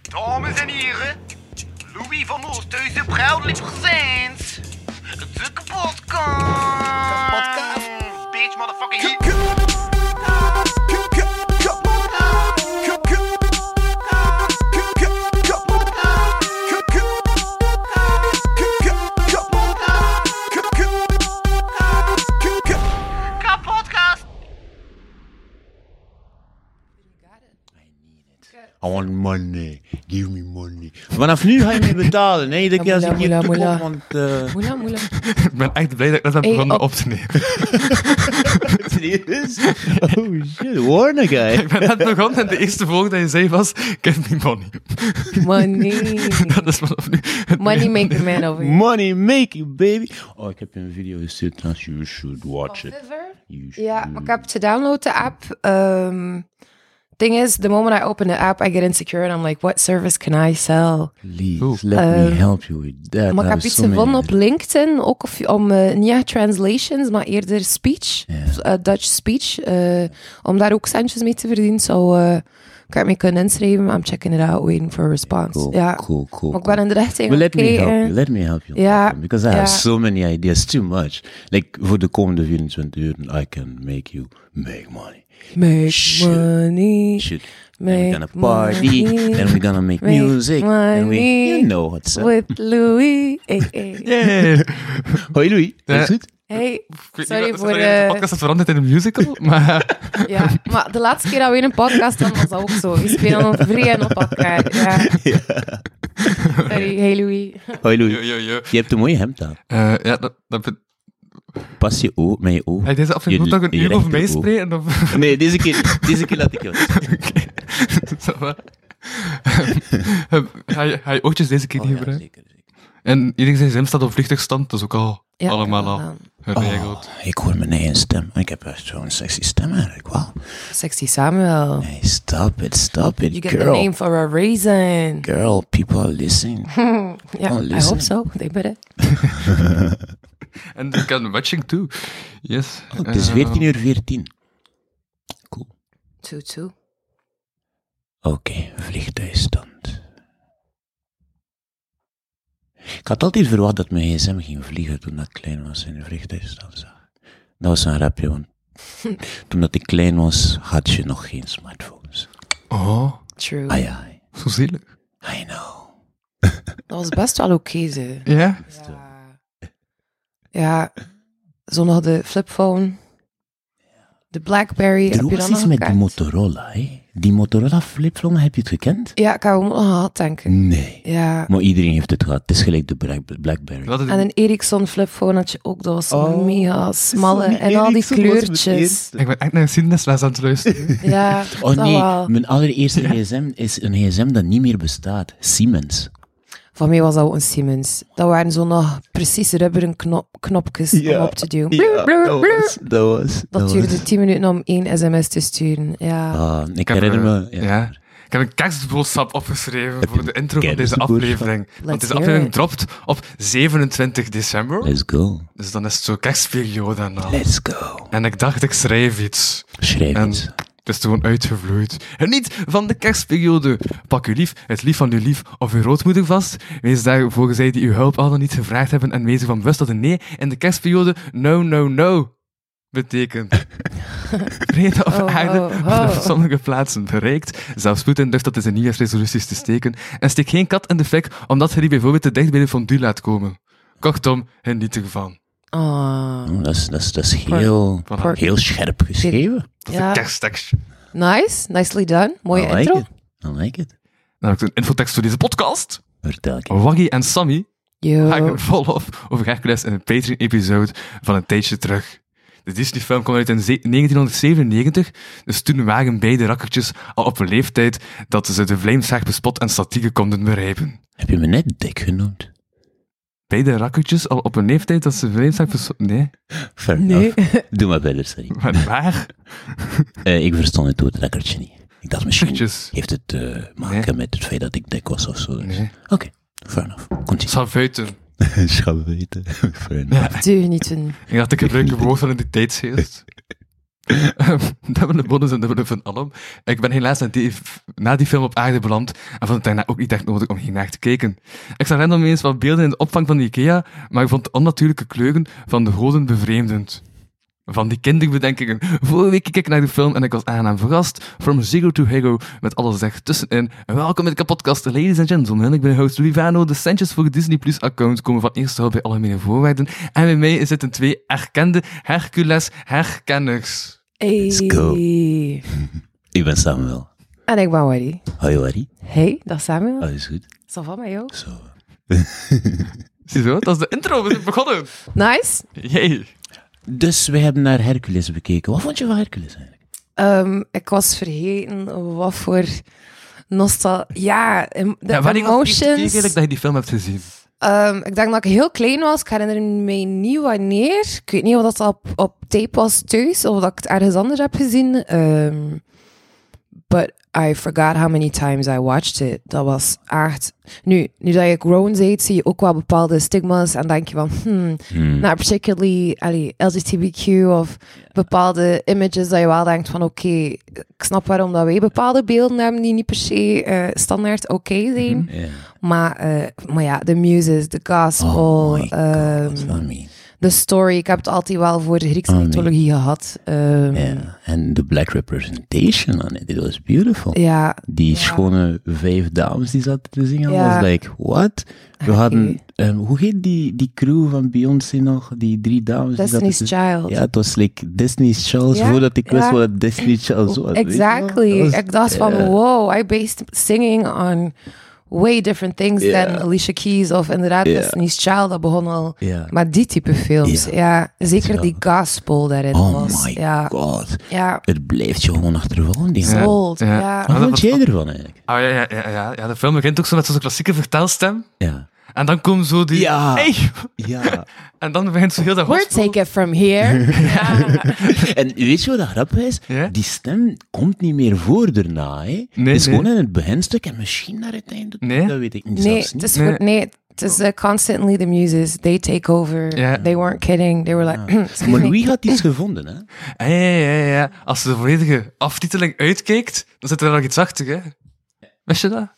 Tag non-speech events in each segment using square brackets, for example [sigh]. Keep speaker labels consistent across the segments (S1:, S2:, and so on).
S1: Dames en heren, Louis van Oosthuizen, proudly presents de kapotkast.
S2: Kapotkast.
S1: Bitch, motherfucking hit. Kapotkast.
S3: I want money. Give me money. Vanaf nu ga je me betalen. Nee, iedere keer als ik
S4: Moela,
S3: hier toe
S4: moela,
S3: kom, want... [laughs] eh,
S4: Moela, moela.
S2: Ik ben echt blij dat ik dat heb
S4: Hey,
S2: begonnen
S4: op-
S2: op te nemen. [laughs]
S3: Serieus? Oh shit, warner guy.
S2: Ik ben net begonnen en de eerste volgende dat je zei was Give me money.
S4: Money.
S2: [laughs] Dat is vanaf nu. het
S4: Hmm. Money
S2: nieuwe-
S4: maker man over here.
S3: [laughs] Money making, baby. Oh, ik heb een video gestuurd, trouwens. You should watch it. You should.
S4: Ja, maar ik heb het gedownload, de app. Ehm thing is, the moment I open the app, I get insecure and I'm like, what service can I sell?
S3: Please,
S2: Oeh.
S3: let me
S4: Eh,
S3: help you with that.
S4: Maar ik
S3: Daar
S4: heb
S3: is
S4: iets
S3: zo many-
S4: gevonden op LinkedIn, ook of, om eh, niet echt translations, maar eerder speech, eh, Dutch speech, eh, om daar ook centjes mee te verdienen. Zo eh ik heb me kunnen inschrijven, maar I'm checking it out, waiting for a response.
S3: Cool,
S4: ja,
S3: cool, cool.
S4: maar ik ben in de richting
S3: Well,
S4: aan
S3: let
S4: het
S3: me help
S4: kijken.
S3: you. Let me help you. on
S4: Ja,
S3: that one, Because I
S4: ja.
S3: have so many ideas, too much. Like, voor de komende 24 uur, I can make you make money.
S4: Make
S3: Shit.
S4: money.
S3: Shit.
S4: Make
S3: then we're gonna party.
S4: money.
S3: Then we're gonna make,
S4: Make
S3: music. And we,
S4: money.
S3: you know what's up.
S4: With Louis. Hey, hey. [laughs]
S2: Yeah.
S3: Hoi Louis, Eh?
S2: Ja.
S3: alles goed?
S4: Hey,
S2: Ik weet
S4: Sorry
S2: niet wat-
S4: voor,
S2: De
S4: eh,
S2: podcast had veranderd in een
S4: [laughs]
S2: musical, maar...
S4: ja. Maar de laatste keer dat we in een podcast hadden, was dat ook zo. We spelen vrij en op elkaar. Ja. Sorry, hey Louis.
S3: Hoi
S2: Yo,
S3: Louis,
S2: yo, yo.
S3: je hebt een mooie hemd aan.
S2: Eh, ja, dat... dat ben-
S3: Pas je oog, met je oog.
S2: Hey, deze aflevering
S3: Je-
S2: moet toch een
S3: je
S2: uur over mij
S3: rechteroog.
S2: spreken? Of... [laughs]
S3: Nee, deze keer, deze keer [laughs] laat ik je.
S2: Oké. Ça va. Ehm, Ga je, ga je oortjes deze keer
S3: Oh,
S2: niet
S3: ja,
S2: gebruiken?
S3: zeker, zeker.
S2: En iedereen zijn zin staat op vliegtuigstand, dus ook al
S4: Ja, Ehm,
S2: allemaal al
S4: gedaan.
S2: geregeld.
S3: Oh, ik hoor mijn eigen stem. Ik heb echt zo'n sexy stem eigenlijk. Wauw.
S4: Sexy Samuel.
S3: Hey, stop it, stop it,
S4: You get the
S3: girl.
S4: name for a reason.
S3: Girl, people are listening. [laughs]
S4: Yeah, I
S3: listen.
S4: hope so. They better.
S2: En ik kan watching too. Yes.
S3: Oh, het is
S2: Eh,
S3: 14 uur 14. Cool.
S4: Two, two.
S3: Oké, vliegtuigstand. Ik had altijd verwacht dat mijn gsm ging vliegen toen dat ik klein was en de vliegtuigstand zag. Dat was een rapje,
S4: [laughs]
S3: want toen dat ik klein was, had je nog geen smartphones.
S2: Oh,
S4: True.
S3: Ai, ai.
S2: zo zielig.
S3: I know.
S4: Dat was best wel oké, ze.
S2: Ja?
S4: Ja. ja, zo nog de flipphone. De Blackberry. heb
S3: er
S4: je dan
S3: was iets
S4: nog
S3: met die
S4: gekend?
S3: Motorola, hè? Die Motorola flipflop, heb je het gekend?
S4: Ja, ik heb hem nog gehad, denk ik.
S3: Nee.
S4: Ja.
S3: Maar iedereen heeft het gehad. Het is gelijk de Black- Blackberry.
S2: Wat
S4: En een Ericsson flipphone had je ook. Dat was zo'n
S3: Hm. Oh.
S4: mega smalle. En al die kleurtjes.
S2: Ik ben echt naar een Sinnesles aan het
S3: [laughs]
S2: luisteren.
S4: Ja,
S3: Oh
S4: dat
S3: nee,
S4: wel.
S3: mijn allereerste
S4: [laughs]
S3: gsm is een gsm dat niet meer bestaat. Siemens.
S4: Van mij was dat ook een Siemens. Dat waren zo nog precies rubberen knop, knopjes om op te duwen. Blur, blur, blur.
S3: dat was. Ah.
S4: Dat duurde 10 minuten om één sms te sturen. Ja.
S3: ik, herinner me...
S2: eh,
S3: Ja.
S2: ja. Ik heb een kerstboodschap opgeschreven voor de intro van deze
S3: kerstboodschap?
S2: aflevering. Want deze
S4: hear
S2: aflevering
S4: it.
S2: dropt op 27 december.
S3: Let's go.
S2: Dus dan is het zo kerstperiode en al.
S3: Let's go.
S2: En ik dacht, ik schrijf iets.
S3: Schrijf
S2: En
S3: eens.
S2: het is gewoon uitgevloeid. Geniet van de kerstperiode. Pak uw lief, het lief van uw lief of uw roodmoeder vast. Wees daarvoor zij die uw hulp al dan niet gevraagd hebben en wees ervan bewust dat een nee in de kerstperiode no, no, no
S4: [laughs]
S2: betekent. Vrede op
S4: Oh,
S2: aarde
S4: oh, oh.
S2: wordt op sommige plaatsen bereikt. Zelfs Poetin durft dat in zijn nieuwjaarsresoluties te steken. En steek geen kat in de fik omdat je die bijvoorbeeld te dicht bij de fondue laat komen. Kortom, geniet ervan.
S4: Ah.
S3: Oh, dat, is, dat, is, dat is heel,
S4: Voor-
S3: heel scherp geschreven.
S2: Dat is
S4: Ja.
S2: een kersttekstje.
S4: Nice, nicely done. Mooie
S3: I like
S4: intro.
S3: it. I like it.
S2: Namelijk een infotekst voor deze podcast.
S3: Vertel ik.
S2: Waggy en Sammy
S4: Yo.
S2: hangen volop over Hercules in een Patreon-episode van een tijdje terug. De Disney-film kwam uit in ze- 1997, dus toen waren beide rakkertjes al op een leeftijd dat ze de vleemzaag bespot en satire konden bereipen.
S3: Heb je me net dik genoemd?
S2: Beide rakkertjes al op een leeftijd dat ze vleemzaag bespot... Nee,
S3: Fair
S4: Nee.
S3: enough. Doe maar verder, sorry.
S2: maar waar?
S3: Eh, ik verstond het door het lekkertje niet. Ik dacht misschien
S2: Rakkertjes.
S3: heeft het te maken met het feit dat ik dik was of zo. Dus-
S2: Nee.
S3: Oké, fair enough. [laughs] Continue.
S2: Schavuiten.
S3: Schabweten. fair enough.
S4: Deugnieten.
S2: Ik dacht ik gebruik een woord van identiteitsgeest. Dubbele bonus en dubbele van alom. Ik ben helaas na die, na die film op aarde beland en vond het daarna ook niet echt nodig om hier naar te kijken. Ik zag random eens wat beelden in de opvang van de IKEA, maar ik vond de onnatuurlijke kleuren van de goden bevreemdend. Van die kinderbedenkingen. Vorige week keek ik naar de film en ik was aangenaam verrast. From Zero to Hero, met alles echt tussenin. En welkom bij de podcast, ladies and gentlemen. Ik ben host Louis Vano. De centjes voor het Disney Plus account komen van eerste hulp bij algemene voorwaarden. En bij mij zitten twee erkende Hercules herkenners.
S4: Hey.
S3: go. Ik ben Samuel.
S4: En ik ben Wally.
S3: Hoi, Wari.
S4: Hey, dag Samuel.
S3: Alles goed?
S4: Ça va met jou?
S3: Zo.
S2: Ziezo, dat is de intro, we zijn begonnen.
S4: Nice.
S2: Jee.
S3: Dus we hebben naar Hercules bekeken. Wat vond je van Hercules eigenlijk?
S4: Ehm, ik was vergeten wat voor nostal... Ja, em- de
S2: Ja, wanneer was het de eerste keer
S4: emotions.
S2: eigenlijk dat je die film hebt gezien?
S4: Ehm, ik denk dat ik heel klein was. Ik herinner me niet wanneer. Ik weet niet of dat op, op tape was thuis of dat ik het ergens anders heb gezien. Ehm, but I forgot how many times I watched it. Dat was echt... Nu, nu dat je grown bent, zie je ook wel bepaalde stigma's. En denk je van, hmm, not particularly allee, LGBTQ of bepaalde images dat je wel denkt van, oké, ik snap waarom dat wij bepaalde beelden hebben die niet per se eh, standaard oké zijn. Maar, eh, maar ja, de muses, de gospel,
S3: Oh my God,
S4: ehm,
S3: Sammy.
S4: de story. Ik heb het altijd wel voor de Griekse
S3: Amen.
S4: mythologie gehad. Ehm,
S3: Ja. En de black representation on it, it was beautiful.
S4: Ja,
S3: Die schone vijf dames die zaten te zingen,
S4: Ja.
S3: was like, what? We hadden, ehm, hoe heet die, die crew van Beyoncé nog? Die drie dames. die zaten
S4: Destiny's
S3: te-
S4: Child.
S3: Ja, het was like Disney's Child,
S4: Ja,
S3: voordat ik
S4: ja.
S3: wist wat Disney's Child was. weet je wel?
S4: exactly.
S3: Dat was-
S4: ik dacht van, wow, I based singing on way different things
S3: Ja.
S4: than Alicia Keys of inderdaad
S3: Ja.
S4: Destiny's Child. Dat begon al.
S3: Ja.
S4: Maar die type films,
S3: Ja.
S4: ja. zeker die gospel daarin
S3: Oh
S4: was.
S3: my
S4: ja.
S3: god.
S4: Ja,
S3: Het blijft je gewoon achtervolgen, die man.
S4: bold. Ja.
S3: Wat vond jij ervan eigenlijk?
S2: Oh ja, ja, ja, ja, ja, de film begint ook zo met zo'n klassieke vertelstem.
S3: Ja.
S2: En dan komt zo die...
S3: Ja.
S2: Hey!
S3: Ja.
S2: En dan begint zo heel dat
S4: Where
S2: gospel.
S4: take it from here?
S3: En weet je wat de grap is?
S2: Ja?
S3: Die stem komt niet meer voor daarna. Hè? het
S2: nee.
S3: is gewoon in het beginstuk en misschien naar het einde.
S2: Nee.
S3: Dat weet ik niet.
S4: Nee,
S3: zelfs
S4: het
S3: niet.
S4: is voor- nee, het is eh, constantly the muses. They take over.
S2: Ja.
S4: They weren't kidding. They were like, [clears throat] excuse
S3: Maar
S4: me.
S3: Louis had iets gevonden, hè?
S2: Ah, Ja, ja, ja, ja. Als je de volledige aftiteling uitkijkt, dan zit er nog iets achter, hè. Wist je dat?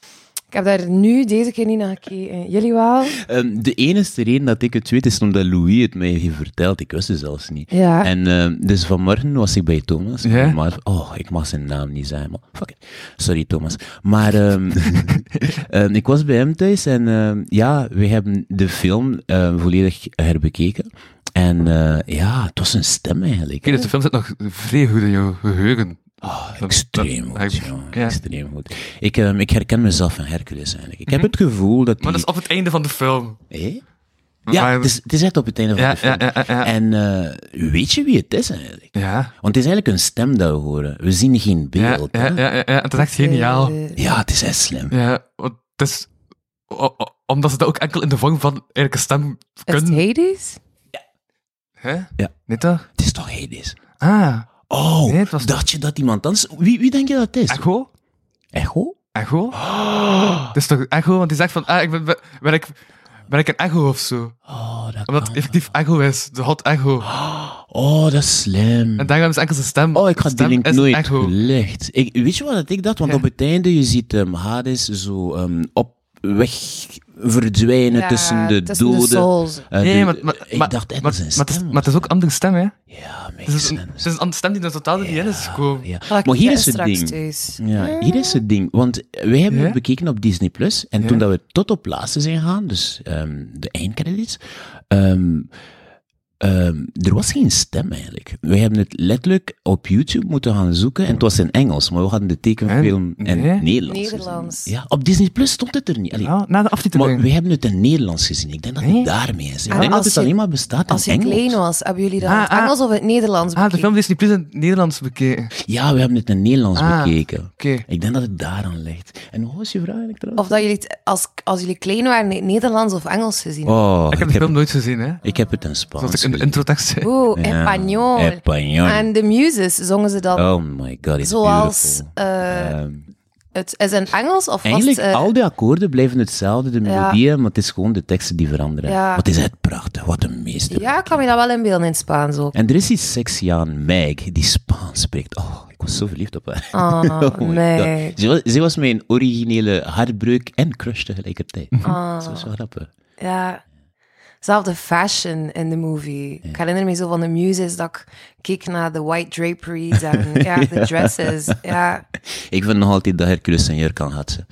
S4: ik heb daar nu deze keer niet naar gekeken. Jullie wel?
S3: Ehm, de enige reden dat ik het weet is omdat Louis het mij heeft verteld. Ik wist het zelfs niet.
S4: Ja.
S3: En ehm, dus vanmorgen was ik bij Thomas.
S2: Ja?
S3: Maar, oh, ik mag zijn naam niet zijn, maar fuck it. Sorry, Thomas. Maar
S2: [laughs]
S3: ehm, ehm, ik was bij hem thuis en ehm, ja, we hebben de film ehm, volledig herbekeken. En eh, ja, het was een stem eigenlijk.
S2: Oké, dus de film zit nog vrij goed in jouw geheugen.
S3: Ah,
S2: Dat-
S3: extreem
S2: dat-
S3: goed,
S2: ik-
S3: jongen,
S2: ja.
S3: Extreem goed. Ik, ehm, ik herken mezelf in Hercules eigenlijk. Ik heb het gevoel dat
S2: Mhm. Maar dat
S3: die-
S2: is op het einde van de film.
S3: Hé? Ja,
S2: Maar-
S3: het is, het is echt op het einde van
S2: Ja,
S3: de film.
S2: ja, ja, ja, ja.
S3: En eh, weet je wie het is eigenlijk?
S2: Ja.
S3: Want het is eigenlijk een stem dat we horen. We zien geen
S2: Ja,
S3: beeld.
S2: ja,
S3: hè?
S2: ja, ja, ja. Het is echt geniaal.
S4: Eh,
S3: Ja, het is echt slim.
S2: Ja, want het is... o- o- omdat ze dat ook enkel in de vorm van eigenlijk een stem
S4: is het
S2: kunnen.
S4: Hades?
S2: Hè?
S3: Ja.
S2: Niet toch?
S3: Het is toch Hades?
S2: Ah,
S3: Oh,
S2: Nee, het was-
S3: dacht je dat iemand anders... Wie, wie denk je dat het is?
S2: echo?
S3: Echo?
S2: [gasps] Echo? Het is toch echo? Want die zegt van, ah, ik ben, ben, ben ik, ben ik een echo of zo?
S3: Oh, dat kan.
S2: Omdat het effectief echo is. De hot echo.
S3: Oh, dat is slim.
S2: En daarom is enkel zijn stem.
S3: Oh, ik had die
S2: stem
S3: link
S2: is
S3: nooit
S2: echo.
S3: gelegd. Ik, weet je wat ik dacht? Want
S2: Ja.
S3: op het einde, je ziet ehm, Hades zo ehm, op weg verdwijnen
S4: Ja,
S3: tussen de
S4: tussen de
S3: doden.
S4: souls.
S3: Eh,
S2: Nee,
S3: de-
S2: maar, maar,
S3: ik
S2: maar-
S3: dacht, eh,
S2: maar,
S3: dat is een
S2: maar het is-
S3: stem.
S2: maar het is ook een andere stem, hè?
S3: Ja, mega
S2: Het is, een,
S3: slim.
S2: het is een stem die er totaal niet in is gekomen.
S3: Ja.
S4: Ga ik
S3: Maar hier is het
S4: straks
S3: ding.
S4: thuis.
S3: Ja, hier is het ding. Want wij hebben
S2: Ah. Ja?
S3: het bekeken op Disney Plus. En
S2: Ja?
S3: toen dat we tot op laatste zijn gegaan, dus ehm, de eindcredits, ehm, ehm, er was geen stem eigenlijk. Wij hebben het letterlijk op YouTube moeten gaan zoeken. En het was in Engels, maar we hadden de tekenfilm
S2: En?
S3: in
S2: Nee?
S3: Nederlands. gezien.
S4: Nederlands.
S3: Ja, op Disney Plus stond het er niet. Allee,
S2: Ja, na de
S3: maar we
S2: aftiteling.
S3: hebben het in Nederlands gezien. Ik denk dat het
S2: Nee?
S3: daarmee is. Ik
S4: Ah,
S3: denk dat
S4: als
S3: het
S4: je-
S3: alleen maar bestaat
S4: Als
S3: in
S4: je
S3: Engels.
S4: klein was, hebben jullie dat in
S2: Ah,
S4: het
S2: ah.
S4: Engels of in het Nederlands
S2: Ah, de
S4: bekeken?
S2: film is niet plus in het Nederlands bekeken.
S3: Ja, we hebben het in Nederlands
S2: Ah,
S3: bekeken.
S2: oké.
S3: Ik denk dat het daaraan ligt. En hoe was je vraag eigenlijk trouwens?
S4: Of dat jullie, het- als, als jullie klein waren, in het Nederlands of Engels gezien?
S3: Oh,
S2: ik heb de film nooit gezien, hè?
S3: ik heb het in Spaans.
S2: Zoals ik in de
S3: gezien.
S2: introtekst zei.
S4: Oeh,
S3: Ja,
S4: Espanol.
S3: Español.
S4: En de muses zongen ze dan
S3: Oh my god, it's
S4: zoals
S3: beautiful.
S4: eh,
S3: Ehm,
S4: Het is in Engels of
S3: Eigenlijk,
S4: was het... eh,
S3: al die akkoorden blijven hetzelfde, de melodieën, maar het is gewoon de teksten die veranderen.
S4: Ja.
S3: Wat is het prachtig, wat een meester.
S4: ja, ik kan me dat wel inbeelden in Spaans ook.
S3: En er is iets sexy aan Meg, die Spaans spreekt. Oh, ik was zo verliefd op haar. [laughs] Oh
S4: Ah,
S3: my
S4: Meg.
S3: God. Ze was, ze was mijn originele hartbreuk en crush tegelijkertijd. [laughs]
S4: Ah.
S3: Dat was wel grappig.
S4: Ja. Zelfde fashion in de movie. Ik herinner me zo van de muses dat ik keek naar de white draperies en [laughs] ja, de dresses. Ja.
S3: Ik vind nog altijd dat Hercules zijn jurk aan had. ze.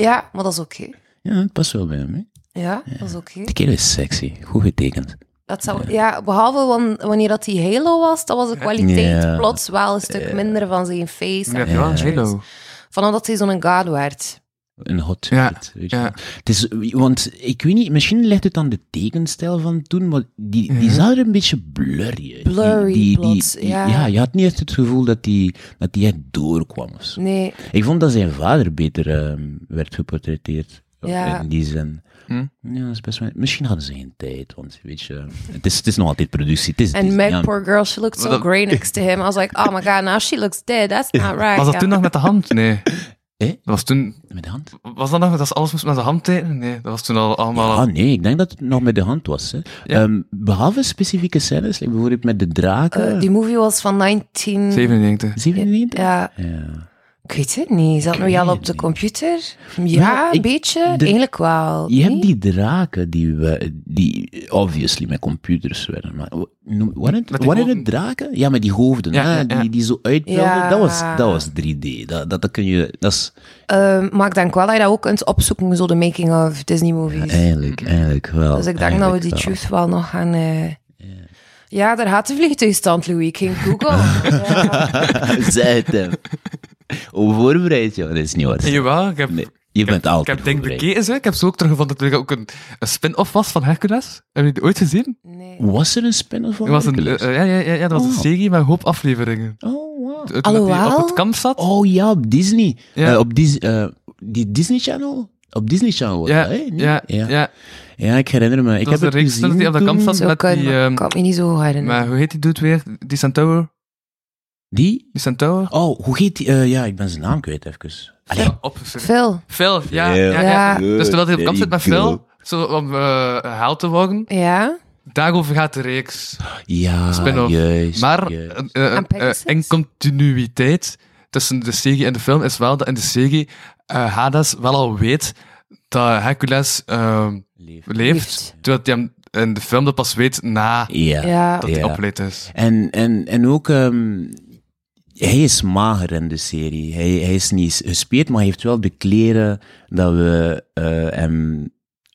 S4: ja, maar dat is oké.
S3: Ja, het past wel bij hem. Hè?
S4: Ja, dat is oké.
S3: De kerel is sexy, goed getekend.
S4: Dat zou, ja, behalve wan- wanneer dat die halo was, dat was de kwaliteit
S3: Ja.
S4: plots wel een stuk minder van zijn face.
S2: Je
S4: en
S2: hebt wel een
S4: alles.
S2: halo.
S4: Vanaf dat hij zo'n god werd.
S3: Een hot
S2: Ja,
S3: fit, weet je
S2: ja.
S3: wel. Het is, want ik weet niet, misschien ligt het aan de tekenstijl van toen, maar die,
S2: Mhm.
S3: die zag er een beetje blurry uit.
S4: Blurry
S3: die,
S4: plots, ja.
S3: je had niet echt het gevoel dat die, dat die echt doorkwam of zo.
S4: Nee,
S3: Ik vond dat zijn vader beter ehm, werd geportretteerd. eh,
S4: Ja.
S3: In die zin.
S2: Hm?
S3: Ja, dat is best wel... Misschien hadden ze geen tijd, want weet je, het is, het is nog altijd productie. Het is, het
S4: and
S3: is-
S4: Meg,
S3: ja.
S4: poor girl, she looked so
S2: dat-
S4: great next to him. I was like, oh my god, now she looks dead. That's not right.
S2: Was dat
S4: ja.
S2: toen nog met de hand? Nee.
S3: [laughs] Eh?
S2: Dat was toen...
S3: Met de hand?
S2: Was dat nog dat ze alles moest met de hand tekenen? Nee, dat was toen al allemaal...
S3: Ah nee, ik denk dat het nog met de hand was. Hè.
S2: Ja.
S3: Ehm, behalve specifieke scènes, like bijvoorbeeld met de draken.
S4: Eh, die movie was van 19...
S2: 97.
S3: 97?
S4: Ja,
S3: Ja.
S4: ik weet het niet. Zat nu
S3: weet
S4: al
S3: het
S4: op de
S3: niet.
S4: computer? Ja,
S3: Maar
S4: een
S3: ik-
S4: beetje.
S3: de-
S4: Eigenlijk wel.
S3: Je hebt
S4: niet?
S3: die draken die, we, die obviously met computers werden. Maar, noem- waren
S2: Met
S3: het,
S2: die
S3: waren het
S2: hoofden.
S3: draken? Ja, met die hoofden.
S2: Ja,
S3: hè,
S2: ja, ja.
S3: Die, die zo uitpelden.
S4: Ja.
S3: Dat, was, dat was 3D. Dat, dat, dat kun je... Dat is,
S4: Ehm, maar ik denk wel dat je dat ook kunt opzoeken, zo de making of Disney movies.
S3: eigenlijk,
S2: Mhm.
S3: eigenlijk wel.
S4: dus ik denk dat we
S3: eigenlijk
S4: die
S3: wel.
S4: truth wel nog gaan. eh, Ja, daar gaat de vliegtuigstand, Louis. Ik ging
S3: [laughs]
S4: Google. ja.
S3: Zij het hem. Onvoorbereid, joh. Dat is niet waar.
S2: Eh, Jawel, ik heb...
S3: Nee, je bent
S2: Ik
S3: altijd
S2: heb denk
S3: voorbereid.
S2: bekeken, ze. Ik heb zo ook teruggevonden dat er ook een, een spin-off was van Hercules. Heb je die ooit gezien?
S4: Nee.
S3: Was er een spin-off van
S2: Er was een,
S3: Hercules?
S2: eh, ja, ja, ja, ja, dat was een
S3: Oh.
S2: serie met een hoop afleveringen.
S3: Oh, wow.
S2: Toen dat hij
S4: Alhoewel-
S2: op het kamp zat.
S3: Oh ja, op Disney.
S2: Ja.
S3: Eh, op Dis eh, die Disney Channel? Op Disney Channel was
S2: ja,
S3: dat, hè? Niet?
S2: ja, ja,
S3: eh, ja. Ja, ik herinner me. Ik
S2: was
S3: heb
S2: de
S3: het
S2: reeks
S3: gezien
S2: dat hij op de kamp
S3: toen.
S2: zat.
S4: Zo
S2: Met
S4: kan,
S2: die,
S4: maar
S2: ehm,
S4: ik kan het me niet zo herinneren.
S2: Maar hoe heet die dude weer? Die Centaur?
S3: Die?
S2: Die Centaur?
S3: Oh, hoe heet die? Eh, ja, ik ben zijn naam kwijt even. Allee.
S2: Ja, op, sorry.
S4: Phil.
S2: Phil, ja.
S3: Phil.
S2: ja, ja.
S4: Ja.
S2: Dus terwijl hij op kamp zit met
S3: Very
S2: Phil, zo om eh haal te worden,
S4: Ja.
S2: daarover gaat de reeks.
S3: Ja,
S2: Spin-off.
S3: juist.
S2: Maar
S3: juist.
S2: een eh,
S4: En
S2: eh,
S4: Pegasus?
S2: en continuïteit tussen de serie en de film is wel dat in de serie eh, Hades wel al weet dat Hercules eh,
S3: Leeft.
S2: leeft, terwijl hij hem in de film dat pas weet na
S3: Ja.
S4: Ja.
S2: dat hij
S3: ja.
S2: opleid is.
S3: En, en, en ook, ehm, hij is mager in de serie. Hij, hij is niet gespierd, maar hij heeft wel de kleren dat we eh, hem,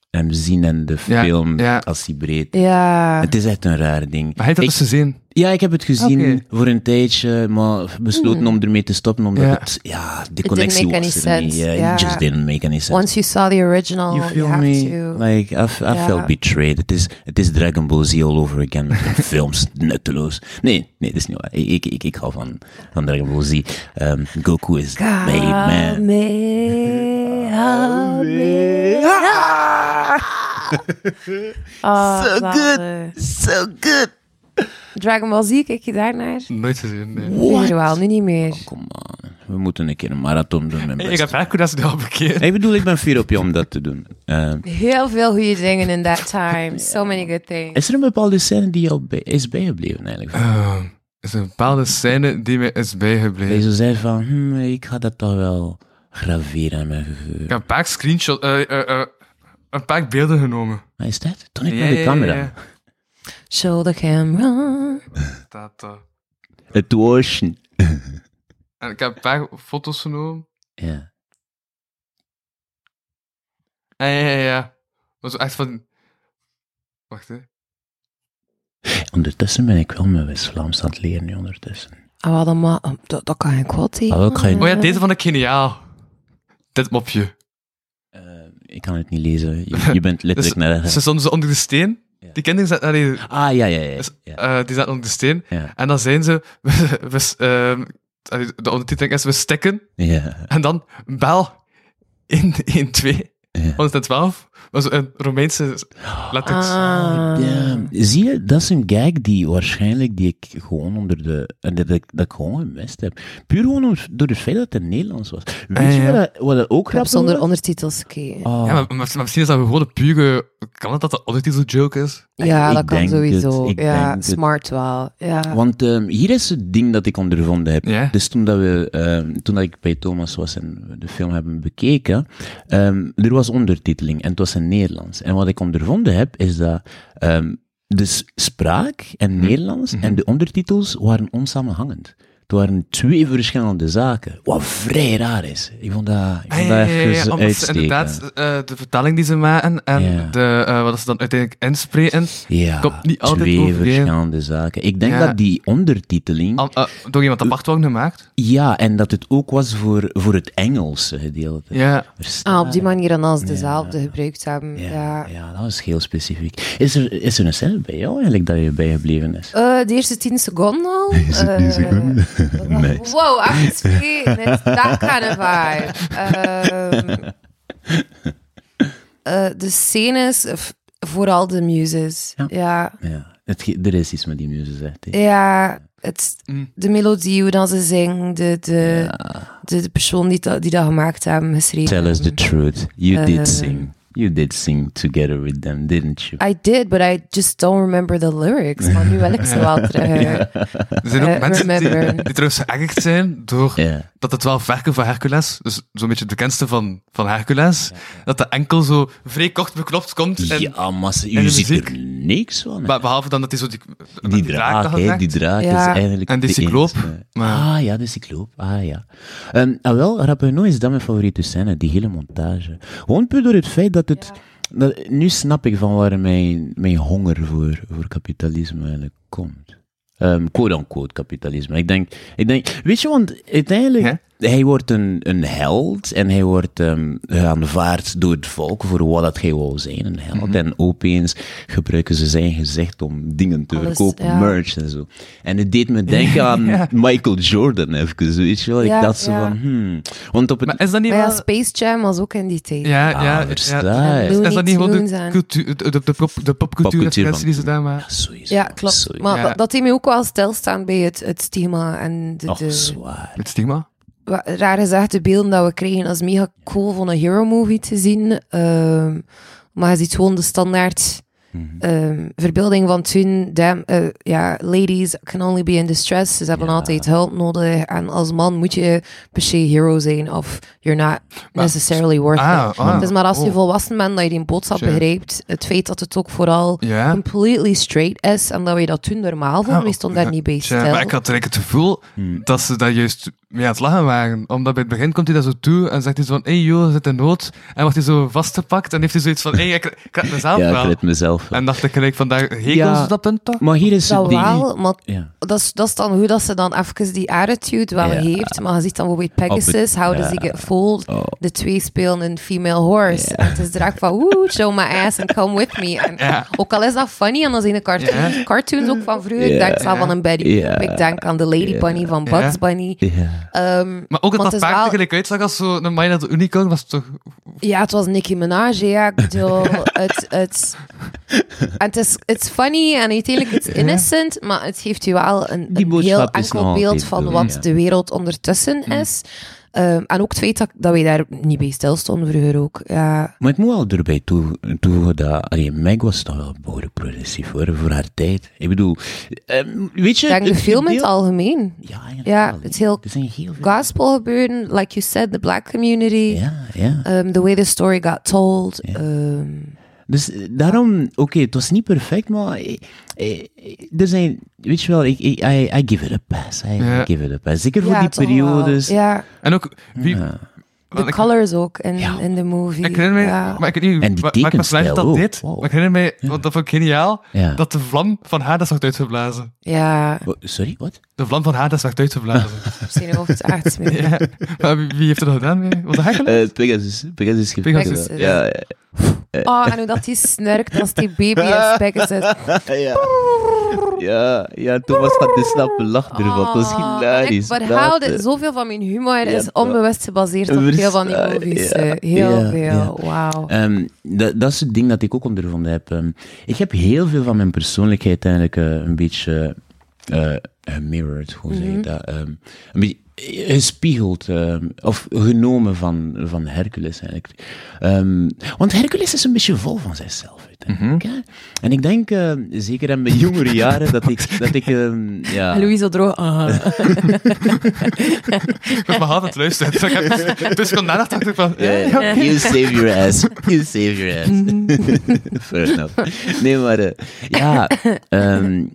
S3: hem zien in de
S2: Ja,
S3: film
S2: ja.
S3: als hij breed.
S4: Ja.
S3: Het is echt een raar ding.
S2: Maar hij had
S3: Ik-
S2: dat dus gezien.
S3: Ja, ik heb het gezien
S2: Oké.
S3: voor een tijdje, maar besloten om ermee te stoppen, omdat
S2: Ja.
S3: het, ja, de
S4: Hmm. didn't
S3: connectie
S4: make
S3: was
S4: any
S3: er niet.
S4: sense.
S3: Ja, it
S4: Ja.
S3: just didn't make any sense.
S4: Once you saw the original,
S3: you
S4: you,
S3: feel
S4: have
S3: me?
S4: to.
S3: Like, I, f- I
S4: Ja.
S3: felt betrayed. Het is, het is Dragon Ball Z all over
S4: [laughs]
S3: again met hun films, nutteloos. Nee, nee, dat is niet waar. Ik, ik, ik, ik hou van, van Dragon Ball Z. Ehm, Goku is my man.
S4: Kame- Kame- Ah,
S3: So
S4: zalig.
S3: good. So good.
S4: Dragon Ball Z, kijk je daarnaar?
S2: Nooit gezien, nee.
S4: Vroeger wel, nu niet meer.
S3: Kom on, we moeten een keer een marathon doen. Mijn
S2: Ik
S3: beste.
S2: heb Hercules nu al bekeken.
S3: Ik bedoel, ik ben fier op je om dat te doen. Ehm,
S4: Heel veel goede dingen in that time. So many good things.
S3: is er een bepaalde scène die jou bij, is bijgebleven eigenlijk?
S2: Ehm, er is een bepaalde scène die me is
S3: Dat je
S2: bijgebleven.
S3: zo zei van, hmm, ik ga dat toch wel graveren aan mijn geheugen.
S2: Ik heb een paar screenshots, eh, eh, eh, een paar beelden genomen.
S3: Maar is dat? Toen ik naar de camera.
S2: ja.
S4: Show the camera.
S2: Dat, eh,
S3: Het washen.
S2: en ik heb een paar foto's genomen.
S3: Ja.
S2: Ah, ja, ja, ja. Maar zo echt van... Wacht, hè.
S3: Ondertussen ben ik wel mijn West-Vlaams aan het leren nu ondertussen.
S4: Ah, wel, dan ma- dat, dat kan geen kwaad tegen.
S3: Ah, wel, ik ga je-
S2: Oh ja, deze vond ik geniaal. Dit mopje.
S3: Eh, ik kan het niet lezen. Je, je
S2: [laughs]
S3: bent
S2: Dus-
S3: letterlijk naar
S2: Ze stonden ze onder de steen.
S3: Ja.
S2: Die kinderen zaten, allee,
S3: Ah, ja, ja, ja. ja.
S2: eh, die zaten onder de steen.
S3: Ja,
S2: En dan zijn ze... [laughs] We, we- ehm, allee, de ondertiteling is, we stikken.
S3: ja,
S2: En dan bel 112,
S3: ja.
S2: 112 Dat is een Romeinse latex.
S4: Ah.
S3: Damn. Zie je, dat is een gag die waarschijnlijk die ik gewoon onder de. en Dat ik, dat ik gewoon gemist heb. Puur gewoon om- door het feit dat het Nederlands was. Weet
S2: Ah, ja.
S3: je wat, dat- wat dat ook
S4: Ik heb
S3: grappig
S4: zonder
S3: was?
S4: ondertitels gekeken.
S3: Oh,
S2: Ja, maar, maar- maar misschien is dat gewoon een pure... Kan het dat dat ondertitel joke is?
S4: ja,
S3: ik
S4: dat kan
S3: denk het,
S4: sowieso.
S3: ik
S4: ja,
S3: denk het.
S4: smart wel. Ja.
S3: Want ehm, hier is het ding dat ik ondervonden heb.
S2: Ja.
S3: Dus toen, dat we, ehm, toen dat ik bij Thomas was en we de film hebben bekeken, ehm, er was ondertiteling en het was in Nederlands. En wat ik ondervonden heb, is dat ehm, de s- spraak en
S2: Mhm.
S3: Nederlands en de ondertitels waren onsamenhangend. Het waren twee verschillende zaken. Wat vrij raar is. Ik vond dat, ik
S2: Ah,
S3: vond dat dus even
S2: omdat ze
S3: uitsteken.
S2: inderdaad eh, de vertaling die ze maken en
S3: Ja.
S2: de, eh, wat ze dan uiteindelijk inspreken,
S3: Ja,
S2: komt niet altijd
S3: twee
S2: overeen.
S3: verschillende zaken. Ik denk
S2: Ja.
S3: dat die ondertiteling...
S2: al- eh, door iemand apart wordt gemaakt.
S3: Ja, en dat het ook was voor, voor het Engelse gedeelte.
S2: Ja.
S3: Verstaan.
S4: Ah, op die manier dan als dezelfde gebruikt hebben.
S3: Ja,
S4: ja.
S3: ja. dat was heel specifiek. Is er, is er een scène bij jou eigenlijk dat je bijgebleven is?
S4: Eh, de eerste 10 seconden
S3: [laughs]
S4: al. Eh, [laughs] dat was-
S3: Nice.
S4: Wow,
S3: [laughs]
S4: actually, that's that kind of vibe. Ehm, eh, de scènes, eh, f- vooral de muses.
S3: Ja.
S4: Ja,
S3: Ja, het, ge- er is iets met die muze, zegt
S4: Eh,
S3: hij.
S4: ja het,
S2: Mm.
S4: de melodie, hoe dan ze zingen, de, de, de, de persoon die dat, die dat gemaakt hebben, geschreven.
S3: Tell us the truth. You
S4: Eh.
S3: did sing. You did sing together with them, didn't you?
S4: I did, but I just don't remember the lyrics. Maar nu wil ik
S3: [laughs]
S4: ze wel terug.
S2: Er zijn ook
S4: Eh,
S2: mensen die,
S4: remember.
S2: [laughs] die trouwens geëgerd zijn door
S4: Ah.
S3: Ja.
S2: dat het wel werken van Hercules, dus zo'n beetje de bekendste van, van Hercules, dat de enkel zo vrij kort beknopt komt. En,
S3: Ja, massa.
S2: en
S3: Je
S2: de
S3: ziet
S2: muziek?
S3: er niks van. hè.
S2: be- Behalve dan dat hij zo die, dat
S3: Die
S2: dat
S3: draak,
S2: had
S3: hè,
S2: gemaakt.
S3: die draak
S4: Ja.
S3: is eigenlijk...
S2: En die
S3: de
S2: cycloop,
S3: enige.
S2: maar-
S3: Ah ja, de cycloop. Ah ja. Ehm ah, wel, Rapino is dat mijn favoriete scène, die hele montage. Gewoon puur door het feit dat het... Dat, nu snap ik van waar mijn, mijn honger voor, voor kapitalisme eigenlijk komt. Ehm quote-unquote kapitalisme. Ik denk, ik denk... Weet je, want uiteindelijk...
S2: Ja.
S3: Hij wordt een, een held en hij wordt ehm aanvaard door het volk voor wat dat hij wou zijn, een held.
S2: Mhm.
S3: En opeens gebruiken ze zijn gezicht om dingen te
S4: Alles,
S3: verkopen,
S4: ja.
S3: merch en zo. En het deed me denken
S2: [laughs]
S3: aan Michael Jordan even, weet je wel. Ik
S4: Ja,
S3: dacht zo
S4: ja.
S3: van, hmm. Want op het...
S2: Maar is dat niet
S4: Maar ja,
S2: wel...
S4: Space Jam was ook in die tijd.
S2: Ja, ja,
S3: Ah,
S2: ja,
S3: versta
S2: ja.
S3: je.
S2: Is, is dat niet gewoon
S4: Looney
S2: de,
S4: Tunes
S2: cultuur, de, de, de, pop- de popcultuur
S3: Popcultuur
S2: referentie
S3: van
S2: die ze daar maar...
S3: Ja, sowieso.
S4: Ja, klopt.
S3: Sowieso.
S4: Maar
S2: Ja.
S4: dat- dat deed mij ook wel stilstaan bij het, het thema en de,
S3: Och,
S4: de
S3: zwaar.
S2: Het stigma?
S4: wa- raar gezegd, de beelden dat we kregen als mega cool van een hero movie te zien. Ehm, maar je ziet gewoon de standaard
S2: Mhm.
S4: ehm, verbeelding van toen. Damn, eh, ja, ladies can only be in distress. Ze hebben altijd hulp nodig. En als man moet je per se hero zijn of you're not necessarily worth
S2: Ah,
S4: it.
S2: ah,
S4: het is maar als je
S2: oh.
S4: volwassen bent dat je die boodschap
S2: Sure.
S4: begrijpt. Het feit dat het ook vooral
S2: Ja. Ah,
S4: completely straight is en dat we dat toen normaal vonden. we stonden daar niet bij
S2: Tja,
S4: stil.
S2: maar ik had eigenlijk het gevoel
S3: Hmm.
S2: dat ze daar juist mee aan het lachen waren. Omdat bij het begin komt hij daar zo toe en zegt hij zo van, hey joh, zit in nood. En wordt hij zo vastgepakt en heeft hij zoiets van, hey, ik, ik red mezelf
S3: Ja, ik
S2: wel.
S3: red mezelf. wel.
S2: En dacht ik gelijk van, daar hekels
S3: Ja.
S2: op dat punt toch?
S3: Maar hier is het
S4: Dat
S3: ding.
S4: wel, maar
S3: Ja.
S4: dat is, dat is dan hoe dat ze dan even die attitude wel
S3: Ja.
S4: heeft. Maar je ziet dan bijvoorbeeld Pegasus,
S3: Op het-
S4: How Does He
S3: ja.
S4: Get Fooled?
S3: Oh.
S4: De twee spelen een female horse. En het is direct van, woe, show my ass and come with me. En
S2: Ja.
S4: Ook al is dat funny, en dat zijn de cartoons,
S2: Ja.
S4: cartoons ook van vroeger. Ik
S3: Ja.
S4: denk zelf aan een Betty
S3: Ja.
S4: Boop, ik denk aan de Lady Bunny van Bugs
S2: Ja.
S4: Bunny.
S3: Ja.
S4: Ehm,
S2: Maar ook dat
S4: want
S2: dat
S4: het is
S2: paard
S4: wel-
S2: er gelijk uitzag als zo'n Maya de Unicorn was toch...
S4: Ja, het was Nicki Minaj, ja. Ik
S3: [laughs]
S4: bedoel, het, het, en het is it's funny en uiteindelijk it's innocent, maar het geeft je wel een,
S3: Die
S4: een heel
S3: boodschap is
S4: enkel
S3: nog
S4: beeld
S3: altijd
S4: van
S3: door,
S4: wat
S3: ja. Mm.
S4: de wereld ondertussen is. Ehm, en ook het feit dat, dat wij daar niet bij stilstonden vroeger ook. Ja,
S3: Maar ik moet wel erbij toe- toevoegen dat... Allee, Meg was toch wel behoorlijk progressief, hoor, voor haar tijd. Ik bedoel, ehm, weet je...
S4: ik denk de
S3: het
S4: film in het
S3: gedeelte-
S4: algemeen.
S3: Ja, eigenlijk
S4: Ja,
S3: wel, hè.
S4: het is heel
S3: Er zijn heel veel...
S4: Gospel gebeuren, like you said, the black community.
S3: Ja, ja.
S4: ehm, the way the story got told. ehm,
S3: Dus eh, daarom, oké, het was niet perfect, maar eh, eh, eh, er zijn, weet je wel, ik, ik- I, I give it a pass. I
S2: Ja.
S3: give it a pass. Zeker voor
S4: ja,
S3: die
S4: toch wel.
S3: periodes.
S4: Ja,
S2: En ook... Wie,
S3: Ja.
S4: the
S2: want ik-
S4: colors ook in,
S3: Ja.
S4: in the movie.
S2: Ik herinner me,
S4: ja.
S2: maar ik weet niet,
S3: En die
S2: maar, maar ik was blij dat dat
S3: tekenstijl ook.
S2: dit.
S3: Wow.
S2: Maar ik herinner me, want dat vond ik geniaal,
S3: Ja.
S2: dat de vlam van haar dat werd uitgeblazen.
S4: ja.
S3: Wa- Sorry, wat?
S2: De vlam van haar dat
S3: [laughs]
S2: werd uitgeblazen.
S4: zijn hoofd aardsmeer.
S2: ja. Maar wie, wie heeft er dat gedaan? mee? Was dat Hercules?
S3: Eh, Pegasus. Pegasus
S2: Pegasus.
S4: gedaan.
S3: Ja, [laughs] [laughs]
S4: Ah, Oh, en hoe dat die snurkt als die baby in spek is.
S3: ja. Ja, ja, Thomas gaat de snappen lach ervan. Dat is
S4: Ah,
S3: hilarisch.
S4: Ik
S3: Dat, eh,
S4: verhaalde, zoveel van mijn humor
S3: Ja,
S4: is onbewust gebaseerd op
S3: Versta-
S4: veel van die movies.
S3: ja,
S4: eh. heel
S3: ja,
S4: veel,
S3: ja.
S4: wauw.
S3: Ehm, dat, dat is het ding dat ik ook ondervonden heb. Ehm, ik heb heel veel van mijn persoonlijkheid eigenlijk eh, een beetje eh, gemirrored, hoe zeg je dat? Ehm, een beetje eh, gespiegeld ehm, of genomen van, van Hercules eigenlijk. Ehm, want Hercules is een beetje vol van zichzelf. uiteindelijk, hè? En ik denk, ehm, zeker in mijn jongere jaren, dat ik... Dat ik ehm, ja,
S4: Louise Odro, ah.
S2: Ik ben maar hard aan het
S3: [laughs]
S2: luisteren. Dus ik heb- [laughs] Dus ik kon daarna dacht ik van... eh,
S3: Eh, you save your ass. You save your ass. Fair enough. Nee, maar eh, ja, ehm,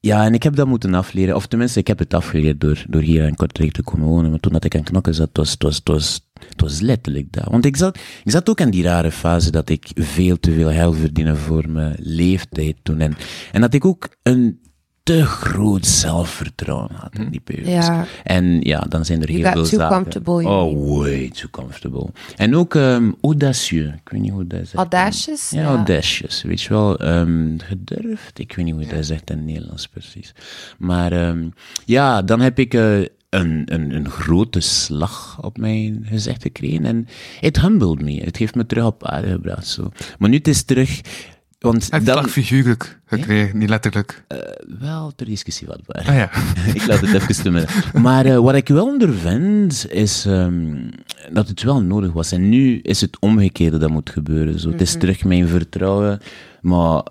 S3: ja, en ik heb dat moeten afleren. Of tenminste, ik heb het afgeleerd door, door hier in Kortrijk te komen wonen. Maar toen dat ik aan knokken zat, het was, het was, het was, het was letterlijk dat. Want ik zat, ik zat ook in die rare fase dat ik veel te veel geld verdiende voor mijn leeftijd toen. En, en dat ik ook een te groot zelfvertrouwen had in die periode.
S4: Ja.
S3: En ja, dan zijn er
S4: You
S3: heel
S4: got
S3: veel
S4: too
S3: zaken.
S4: comfortable, you
S3: Oh,
S4: mean.
S3: way too comfortable. En ook ehm audacieux. Ik weet niet hoe dat is.
S4: [laughs] Audacious?
S3: Ja, audacious. Weet je wel, ehm, gedurfd. Ik weet niet hoe dat zegt in het Nederlands precies. Maar ehm, ja, dan heb ik eh, een, een, een grote slag op mijn gezicht gekregen. En het humbled me. Het heeft me terug op aarde gebracht. Zo. Maar nu het is terug... Want
S2: Hij heeft
S3: dan...
S2: het figuurlijk gekregen, niet letterlijk.
S3: Wel ter discussie wat waar.
S2: Ah ja.
S3: [laughs] ik laat het even te midden. Maar eh, wat ik wel ondervind, is ehm, dat het wel nodig was. En nu is het omgekeerde dat moet gebeuren. Zo. Het is terug mijn vertrouwen, maar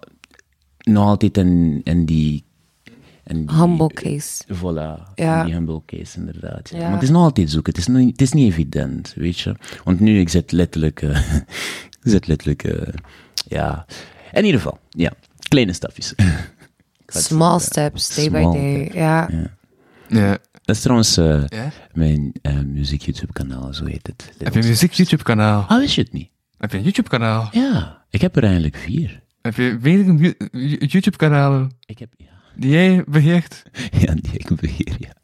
S3: nog altijd in, in die... In die
S4: Humble case.
S3: Voilà,
S4: Ja.
S3: in die humble case inderdaad. Ja.
S4: Ja.
S3: Maar het is nog altijd zoeken, het is, nog, niet- het is niet evident, weet je. Want nu, ik zit letterlijk... eh, [laughs] ik zit letterlijk... eh, ja, in ieder geval, ja. Kleine stapjes.
S4: Small steps, day
S3: Small
S4: by day.
S3: steps,
S4: Ja.
S2: ja.
S3: Dat is trouwens eh,
S2: Ja?
S3: mijn eh, muziek YouTube kanaal, zo heet het.
S2: Heb je een muziek-YouTube-kanaal?
S3: Ah, wist je het niet?
S2: Heb je een YouTube-kanaal?
S3: Ja, ik heb er eigenlijk vier.
S2: Heb je meerdere mu- YouTube-kanalen
S3: Ik heb, ja. [laughs]
S2: die jij beheert?
S3: ja, die ik beheer, ja.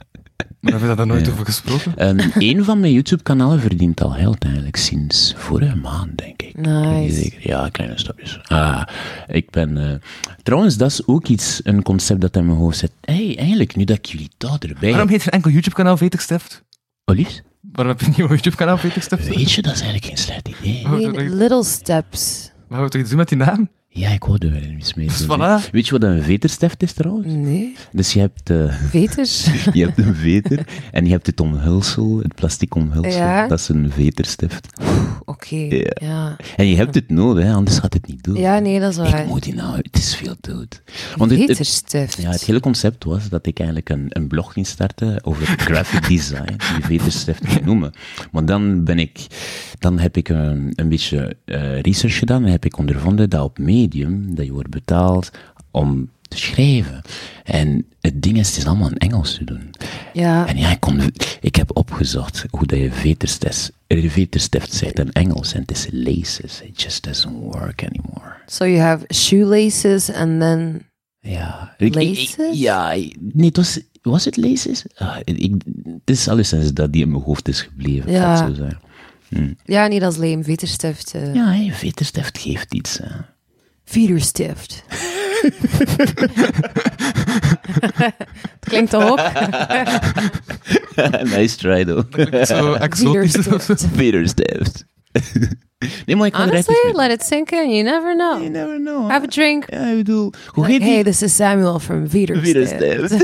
S2: Maar hebben we daar nooit over gesproken? [laughs]
S3: Ehm, Eén van mijn YouTube-kanalen verdient al geld eigenlijk sinds vorige maand, denk ik. Ik weet niet
S4: Nice.
S3: zeker. Ja, kleine stapjes. Ah, ik ben... eh, Trouwens, dat is ook iets, een concept dat in mijn hoofd zit. hey, eigenlijk, nu dat ik jullie dat erbij
S2: Waarom
S3: heb...
S2: heet er enkel YouTube-kanaal Vetig Stift?
S3: Oh, lief?
S2: Waarom heb je een nieuwe YouTube-kanaal Vetig Stift?
S3: Weet je, dat is eigenlijk geen slecht idee.
S2: Oh,
S4: Nee,
S2: dat-
S4: little steps.
S2: Maar we toch iets doen met die
S3: [laughs]
S2: naam?
S3: Ja, ik wou er wel iets mee doen.
S2: [laughs] Voilà. Mm.
S3: Weet je wat een veterstift is trouwens?
S4: Nee,
S3: Dus je hebt... eh, [laughs]
S4: veters.
S3: Je hebt een veter en je hebt het omhulsel, het plastic omhulsel.
S4: Ja.
S3: Dat is een veterstift.
S4: Oké,
S3: Ja.
S4: ja.
S3: En je hebt het nodig, hè, anders gaat het niet doen.
S4: Ja, nee, dat is
S3: ik
S4: waar.
S3: moet die nou, het is veel dood. Want het, het-
S4: Veterstift.
S3: ja, het hele concept was dat ik eigenlijk een, een blog ging starten over [laughs] graphic design, die veterstift ging noemen. Maar dan ben ik, dan heb ik een, een beetje eh, research gedaan en heb ik ondervonden dat op Medium, dat je wordt betaald om te schrijven. En het ding is, het is allemaal in Engels te doen.
S4: Ja.
S3: En ja, ik, kon, ik heb opgezocht hoe dat je veterstift, eh, veterstift zegt in Engels. En het is laces. It just doesn't work anymore.
S4: So you have shoelaces and then...
S3: Ja. Ik- ik- ik-
S4: Laces?
S3: ja. ik- Nee, het was, was het laces? Ah, ik, het is alleszins dat die in mijn hoofd is gebleven.
S4: Ja.
S3: Ja. Zo zeggen.
S4: Ja, nee, dat is leem. Veterstift. eh.
S3: Ja, hey, veterstift geeft iets. hè.
S4: Veterstift. [laughs] Het klinkt toch [laughs] op?
S3: [laughs] nice try, though. [laughs]
S2: Zo exotisch of zo.
S4: Veterstift.
S3: Veterstift. [laughs] nee, maar ik kan er echt
S4: Honestly,
S3: iets mee-
S4: let it sink in. You never
S3: You
S4: know.
S3: never know.
S4: Have a drink.
S3: Ja, ik bedoel... Hoe
S4: Like,
S3: heet die-
S4: hey, this is Samuel from Veterstift. [laughs]
S3: Veterstift.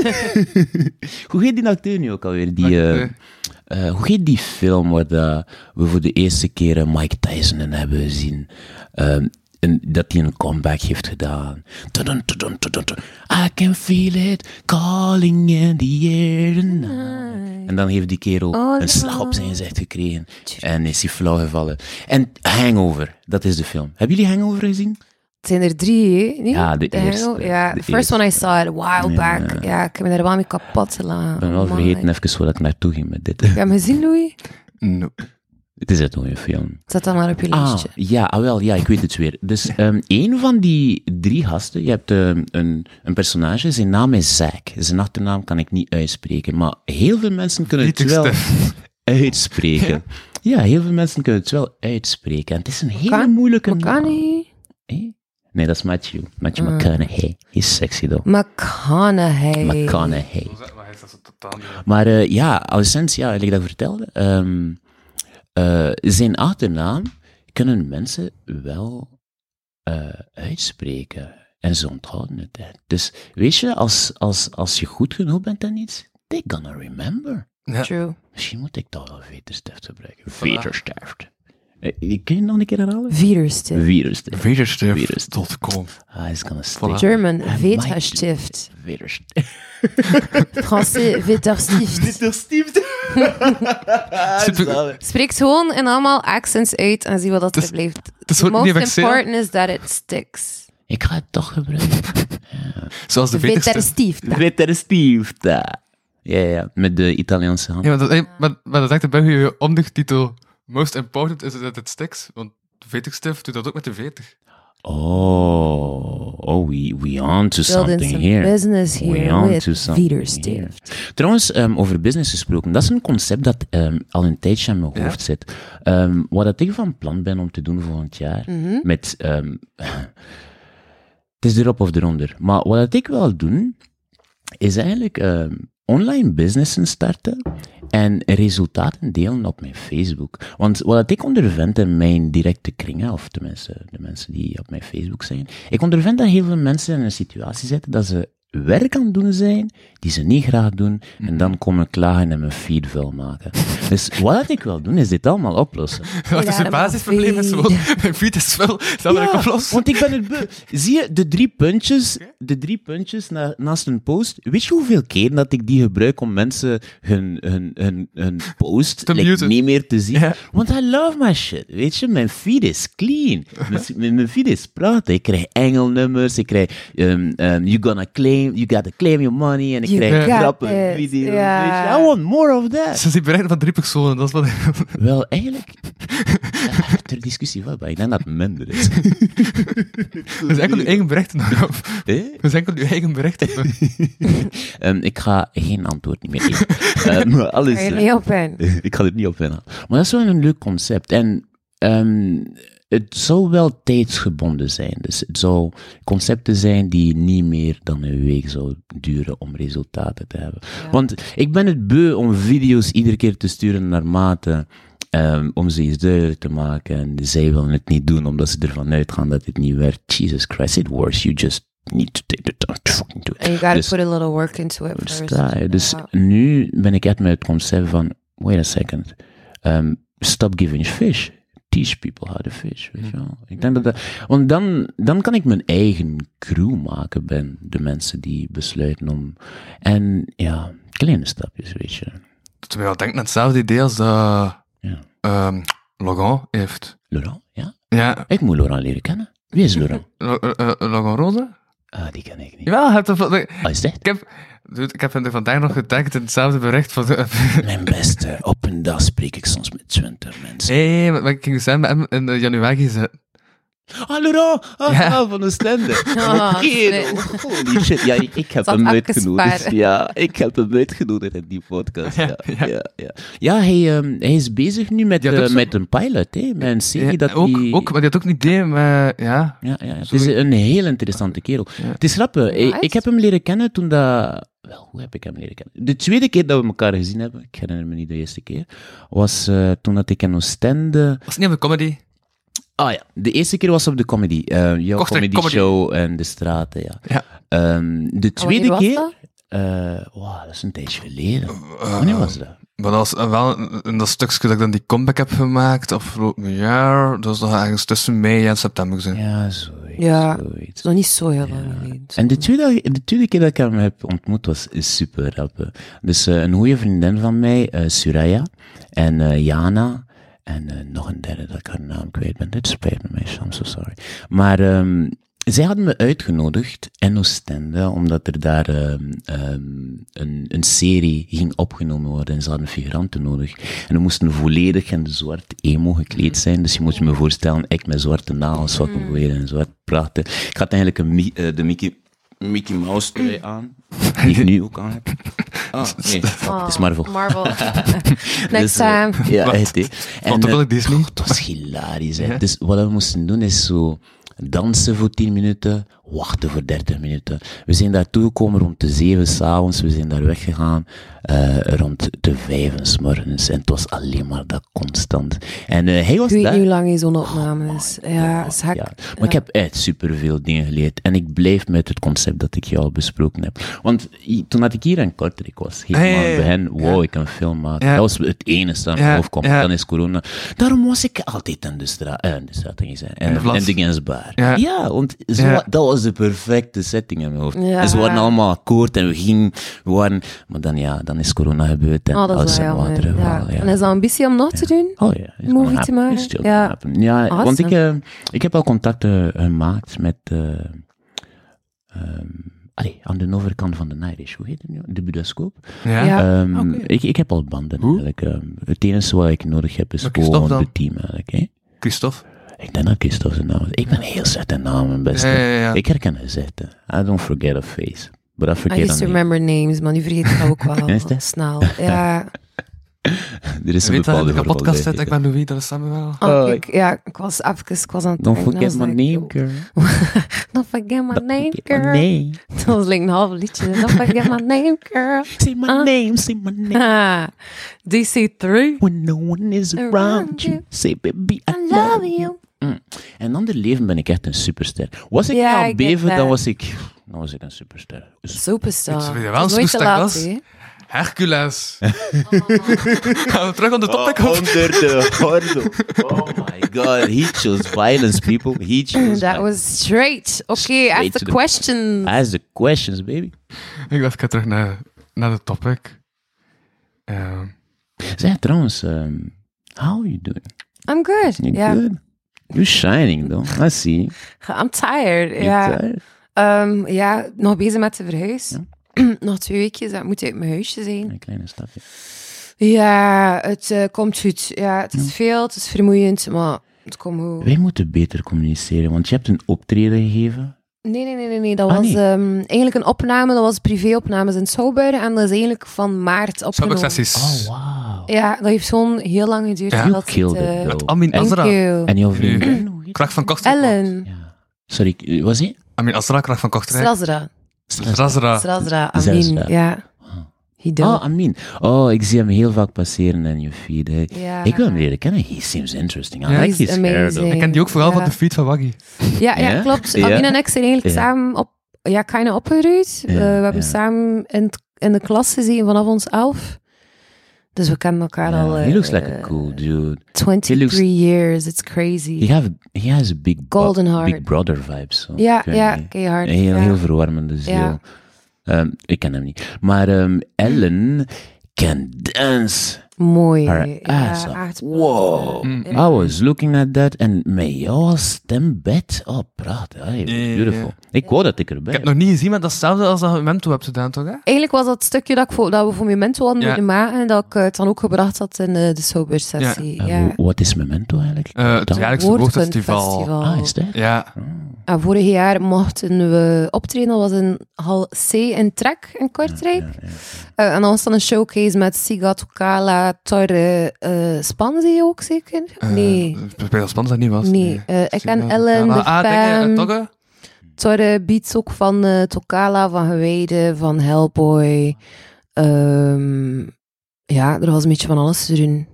S3: [laughs] hoe heet die acteur nu ook alweer? Die, eh,
S2: Acteur.
S3: eh, hoe heet die film waar dat we voor de eerste keer eh, Mike Tyson in hebben gezien? Ehm, en dat hij een comeback heeft gedaan. Tudun, tudun, tudun, tudun. I can feel it calling in the air tonight. En dan heeft die kerel een slag op zijn gezicht gekregen. En is hij flauw gevallen. En Hangover, dat is de film. Hebben jullie Hangover gezien?
S4: Het zijn er drie, hè? Niet?
S3: Ja, de eerste,
S4: Hangover- Ja,
S3: de
S4: the first one I saw it a while back. Ja, ik heb me daar wel mee kapot gelaten.
S3: Ik ben wel vergeten even waar ik naartoe ging met dit. [laughs]
S4: Heb je hem gezien, Louis?
S2: Nope.
S3: Het is echt een goede film.
S4: Zet dat maar op je
S3: Ah,
S4: lijstje.
S3: ja, ah, wel, ja, ik weet het weer.
S4: [laughs]
S3: Dus ehm één van die drie gasten, je hebt ehm, een, een personage, zijn naam is Zack. Zijn achternaam kan ik niet uitspreken, maar heel veel mensen kunnen het wel uitspreken. Ja, heel veel mensen kunnen het wel uitspreken. En het is een hele
S4: Kan- Ah.
S3: moeilijke
S4: Maar kan
S3: naam.
S4: niet.
S3: Hé? Nee, dat is Matthew. Matthew McConaughey. He's sexy, though.
S4: McConaughey.
S3: McConaughey.
S2: Maar hij is dat totaal niet.
S3: Maar eh, ja, alleszins, ja, ik dat vertelde, ehm, eh, zijn achternaam kunnen mensen wel eh, uitspreken. En ze onthouden het. hè. Dus weet je, als, als, als je goed genoeg bent aan iets, they gonna remember.
S4: True.
S3: Misschien moet ik toch wel veterstift gebruiken. Veterstift. Ik kun je het nog een keer herhalen?
S4: Vieruste.
S3: Veterstift. Veterstift.
S2: Veterstift.com.
S3: Ah, is gonna stick.
S4: German,
S3: I might
S4: Veterstift.
S3: do it. Veterstift.
S4: Français,
S2: [laughs]
S4: Veterstift.
S2: Super.
S4: Spreek gewoon en allemaal accents uit en zie wat dat er blijft.
S2: is
S4: The
S2: ook niet
S4: most
S2: wat ik zei.
S4: important is that it sticks.
S3: Ik ga het toch gebruiken.
S2: Zoals de veterstift.
S4: Veterstift.
S3: Veterstift. Ja, ja, ja, met de Italiaanse hand.
S2: Ja, maar dat, eh, maar, maar dat zegt de Belgische ondertitel. Most important is that it sticks. Want de veterstift doet dat ook met de veter. [laughs]
S3: Oh, oh we, we on to
S4: Building
S3: something
S4: some
S3: here.
S4: business
S3: we
S4: here
S3: on
S4: with
S3: to something
S4: Veterstift.
S3: here. Trouwens, ehm, over business gesproken, dat is een concept dat ehm, al een tijdje aan mijn hoofd zit. Ehm, wat dat ik van plan ben om te doen volgend jaar,
S4: Mhm.
S3: met... ehm, het is erop of eronder. Maar wat dat ik wil doen, is eigenlijk ehm, online businessen starten en resultaten delen op mijn Facebook. Want wat dat ik ondervind in mijn directe kringen, of tenminste de mensen die op mijn Facebook zijn, ik ondervind dat heel veel mensen in een situatie zitten dat ze werk aan het doen zijn die ze niet graag doen en dan komen klagen en mijn feed vuil maken. Dus wat dat ik wil doen, is dit allemaal oplossen.
S2: Dat is een
S4: maar
S2: basisprobleem. Is
S4: veter.
S2: gewoon, [laughs] mijn fiets is wel. Dat wil ik oplossen.
S3: Want ik ben het beu. [laughs] Zie je, de drie puntjes, de drie puntjes na- naast een post. Weet je hoeveel keer dat ik die gebruik om mensen hun, hun, hun, hun post
S2: [laughs] Te
S3: like,
S2: muten.
S3: niet meer te zien?
S2: Ja.
S3: Want I love my shit. Weet je, mijn feed is clean. Mijn, mijn- mijn feed is praten. Ik krijg engelnummers, ik krijg ehm, ehm, you gonna claim, you gotta claim your money. En ik
S4: You
S3: krijg
S4: got
S3: grappen,
S4: it.
S3: video's.
S4: Ja.
S3: Weet je, I want more of that.
S2: [laughs] Ze zijn bereid van drie personen. Dat is [laughs] wat
S3: Wel,
S2: [laughs]
S3: eigenlijk, eh, ter discussie wat, maar ik denk dat het minder
S2: [laughs]
S3: is.
S2: We zijn enkel uw eigen berichten daarop.
S3: Eh?
S2: We zijn enkel uw eigen berichten.
S3: Ehm, ik ga geen antwoord niet meer
S4: [laughs]
S3: geven. Ehm, maar alles,
S4: Ga je mee op in?
S3: [laughs] ik ga er niet op inhalen. Maar dat is wel een leuk concept. En ehm, het zou wel tijdsgebonden zijn. Dus het zou concepten zijn die niet meer dan een week zouden duren om resultaten te hebben. Want ik ben het beu om video's iedere keer te sturen naar mate. ehm, om ze iets duidelijk te maken. En zij willen het niet doen omdat ze ervan uitgaan dat het niet werkt. Jesus Christ, it works. You just need to take the time to fucking do it.
S4: And you gotta
S3: Dus-
S4: put a little work into it first.
S3: Sta je. Dus
S4: Ja.
S3: nu ben ik echt met het concept van, wait a second, ehm, stop giving fish. Teach people how to fish, weet je wel. Ik denk dat dat, want dan, dan kan ik mijn eigen crew maken ben de mensen die besluiten om, en ja, kleine stapjes, weet je.
S2: Terwijl ik denk aan hetzelfde idee als dat
S3: Ja.
S2: ehm, Logan heeft.
S3: Laurent, ja?
S2: Ja,
S3: Ik moet Laurent leren kennen. Wie is Laurent?
S2: Lo- eh, eh, Logan Roze?
S3: ah, die ken ik niet.
S2: Jawel, hij heeft een-
S3: Hij is echt
S2: Ik heb, dude, ik heb hem er vandaag nog getagd in hetzelfde bericht van...
S3: mijn beste. Op een dag spreek ik soms met 20 mensen.
S2: [laughs] Nee, maar, maar ik ging dus hem hem in eh, januari zitten.
S3: Ah, Laurent! Ah,
S2: Ja. Oh,
S3: ah, van
S2: [laughs]
S3: Oostende.
S4: Ah,
S3: Kerel, holy Oh, shit. Ja, ik, ik heb
S4: Zat
S3: hem
S4: afgesparen.
S3: uitgenodigd. Ja, ik heb hem uitgenodigd in die podcast. Ja, ja. ja, ja. hij, ehm, hij is bezig nu met,
S2: Ja, dat
S3: eh,
S2: is-
S3: met een pilot, hè. Met een serie
S2: Ja,
S3: dat
S2: ook,
S3: die...
S2: ook, maar die had ook een idee, maar ja...
S3: Ja, ja, ja. het is
S2: Sorry.
S3: een heel interessante kerel. Het is grappig. Ik-
S4: Nice.
S3: Ik heb hem leren kennen toen dat... Wel, hoe heb ik hem leren kennen? De tweede keer dat we elkaar gezien hebben, ik herinner me niet de eerste keer, was eh, toen dat ik in Oostende...
S2: Was het niet op de comedy?
S3: Ah ja, de eerste keer was op de comedy. eh jouw
S2: Korte
S3: comedy,
S2: comedy.
S3: show en de straten, ja.
S2: Ja.
S3: Ehm, de tweede
S4: was
S3: keer...
S4: dat?
S3: eh, wauw, dat is een tijdje geleden. Wanneer was dat?
S2: Maar dat was eh, wel een- in dat stukje dat ik dan die comeback heb gemaakt afgelopen jaar. Dat is nog ergens tussen mei en september gezien.
S3: Ja, zoiets.
S4: Ja.
S3: zoiets.
S4: is nog niet zo heel lang geleden.
S3: En de tweede, de tweede keer dat ik hem heb ontmoet was super rap. Dus eh, een goede vriendin van mij, eh, Suraya, en eh, Jana, en eh, nog een derde dat ik haar naam kwijt ben. Dit spijt me, meisje, I'm so sorry. Maar ehm, zij hadden me uitgenodigd in Oostende, omdat er daar ehm, ehm, een, een serie ging opgenomen worden en ze hadden figuranten nodig. En we moesten volledig in de zwart emo gekleed zijn, dus je moet je me voorstellen, ik met zwarte nagels, wat ik weer en zwart prachtig. Ik had eigenlijk een, Mi- eh, de Mickey, Mickey Mouse trui aan, die ik nu ook aan heb. Ah, nee, fuck,
S4: Oh,
S3: het is Marvel. [laughs]
S4: Marvel. Next
S3: Dus, eh,
S4: time.
S3: [laughs] Ja, echt, hè.
S2: Want
S3: eh,
S2: wil ik Disney.
S3: het was hilarisch. Hè. Dus wat we moesten doen is zo dansen voor 10 minuten, wachten voor 30 minuten. We zijn daartoe gekomen rond de 7 s'avonds, we zijn daar weggegaan eh, rond de 5 's morgens. En het was alleen maar dat constant. En eh, hij was
S4: Ik weet
S3: daar.
S4: niet hoe lang hij zo'n opname is. Ja, is hak.
S3: Oh, Ja. Maar ik heb echt superveel dingen geleerd. En ik blijf met het concept dat ik je al besproken heb. Want i- toen dat ik hier in Kortrijk was, ging
S2: Ah,
S3: ik
S2: ja,
S3: bij
S2: ja, ja.
S3: hen, wow, ik kan een film maken.
S2: Ja.
S3: Dat was het enige dat in mijn
S2: Ja,
S3: hoofd kwam.
S2: ja.
S3: Dan is corona. Daarom was ik altijd aan de straat, eh, aan de straat, ging ik zeggen. En,
S2: de
S3: de,
S2: Vlas.
S3: en de Gensbaar.
S2: Ja.
S3: Ja. want zo,
S2: Ja.
S3: dat was de perfecte setting in mijn hoofd.
S4: Ja.
S3: En ze waren allemaal akkoord en we gingen, we waren, maar dan ja, dan is corona gebeurd en
S4: Oh, dat
S3: alles
S4: is wel
S3: en water.
S4: jammer. Ja.
S3: gevallen, ja.
S4: En is dat ambitie om nog te doen?
S3: Oh ja, it's
S4: Movie
S3: gonna
S4: te
S3: happen.
S4: maken.
S3: It's still
S4: Ja.
S3: gonna happen. ja
S4: Awesome.
S3: want ik, eh, ik heb al contacten gemaakt met. eh ehm, allee, aan de overkant van de Irish, hoe heet het nu? De Budascoop.
S2: Ja.
S4: Ja.
S3: Ehm, ik, ik heb al banden eigenlijk. ehm. het enige wat ik nodig heb is
S2: Maar Christophe
S3: gewoon
S2: dan?
S3: de team eigenlijk. Hè?
S2: Christophe.
S3: Ik denk dat Christophe zijn naam is. Ik ben heel zet in namen, beste.
S2: Ja, ja, ja.
S3: Ik herken een zette. I don't forget a face, but I
S4: I
S2: Ah,
S3: forget
S4: used
S3: a
S4: to
S3: name.
S4: remember names, maar nu vergeet ik dat ook
S3: [laughs] Is
S4: wel
S3: dat?
S4: snel. Ja,
S3: Er is een
S2: Je weet dat in
S3: bepaalde
S2: de podcast zit,
S3: verantwoordelijkheid.
S2: ik ben Louis, dat is samen wel.
S4: Ah,
S3: Oh,
S4: ik, ja ik, was even, ik was aan het
S3: Don't
S4: denken,
S3: forget
S4: I
S3: my
S4: was like,
S3: name, girl.
S4: Don't forget my name, girl.
S3: Nee.
S4: [laughs] Dat was like een half liedje. Don't forget my name,
S3: [laughs]
S4: girl.
S3: Say my name, say my name.
S4: [laughs] Ah, DC3.
S3: When no one is
S4: Around
S3: around,
S4: you.
S3: you, say baby, I,
S4: I love you.
S3: Mm. En dan de leven ben ik echt een superster. Was ik
S4: Ja,
S3: aan
S4: ik
S3: Beven,
S4: denk dat.
S3: dan was ik, dan was ik een superster.
S4: [laughs]
S3: Dus
S4: Superstar.
S2: Ik zou je wel
S4: Het is
S2: eens
S4: nooit te
S2: toestaan,
S4: laat,
S2: Bas.
S4: hè.
S3: [laughs]
S2: Hercules. Gaan we terug aan de topic?
S3: Oh,
S2: of-
S3: onder de horde. Oh my god, he chose violence, people. He chose
S4: That
S3: violence.
S4: was straight. Oké, ask
S3: Straight
S4: the
S3: to the-
S4: question.
S3: Ask the questions, baby.
S2: [laughs] Ik dacht, ik ga terug naar, naar de topic. Ehm,
S3: Zeg, trouwens, ehm, how are you doing?
S4: I'm good.
S3: You
S4: Yeah.
S3: good? You're shining, though. I see. you.
S4: I'm tired.
S3: You're
S4: ja.
S3: tired.
S4: Ehm, ja, nog bezig met de verhuis. [clears throat] nog twee weekjes, dat moet uit mijn huisje zijn.
S3: Een kleine stapje.
S4: Ja, het eh, komt goed. Ja, het is veel, het is vermoeiend, maar het komt goed.
S3: Wij moeten beter communiceren, want je hebt een optreden gegeven.
S4: Nee, nee, nee, nee, nee. Dat
S3: Ah,
S4: was
S3: nee.
S4: ehm, eigenlijk een opname, dat was privéopnames in Schouwburgen en dat is eigenlijk van maart opgenomen.
S3: Oh,
S2: Sub-accessies.
S3: wow.
S4: Ja, dat heeft zo'n heel lang geduurd.
S2: Ja.
S4: omdat
S3: Killed
S4: het, eh,
S3: it,
S2: Met
S3: though.
S2: Amin
S3: En-
S2: Azra.
S4: Thank you.
S3: En jouw vriendin?
S2: Kracht van Kochter.
S4: Ellen.
S3: Ja. Sorry, ik- eh, was hij?
S2: Amin Azra, Kracht van Kochter.
S4: Srazra.
S2: Razra.
S4: Srazra.
S3: Zazra.
S4: Amin. Ja.
S3: Ah.
S4: He did.
S3: Oh, Amin. Oh, ik zie hem heel vaak passeren in je feed. hè.
S4: Ja.
S3: Ik wil hem leren kennen. He seems interesting. I
S2: Ja.
S3: like
S4: He's
S3: his hair,
S4: amazing.
S3: though.
S2: Ik ken die ook vooral
S4: Ja.
S2: van de feed van Waggy.
S4: Ja, ja,
S3: Ja?
S4: klopt.
S3: Ja.
S4: Amin en ik zijn eigenlijk
S3: Ja.
S4: samen op, ja, kind opgeruid. Eh, we hebben
S3: ja.
S4: samen in, het- in de klas gezien vanaf ons elf. Dus we kennen elkaar
S3: Ja,
S4: al eh,
S3: he looks like a cool dude.
S4: 23
S3: he looks-
S4: years. It's crazy.
S3: He, have, he has a big, bro-
S4: Golden heart.
S3: big brother vibes. zo.
S4: Ja,
S3: Ik weet
S4: ja,
S3: niet.
S4: keihard.
S3: Een heel,
S4: ja.
S3: heel verwarmende ziel.
S4: Ja.
S3: Ehm, ik ken hem niet. Maar ehm, Ellen can dance
S4: Mooi.
S3: her
S4: Eh, ja, Mm.
S3: ass off.
S4: echt
S3: Ah, Wow. I was looking at that and met jouw stembed. Oh, prachtig. Hey,
S2: ja,
S3: beautiful.
S2: ja.
S3: Ik wou dat ik erbij
S2: Ik heb het nog niet gezien, maar dat is hetzelfde als dat je Memento hebt gedaan, toch? Hè?
S4: Eigenlijk was dat stukje dat, ik voor, dat we voor Memento hadden
S2: Ja.
S4: moeten maken, dat ik eh, het dan ook gebracht had in eh, de sober sessie. Ja.
S3: Eh, hoe- Wat is Memento eigenlijk?
S2: Eh, het
S3: Dan-
S2: jaarlijkse woordfestival.
S4: Woordkunstfestival.
S3: Ah, is dat?
S2: Ja.
S4: En Ah, vorig jaar mochten we optreden, dat was in hal C in Trek in Kortrijk. Eh, en dan was dan een showcase met Siga, Tokala, Torre, eh Spanzi ook zeker? nee,
S2: Ik ben spannend dat het niet Eh, was.
S4: nee. Eh, ik ken Ellen, de
S2: Ah, denk je,
S4: Fem,
S2: eh, toch? hè?
S4: Torre Beats ook van eh, Tokala, van Geweide, van Hellboy. Ehm, ja, er was een beetje van alles te doen.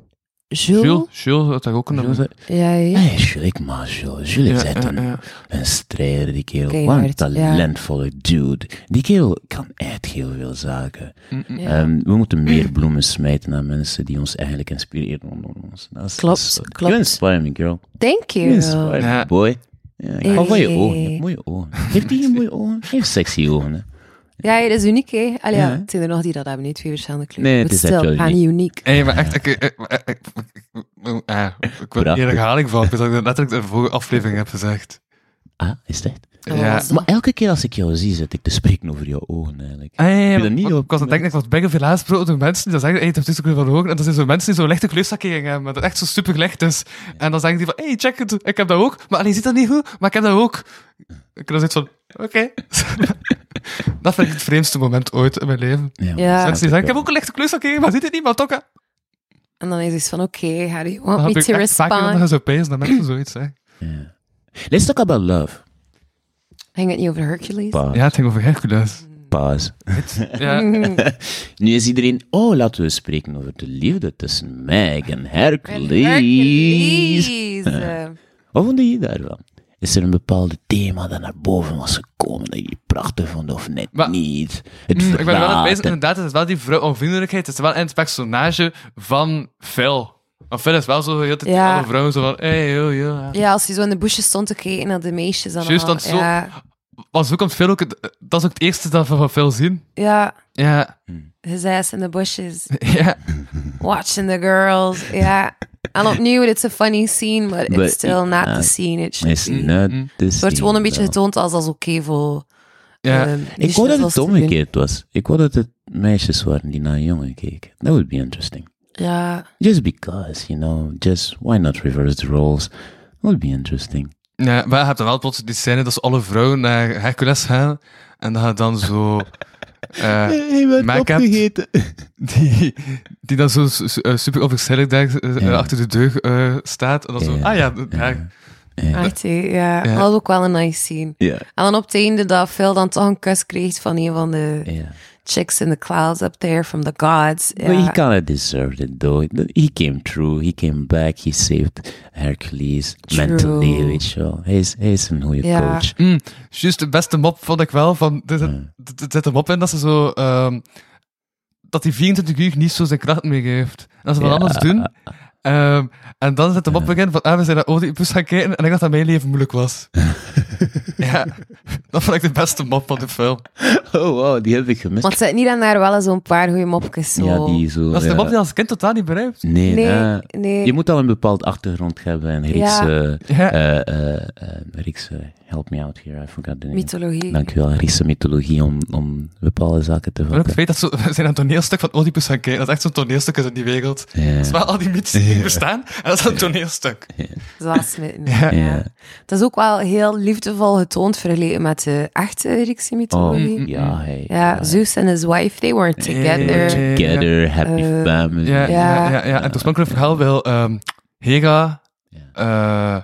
S4: Jules?
S2: Jules, Jules had daar ook een...
S3: Jules,
S4: Ja, ja.
S3: hey, Jules, ik maar Jules. Jules is
S2: Ja,
S3: echt
S2: ja,
S3: een,
S2: ja.
S3: een strijder, die kerel.
S4: Keihard,
S3: Wat een
S4: ja.
S3: talentvolle dude. Die kerel kan echt heel veel zaken.
S2: Mm,
S4: ja.
S3: Ehm, we moeten meer bloemen smijten aan mensen die ons eigenlijk inspireren onder ons. Dat is-
S4: Klopt,
S3: dat is-
S4: klopt.
S3: You inspire me, girl.
S4: Thank
S3: You
S4: you.
S3: inspire
S2: Ja.
S3: me, boy. Ja, ik hou van je ogen. Je hebt mooie ogen. Heeft die geen mooie ogen? Hij heeft sexy ogen, hè.
S4: Ja, dat is uniek, hè? Allee, ja,
S3: Ja.
S4: het zijn er nog die dat hebben, niet twee verschillende kleuren.
S3: Nee,
S4: But
S3: het is
S4: still,
S3: echt wel
S4: kind of uniek.
S2: Hé, maar echt, ik, ik, ik, ik, ik, ik- eh, ik wil
S3: Prachtig.
S2: hier een herhaling van. Ik weet dat ik dat letterlijk in de vorige aflevering heb gezegd.
S3: Ah, is dat? echt?
S4: En wat
S2: Ja.
S4: was dat?
S3: Maar elke keer als ik jou zie, zit ik te spreken over jouw ogen, eigenlijk.
S2: Ah, ja, ja,
S3: je
S2: maar
S3: dat niet
S2: ik-
S3: op-
S2: Ik was aan het denken, ik was bijna veel aangesproken door mensen die dan zeggen, hey, dat is ook weer van horen. En dat zijn zo mensen die zo'n lichte kleursakkering hebben, maar dat echt zo super licht is. En dan zeggen die van, hey, check het, ik heb dat ook. Maar alleen ziet dat niet goed, maar ik heb dat ook. Ik was zoiets van, oké. dat vind ik het vreemdste moment ooit in mijn leven.
S4: Ja.
S2: Mensen die zeggen, ik heb ook een lichte kleursakkering, maar ziet het niet, maar toch. hè."
S4: En dan is het van, oké, how do you want
S2: Dan
S4: me
S2: heb ik
S4: to
S2: echt vaak iemand
S4: respond?
S2: dat zo pees, dat mensen zoiets zeggen.
S3: Ja. Let's talk about love.
S4: Ging het niet over Hercules? [laughs]
S3: Pause.
S2: Ja, het ging over Hercules.
S3: Pause.
S2: Ja.
S3: Nu is iedereen, oh, laten we spreken over de liefde tussen mij en Hercules.
S4: Hercules. Eh,
S3: Wat vond je daarvan? Is er een bepaald thema dat naar boven was gekomen dat je prachtig vond of net
S2: Maar-
S3: niet? Het
S2: Mm, ik ben wel aan het
S3: verraad
S2: bezig,
S3: en-
S2: inderdaad, het is wel die vrouwonvriendelijkheid, het is wel in het personage van Phil. Want Phil is wel zo heel de tijd
S4: Ja.
S2: alle vrouwen zo van, hey, yo, yo. ja.
S4: ja, als je zo in de busjes stond te kijken naar de meisjes. allemaal.
S2: Juist, dat is zo-
S4: Ja,
S2: Want zo komt Phil ook, het- dat is ook het eerste dat we van Phil zien.
S4: ja,
S2: Ja,
S4: his ass in the bushes.
S2: [laughs] ja.
S4: Watching the girls. Ja. En opnieuw, it's a funny scene, but it's
S3: But-
S4: still not
S3: ja.
S4: the scene. It should
S3: is
S2: Mm.
S4: be.
S3: net te
S4: Het wordt
S3: zien,
S4: gewoon een beetje
S3: Ah, wel.
S4: getoond als als oké voor...
S2: ja.
S4: ehm,
S3: Ik
S4: niches
S3: wou dat
S4: als
S3: het
S4: te doen.
S3: omgekeerd was. Ik wou dat het meisjes waren die naar een jongen keken. That would be interesting.
S4: Ja,
S3: Just because, you know, just why not reverse the roles? That would be interesting.
S2: Ja, maar je hebt dan wel plots die scène dat ze alle vrouwen naar Hercules gaan. En dat je dan zo... eh, maar ik heb- die, die dan zo su- su- eh, super onverschillig daar eh,
S3: Ja.
S2: achter de deur eh, staat. En dan zo,
S3: Ja.
S2: ah ja, daar.
S4: echt hé, Ah, ja.
S2: Ja.
S4: Dat was ook wel een nice scene.
S3: Ja.
S4: En dan op het einde dat Phil dan toch een kus kreeg van een van de
S3: Ja.
S4: chicks in the clouds up there from the gods. Ja.
S3: But he kind of deserved it, though. He came through. He came back. He saved Hercules
S4: True.
S3: mentally, weet je wel. Hij is, hij is een goede
S4: Ja.
S3: coach.
S2: Mm, juist de beste mop vond ik wel. Van, er, zit, er zit een mop in dat ze zo... ehm, dat hij 24 uur niet zo zijn kracht meer heeft. En dat ze wat
S3: Ja.
S2: anders doen. Ehm, en dan zit de mop begin van, ah, we zijn naar Oedipus gaan kijken. En ik dacht dat mijn leven moeilijk
S3: [laughs]
S2: was. ja, dat vond ik de beste mop van de film.
S3: Oh, wow, die heb ik gemist.
S4: Want zit niet aan daar wel eens zo'n paar goede mopjes zo.
S3: ja, die zo.
S2: Dat is de
S3: ja.
S2: mop die je als kind totaal niet begrijpt.
S3: Nee,
S4: Nee,
S3: eh,
S4: nee.
S3: Je moet al een bepaald achtergrond hebben en Griekse...
S2: Ja.
S3: eh, eh, eh, Griekse... Help me out here, I forgot the name.
S4: Mythologie.
S3: Dankjewel, Griekse mythologie om, om bepaalde zaken te
S2: Maar ook
S3: vatten.
S2: het feit dat ze we zijn aan een toneelstuk van Oedipus gaan kijken. Dat is echt zo'n toneelstuk is in die wereld.
S3: Ja.
S2: Dat is wel al die mythes die bestaan. En dat is een toneelstuk.
S4: Zoals met,
S2: Ja.
S4: ja. Dat is ook wel heel liefdevol getoond vergeleken met de echte Griekse mythologie.
S3: Oh, ja, hey.
S4: Ja, Zeus en his wife, they weren't together.
S2: Ja.
S3: Together, happy
S4: Eh,
S3: family.
S2: Ja, ja. ja,
S4: Ja.
S2: ja. En het oorspronkelijke verhaal wil ehm Hera,
S3: Ja.
S2: eh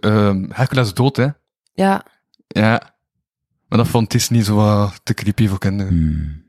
S2: ehm, Hercules dood, hè.
S4: Ja,
S2: Ja. Maar dat vond Disney zo wat te creepy voor kinderen.
S3: Hmm.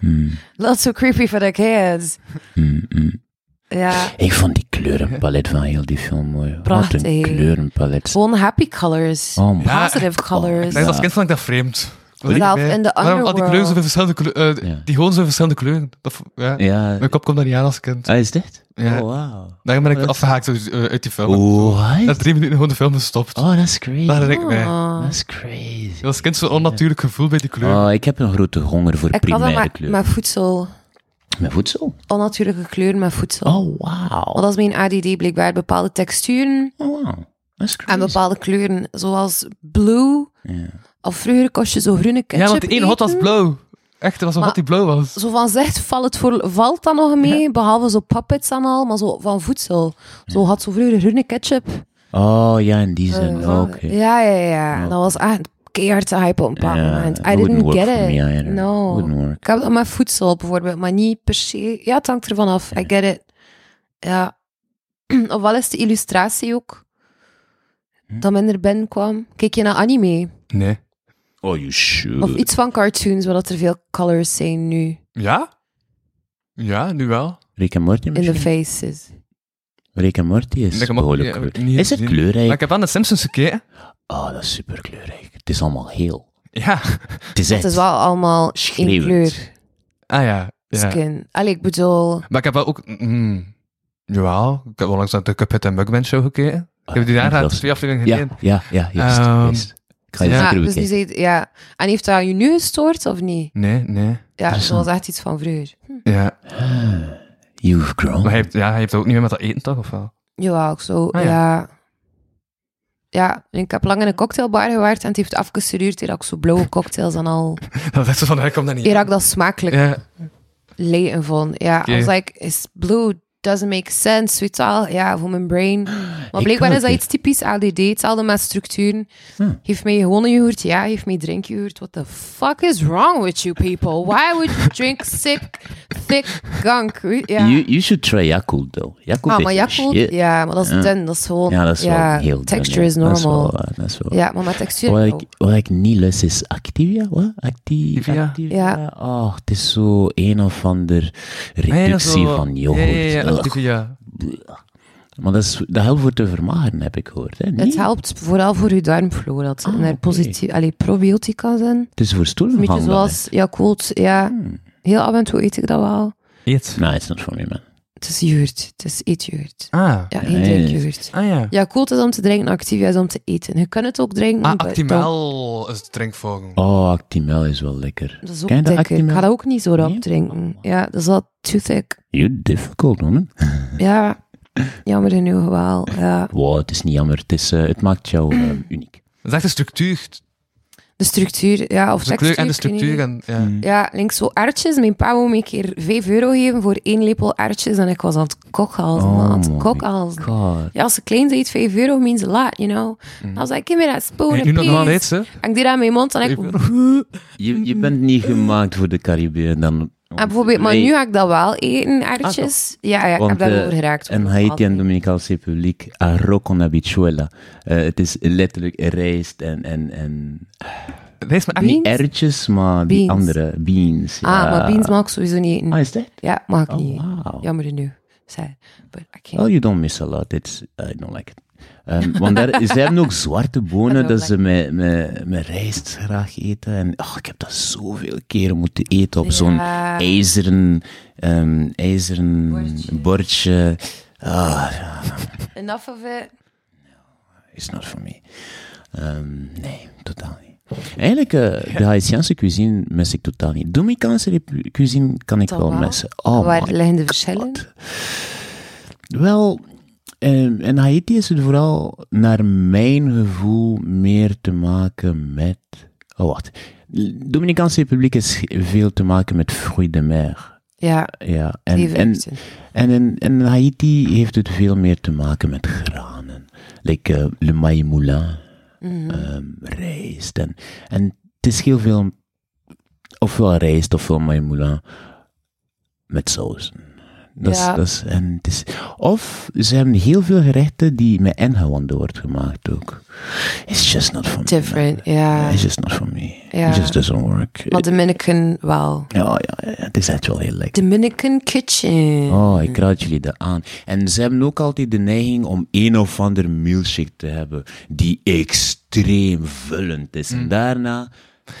S3: Hmm.
S4: lots of creepy for the kids.
S3: Hmm, hmm. [laughs]
S4: Ja,
S3: Ik vond die kleurenpalet van heel die film mooi. Wat een
S4: Prachtig.
S3: kleurenpalet.
S4: gewoon happy colors.
S3: Oh, my.
S2: Ja.
S4: Positive colors.
S2: Ik denk dat Als kind vond ik dat vreemd.
S4: Zelf
S2: Dat ik-
S4: in de
S2: Waarom al die kleuren
S4: underworld.
S2: zoveel verschillende kleuren... eh,
S3: Ja.
S2: Die gewoon zoveel verschillende kleuren. Dat, vo- ja.
S3: Ja.
S2: Mijn kop komt daar niet aan als kind.
S3: Ah, is dit?
S2: Ja.
S3: Oh, wow.
S2: Daarom ben ik
S3: dat-
S2: afgehaakt uit, eh, uit die film.
S3: Oh,
S2: Na
S3: what?
S2: drie minuten gewoon de film gestopt.
S3: Oh, that's crazy.
S2: Daar denk ik mee.
S4: Ah.
S3: That's crazy.
S2: Als kind zo'n onnatuurlijk gevoel bij die kleur.
S3: Oh, ik heb een grote honger voor
S4: Ik had dat
S3: primaire
S4: met,
S3: kleuren.
S4: met voedsel.
S3: Met voedsel?
S4: Onnatuurlijke kleuren met voedsel.
S3: Oh, wow.
S4: Want dat is mijn ADD blijkbaar. Bepaalde texturen
S3: Oh, wow. That's crazy.
S4: en bepaalde kleuren. Zoals blue.
S3: Ja.
S4: Of vroeger kost je zo groene ketchup
S2: ja, want de ene hot was
S4: eten.
S2: blauw. Echt, er was een
S4: Maar-
S2: hot die blauw was.
S4: Zo van zegt, valt, het voor, valt dat nog mee? Behalve zo puppets en al, maar zo van voedsel. Zo had zo vroeger groene ketchup.
S3: Oh, ja, in die zin. Oh,
S4: Eh,
S3: Oké.
S4: Ja, ja, ja. En dat was echt keihard te hype op een bepaald
S3: Ja,
S4: moment. I
S3: wouldn't
S4: didn't
S3: work
S4: get
S3: for me
S4: it.
S3: either.
S4: no.
S3: Wouldn't work.
S4: Ik heb dat met voedsel bijvoorbeeld, maar niet per se. Ja, het hangt ervan af. I get it. Ja. [clears throat] Of wel is de illustratie ook dat minder binnenkwam. Kijk je naar anime?
S2: Nee.
S3: Oh, you should.
S4: Of iets van cartoons, waar dat er veel colors zijn nu.
S2: Ja? Ja, nu wel.
S3: Rick en Morty
S4: In de
S3: misschien?
S4: faces.
S3: Rick en Morty is
S2: Rick en Morty,
S3: behoorlijk
S2: ja,
S3: kleur.
S2: heb ik niet
S3: Is het
S2: gezien.
S3: kleurrijk?
S2: Maar ik heb aan de Simpsons gekeken.
S3: Oh, dat is super kleurrijk. Het is allemaal heel.
S2: Ja.
S3: Het is echt.
S4: Het is wel allemaal één
S3: schreeuwend.
S4: kleur.
S2: Ah ja. ja.
S4: Skin. Allee, ik bedoel...
S2: Maar ik heb wel ook... Mm, jawel. Ik heb onlangs naar de Cuphead en Mugman show gekeken. Ik heb die
S3: Ah,
S2: daarna
S3: dat is-
S2: twee afleveringen
S3: Ja,
S2: gekeken.
S3: ja, ja, juist.
S2: Ehm,
S3: juist. Ik ga je
S2: ja,
S3: zeker
S4: dus die
S3: bekijken.
S4: zei, ja. En heeft dat je nu gestoord of niet?
S2: Nee, nee.
S4: Ja, dat
S3: Interessant.
S4: was echt iets van vroeger.
S2: Ja.
S3: You've grown.
S2: Maar hij heeft, ja, hij heeft ook niet meer met dat eten, toch? Of wel? [laughs]
S4: Jawel, ook zo,
S2: Ah, ja.
S4: ja. ja. en ik heb lang in een cocktailbar gewerkt en het heeft afgestudeerd hier ook zo blauwe cocktails en al.
S2: Dat is zo van, hij komt daar niet
S4: Hier ook dat smakelijk
S2: Ja.
S4: leten vond. Ja,
S2: Oké.
S4: I was like, is blue doesn't make sense, zoiets al, ja, voor mijn brain. Maar
S3: Ik
S4: blijkbaar
S3: kan
S4: is dat
S3: het
S4: iets typisch ADD, hetzelfde met structuren. Geef mij gewone yoghurt, ja, geef mij drinkyoghurt. What the fuck is wrong with you people? Why would you drink sick, thick gunk? Weet- Ja.
S3: You, you should try Yakult, though. Yakult
S4: Ah,
S3: is
S4: maar
S3: the
S4: Yakult,
S3: shit.
S4: ja, maar dat is
S3: Ja.
S4: dun, dat is gewoon,
S3: Ja, dat is wel heel dun,
S4: texture
S3: ja.
S4: is normal.
S3: Dat is wel, waar, dat is wel waar.
S4: ja, maar met textuur
S3: Wat
S4: ook.
S3: ik, wat ik niet lust is Activia. Wat? Acti-
S2: Activia.
S3: Activia.
S4: Ja.
S3: Oh, het is zo een of ander
S2: Nee, dat is
S3: reductie
S2: wel-
S3: van yoghurt.
S2: Ja, ja, ja,
S3: Ugh.
S2: actief, ja.
S3: Maar dat, is, dat helpt voor te vermageren, heb ik gehoord. Hè? Nee?
S4: Het helpt vooral voor je darmflora, dat
S3: Ah,
S4: er
S3: oké.
S4: positief, allee, probiotica zijn.
S3: Het is voor
S4: Een beetje
S3: stoelgang.
S4: zoals Yakult, ja.
S3: Hmm.
S4: Heel af en toe eet ik dat wel.
S2: Eet.
S3: Nee, it's not for me, man.
S4: Het is yoghurt, het is eetyoghurt.
S2: Ah.
S4: Ja,
S3: Ja,
S4: geen
S3: ja, ja.
S4: drinkyoghurt.
S2: Ah ja.
S4: Yakult is om te drinken, Activia is om te eten. Je kunt het ook drinken.
S2: Ah,
S4: maar
S2: Actimel is de drinkvogel.
S3: Oh, Actimel is wel lekker.
S4: Dat is
S3: Ken je
S4: ook
S3: dat
S4: dikker. Ik
S3: Actimel?
S4: ga dat ook niet zo rap
S3: Nee? Oh,
S4: drinken. Ja, dat is al too thick.
S3: You difficult, man. [laughs]
S4: Ja, jammer genoeg wel. Ja.
S3: Wow, het is niet jammer. Het, is, eh, het maakt jou eh, uniek.
S2: Dat is echt de structuur.
S4: De structuur, ja, of
S2: De kleur en de
S4: ik weet niet.
S2: structuur. En, ja.
S3: Hmm.
S4: Ja, links zo aardjes. Mijn pa wou me een keer 5 euro geven voor één lepel aardjes. En ik was aan het kokhalzen.
S3: Oh
S4: aan het
S3: my
S4: kokhalzen.
S3: God.
S4: Ja, als ze klein zijn, 5 euro means a lot, you know. I was like, give me that spoon,
S2: Mm. Hey, nu nog normaal
S4: please.
S2: eet ze.
S4: En ik deed dat aan mijn mond en ik...
S2: Vijf
S3: Je, je bent niet gemaakt voor de Cariben dan.
S4: En Ah, bijvoorbeeld, maar nu ga ik dat wel eten,
S2: Ah,
S4: aardjes. ja, ja, ik heb
S3: Want, eh,
S4: daarover geraakt.
S3: En Haiti en Dominicaanse Republiek, arroz con habichuela. Eh, het is letterlijk rijst en, en, en
S2: Lees
S4: Beans?
S2: me echt Ah, niet.
S3: niet erwtjes, maar die
S4: Beans.
S3: andere beans.
S4: Ah,
S3: ja.
S4: maar beans mag ik sowieso niet eten.
S3: Ah, is dat?
S4: Ja, mag ik
S3: Oh,
S4: niet.
S3: wow.
S4: Jammer genoeg. Sad. But I can't.
S3: Oh, you don't miss a lot. It's, I don't like it. Ehm, want daar, ze hebben ook zwarte bonen dat ze met, met, met rijst graag eten. En oh, ik heb dat zoveel keren moeten eten op zo'n
S4: Ja.
S3: ijzeren, ehm, ijzeren
S4: Bordje.
S3: bordje. Ah,
S4: Enough of it.
S3: is not for me. Ehm, nee, totaal niet. Eigenlijk, eh, de Haitiaanse cuisine mis ik totaal niet. Dominicaanse repu- cuisine kan ik
S4: Toch
S3: wel
S4: wel?
S3: missen. Oh
S4: Waar
S3: my
S4: liggen de verschillen?
S3: God. Wel, ehm, in Haiti is het vooral naar mijn gevoel meer te maken met... Oh, wat? Dominicaanse Republiek is veel te maken met fruit de mer.
S4: Ja,
S3: Ja,
S4: die
S3: en, en,
S4: vruchten.
S3: en in, in Haiti heeft het veel meer te maken met granen. Like eh, le maïs moulin,
S4: Mhm. Mm.
S3: ehm, rijst. En, en het is heel veel, ofwel rijst ofwel maïs moulin met sauzen. Dat is,
S4: Ja.
S3: dat is, en het is, of ze hebben heel veel gerechten die met ingewanden wordt gemaakt ook. It's just not for me.
S4: Different,
S3: man.
S4: ja.
S3: It's just not for me.
S4: Ja.
S3: It just doesn't work.
S4: Maar Dominican wel.
S3: ja, ja, ja, het is echt wel heel lekker.
S4: Dominican Kitchen.
S3: Oh, ik raad jullie dat aan. En ze hebben ook altijd de neiging om een of ander milkshake te hebben die extreem vullend is.
S4: Mm.
S3: En daarna,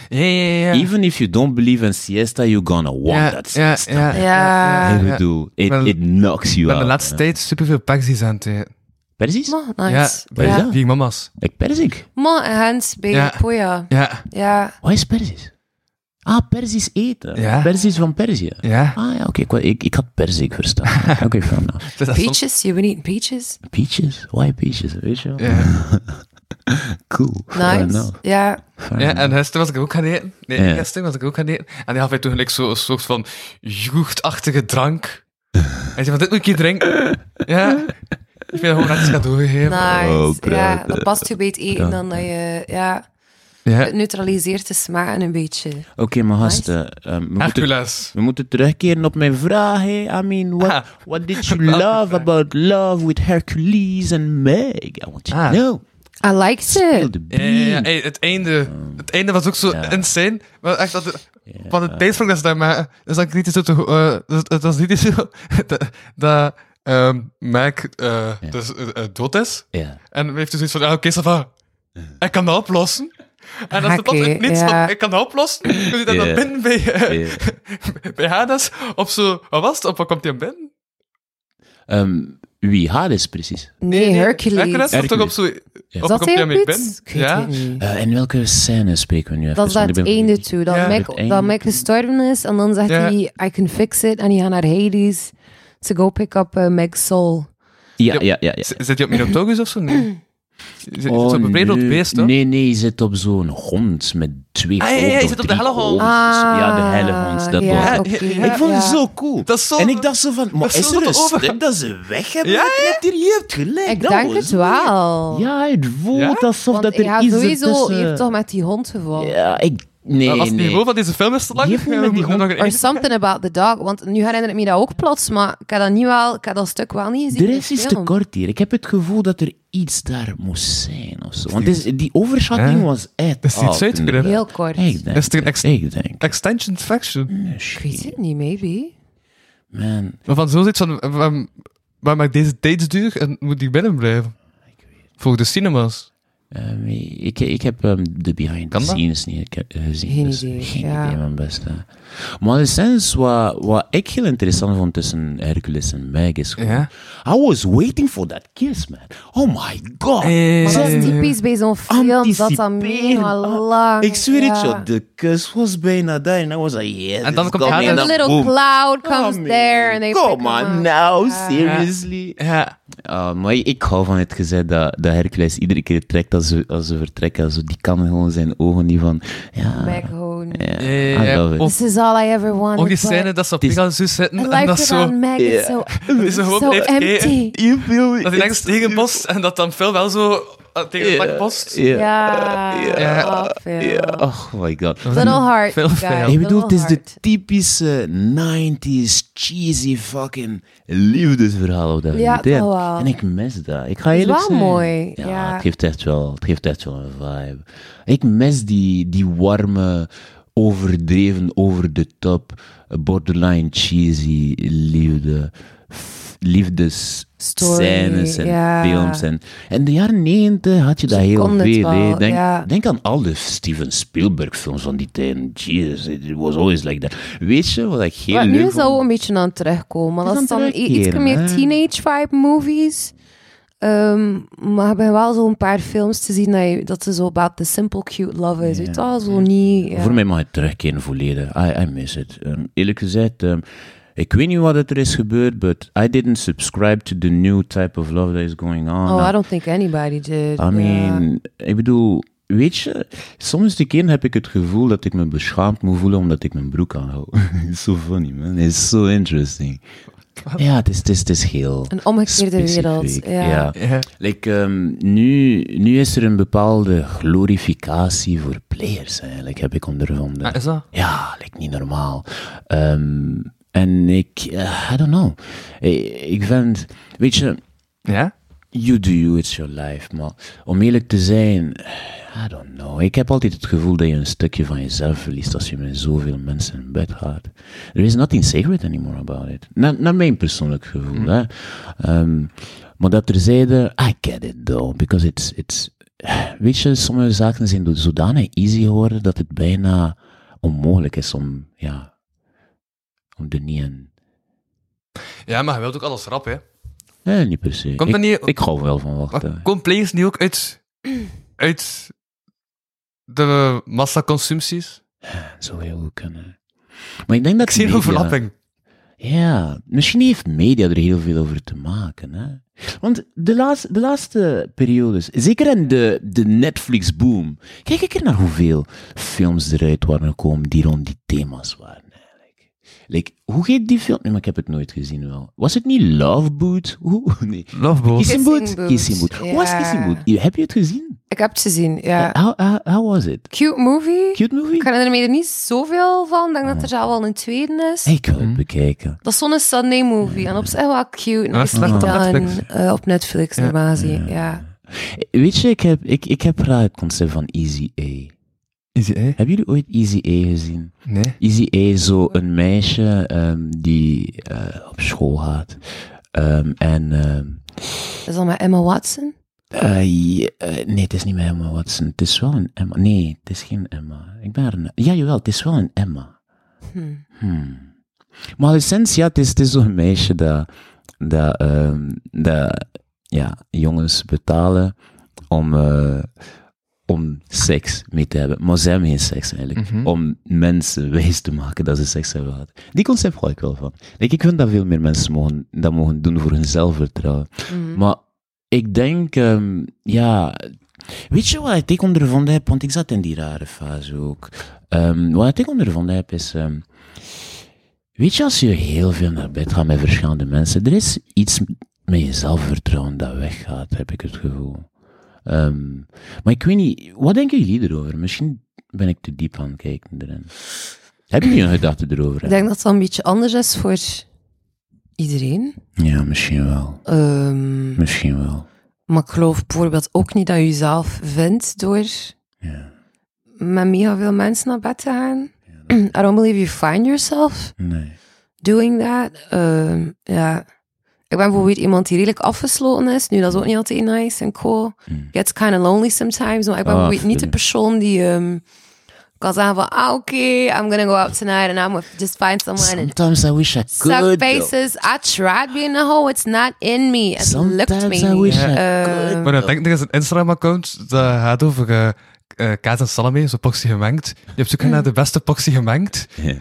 S2: Ja, ja, ja.
S3: even if you don't believe in siesta, you're gonna want
S2: Ja,
S3: that
S2: ja,
S3: siesta.
S2: ja,
S4: Ja.
S2: ja,
S3: Ik
S2: ja.
S3: bedoel, it,
S2: ben-
S3: it knocks you
S2: Ik ben de
S3: out.
S2: laatste tijd superveel persies aan het eten.
S3: Perzisch?
S4: Maar,
S2: Ja,
S4: nice.
S2: bij
S4: Ja.
S3: Ja.
S2: vier mama's.
S3: Like perzik.
S4: Maar Hans bij
S2: Ja.
S4: Poya.
S2: Ja,
S4: Ja.
S3: Wat is perzisch? Ah, perzisch eten.
S2: Ja.
S3: Perzisch van Perzië.
S2: ja.
S3: Ah ja, oké, ik wa- ik, ik had perzik verstaan.
S2: [laughs]
S3: Oké, fair enough.
S2: Dus dat is soms-
S4: Peaches? You been eating peaches?
S3: Peaches? Why peaches? Weet je wel?
S2: Ja.
S3: Cool. Fair
S4: Nice.
S3: enough.
S4: Ja.
S3: Fair
S2: Ja,
S3: enough.
S2: en gisteren was ik ook gaan eten. Nee,
S3: Ja.
S2: gisteren was ik ook gaan eten. En die gaf mij toen gelijk zo'n soort van yoghurtachtige drank. Hij zei van, dit moet ik je
S3: [laughs]
S2: drinken. Ja. Ik vind dat gewoon netjes cadeau gegeven.
S4: Nou, Nice.
S3: Oh,
S4: ja,
S3: praat,
S4: dat
S3: eh,
S4: past je bij het eten
S3: praat,
S4: dan dat je... Ja.
S2: Ja.
S4: Het neutraliseert de smaken een beetje.
S3: Oké, maar gasten, ehm, we, moeten,
S2: Hercules.
S3: we moeten terugkeren op mijn vraag. Hey. I mean, what,
S2: Ah.
S3: what did
S2: [laughs]
S3: you
S2: Welke
S3: love
S2: vraag?
S3: about love with Hercules and Meg? I want you
S2: Ah.
S3: to know.
S4: I liked
S3: Feel
S4: it.
S3: the
S2: Ja, ja, ja.
S3: beat.
S2: Hey, het einde. Het einde was ook zo
S3: Ja.
S2: insane. Maar echt, dat, Van de tijdsprong dat ze daar maken. Dus dan kritisch dat de- eh, dus het was niet zo [laughs] dat- dat ehm Mac eh, dus, eh, eh, dood is.
S3: Ja.
S2: En heeft dus zoiets van, ja, oké, ça va. Ik kan dat oplossen. En dat is
S4: Oké,
S2: het niet
S4: ja.
S2: van, ik kan dat oplossen. Toen zit hij dan
S3: Ja.
S2: binnen bij, eh,
S3: Ja.
S2: [laughs] bij Hades. Op zo, wat was het? Op wat komt hij aan binnen?
S3: Ehm, wie Hades precies?
S4: Nee, Hercules.
S2: Hercules, of toch op
S3: Hercules.
S2: zo... Op wat
S4: Zat
S2: komt
S4: hij
S2: hij aan
S4: op
S2: binnen?
S4: iets? Ik weet
S2: Ja.
S4: het niet.
S3: Eh, in welke scène spreken we nu even?
S4: Dat is
S3: Want
S4: dat
S3: ik
S4: het
S3: ben-
S4: einde toe. Dat,
S2: Ja.
S3: Het
S4: Mac,
S3: einde
S4: dat Mac gestorven is en dan zegt
S2: Ja.
S4: hij, I can fix it. En die gaat naar Hades to go pick up eh, Mac's soul.
S3: Oh, Ja, ja, ja. ja.
S4: [laughs]
S2: Z- Zit hij op Minotogus of zo? Nee. Zit zit zo'n bebredeld
S3: Oh, nee.
S2: beest, toch?
S3: Nee, nee, je zit op zo'n hond met twee
S2: Ah, ja,
S3: ogen.
S2: ja, je
S3: of
S2: zit op de
S3: drie
S2: hellehond.
S3: ogen. dus Ja, de hellehond, dat was
S4: Ah, ja,
S3: het.
S4: oké,
S2: Ik
S3: Ik vond
S4: ja.
S3: het zo cool.
S2: Dat is zo-
S3: en ik dacht zo van, maar
S2: is
S3: is,
S2: zo
S3: er
S2: dat
S3: een
S2: de overgang-
S3: stuk dat ze weg hebben?
S2: Ja,
S3: Ja, net hier, je hebt gelijk.
S4: Ik
S3: dat
S4: denk
S3: was
S4: het
S3: weird.
S4: wel.
S3: Ja, het voelt
S2: Ja?
S3: alsof
S4: Want
S3: dat er
S4: ja,
S3: iets
S4: sowieso
S3: ertussen-
S4: heeft toch met die hond gevallen.
S3: [laughs] Ja, ik...
S2: Als
S3: Nee,
S2: het
S3: nee.
S2: niveau van deze film is te lang,
S3: Die heeft niet met
S2: eh,
S3: die
S2: moet ik
S3: hond-
S2: nog
S4: Or
S2: een eentje-
S4: something about the dog. Want nu herinner ik me dat ook plots, maar ik heb dat, niet wel, ik heb dat stuk wel niet gezien.
S3: Er
S4: in
S3: is iets
S4: film.
S3: te kort hier. Ik heb het gevoel dat er iets daar moest zijn of zo. Want dus, die overschatting
S2: Hè?
S3: was echt
S2: Dat is iets
S3: oud,
S2: uitgewerkt.
S3: inderdaad.
S4: Heel kort.
S3: Ik denk,
S2: Dat is toch een ex-
S3: ik denk.
S2: Extension Faction.
S4: Ik weet het niet, maybe.
S3: Man,
S2: Maar van zoiets van, eh, waarom, waarom maakt deze dates duur en moet die binnen blijven? Volgens de cinemas.
S3: ehm, ik, ik heb ehm, de behind
S2: Kan
S3: the
S2: dat?
S3: scenes niet ik heb, eh, gezien.
S4: Geen
S3: dus
S4: idee,
S3: Geen
S4: ja.
S3: idee, mijn beste. Maar de sens wat, wat ik heel interessant vond tussen Hercules en Meg is gewoon...
S2: Ja.
S3: I was waiting for that kiss, man. Oh my god.
S2: Eh,
S4: Maar dat
S2: eh,
S4: is typisch bij zo'n film, dat dat
S3: Anticiperen.
S4: mega
S3: Ah,
S4: lang...
S3: Ik zweer het,
S4: ja.
S3: joh. De kus was bijna daar. En I was like, yeah.
S2: En dan
S3: this
S2: komt
S3: is
S2: hij-
S3: coming.
S4: The
S2: En
S3: dan
S4: little
S3: boom.
S4: cloud comes
S3: Come
S4: there and they pick
S3: Come
S4: him
S3: on
S4: up. Ah.
S3: now,
S4: Ja.
S3: seriously.
S2: Ja.
S3: Ah, maar ik hou van het gezegd dat, dat Hercules iedere keer trekt als ze, als ze vertrekken. Zo, die kan gewoon zijn ogen niet van... Ja,
S4: Back home.
S3: ja,
S2: Ja, ja,
S3: I
S2: ja.
S3: love it.
S2: Of-
S4: This is all I ever wanted.
S2: Ook die
S4: but
S2: scène dat ze op
S3: Het is-
S2: Pegasus
S4: I
S2: zitten en dat
S4: life around
S2: zo...
S4: Meg is so,
S3: [laughs]
S2: is gewoon
S4: so
S2: blijft kijken.
S4: empty.
S3: You feel me?
S2: Dat hij langs
S3: It's-
S2: tegen bos en dat dan Phil wel zo eh, tegen de
S3: Ja,
S2: bak post.
S3: ja,
S4: Ja,
S2: Ja.
S4: oh, Phil.
S3: ja. Oh my god.
S4: Little heart,
S2: Phil
S4: guys,
S2: failed.
S3: Ik bedoel,
S4: little
S3: het is de
S4: heart.
S3: typische 90s cheesy fucking liefdesverhaal op dat
S4: Ja,
S3: moment, hè.
S4: toch wel.
S3: En ik mis dat. Ik ga
S4: is
S3: eerlijk
S4: wel
S3: zijn.
S4: mooi, ja.
S3: Het, geeft echt wel, het geeft echt wel een vibe. Ik mis die, die warme, overdreven, over de top, borderline cheesy liefde. f- Liefdes.
S4: Story,
S3: scènes en
S4: ja.
S3: films. En in de jaren negentig had je dat heel
S4: kon het
S3: veel. hè.
S4: wel,
S3: Denk,
S4: ja.
S3: Denk aan al de Steven Spielberg films van die tijd. Jesus, it was always like that. Weet je wat ik heel
S4: Maar nu
S3: leuk
S4: is dat ook
S3: vond?
S4: een beetje aan het terugkomen. Maar
S3: Het
S4: dat
S3: is
S4: is
S3: aan
S4: dan
S3: het
S4: i- iets
S3: terugkeren,
S4: meer
S3: hè.
S4: teenage vibe movies. Ehm, maar ik ben wel zo'n paar films te zien dat, je, dat ze zo about the simple cute love is. Weet je wel, zo niet... ja.
S3: Voor mij mag het terugkeren volledig. I, I miss it. Ehm, eerlijk gezegd, ehm, ik weet niet wat er is gebeurd, but I didn't subscribe to the new type of love that is going on.
S4: Oh, I don't think anybody did.
S3: I mean, ik bedoel, weet je, soms die keer heb ik het gevoel dat ik me beschaamd moet voelen omdat ik mijn broek aanhoud. [laughs] It's so funny, man. It's so interesting. Ja, het is, het is, het is heel...
S4: Een omgekeerde wereld,
S3: specifiek,
S4: ja.
S2: Ja.
S3: Like, ehm, nu, nu is er een bepaalde glorificatie voor players, eigenlijk, heb ik ondervonden.
S2: Ah, is dat?
S3: Ja, lijkt niet normaal. Ehm, en ik, eh, I don't know. Ik, ik vind, weet je,
S2: Ja?
S3: You do you, it's your life. Maar om eerlijk te zijn, I don't know. Ik heb altijd het gevoel dat je een stukje van jezelf verliest als je met zoveel mensen in bed gaat. There is nothing sacred anymore about it. Na- Naar mijn persoonlijk gevoel.
S2: Hmm.
S3: Hè. Ehm, maar dat terzijde, I get it though. Because it's, it's, weet je, sommige zaken zijn zodanig easy geworden dat het bijna onmogelijk is om, ja, om er niet in.
S2: Ja, maar hij wilt ook alles rap, hè.
S3: Nee, niet per se.
S2: Komt
S3: ik,
S2: er niet-
S3: ik hou wel van
S2: Maar
S3: wachten.
S2: komt players niet ook uit, uit de massaconsumpties?
S3: zou heel goed kunnen. Maar ik denk dat
S2: Ik zie een
S3: media-
S2: overlapping.
S3: Ja, misschien heeft media er heel veel over te maken. Hè? Want de, laatste de laatste periodes, zeker in de, de Netflix-boom, kijk ik er naar hoeveel films eruit waren gekomen die rond die thema's waren. eigenlijk. Like, hoe heet die film? Nee, maar ik heb het nooit gezien wel. Was het niet Love Boot? Hoe? [laughs] Nee.
S2: Loveboat.
S3: Kissing Boot?
S4: Kissing Booth,
S3: Kissing Boot. Hoe was
S4: ja.
S3: Kissing Boot? Heb je het gezien?
S4: Ik heb het gezien, ja.
S3: How, how, how was it?
S4: Cute movie.
S3: Cute movie?
S4: Ik herinner me er niet zoveel van. Ik denk dat er zelf wel een tweede is.
S3: Ik wil
S2: Mhm.
S3: het bekijken.
S4: Dat is zo'n Sunday movie. En op zich wel cute. En
S2: dat
S4: dat
S2: is
S4: is
S2: slecht
S4: niet
S2: op
S4: dan
S2: Netflix.
S4: eh, op Netflix, normaal gezien. Ja.
S3: Weet je, ik heb, ik, ik heb graag het concept van Easy A.
S2: Is die, hè?
S3: Hebben jullie ooit Easy A gezien?
S2: Nee.
S3: Easy A is zo een meisje ehm, die eh, op school gaat. Ehm, en ehm,
S4: Dat is dan met Emma Watson.
S3: eh, je- eh, nee, het is niet meer Emma Watson. Het is wel een Emma. Nee, het is geen Emma. Ik ben haar na- Ja, jawel, het is wel een Emma. Hmm. Maar in essentie, ja, het is, het is zo'n meisje dat, dat, ehm, dat ja, jongens betalen om, eh, om seks mee te hebben. Maar ze hebben geen seks eigenlijk.
S2: Mhm. Oh.
S3: Om mensen wijs te maken dat ze seks hebben gehad. Die concept hou ik
S4: Mm. Mhm.
S3: wel van. Like, ik vind dat veel meer mensen mogen, dat mogen doen voor hun zelfvertrouwen. Maar ik denk, ehm, ja. Weet je wat ik ondervonden heb? Want ik zat in die rare fase ook. Ehm, wat ik ondervonden heb is. ehm, weet je, als je heel veel naar bed gaat met verschillende mensen, er is iets met je zelfvertrouwen dat weggaat, heb ik het gevoel. Ehm, maar ik weet niet, wat denken jullie erover? Misschien ben ik te diep aan het kijken erin. Hebben jullie een gedachte erover?
S4: Ik denk dat dat een beetje anders is voor iedereen.
S3: Ja, misschien wel.
S4: Ehm,
S3: Misschien wel.
S4: maar ik geloof bijvoorbeeld ook niet dat je jezelf vindt door
S3: Ja.
S4: met mega veel mensen naar bed te gaan. [clears throat] I don't believe you find yourself
S3: Nee.
S4: doing that. Ehm, ja. Ik ben bijvoorbeeld iemand die redelijk afgesloten is. Nu, dat is ook niet altijd nice en cool. Gets kind of lonely sometimes. Maar ik ben
S3: Hmm. Ah,
S4: bijvoorbeeld niet de
S3: tuurlijk.
S4: persoon die ehm, kan zeggen van... Ah, oké, I'm gonna go out tonight and I'm gonna just find someone. and
S3: Sometimes I wish I could.
S4: suck
S3: though.
S4: faces. I tried being a hoe. It's not in me. It looked
S3: Sometimes
S4: me.
S3: I wish I
S4: Eh,
S3: could.
S2: Maar dan denk ik, er is een Instagram-account dat gaat over eh eh, kaas en salami, zo poxy gemengd. Je hebt zoek naar de beste poxy gemengd.
S3: Ja.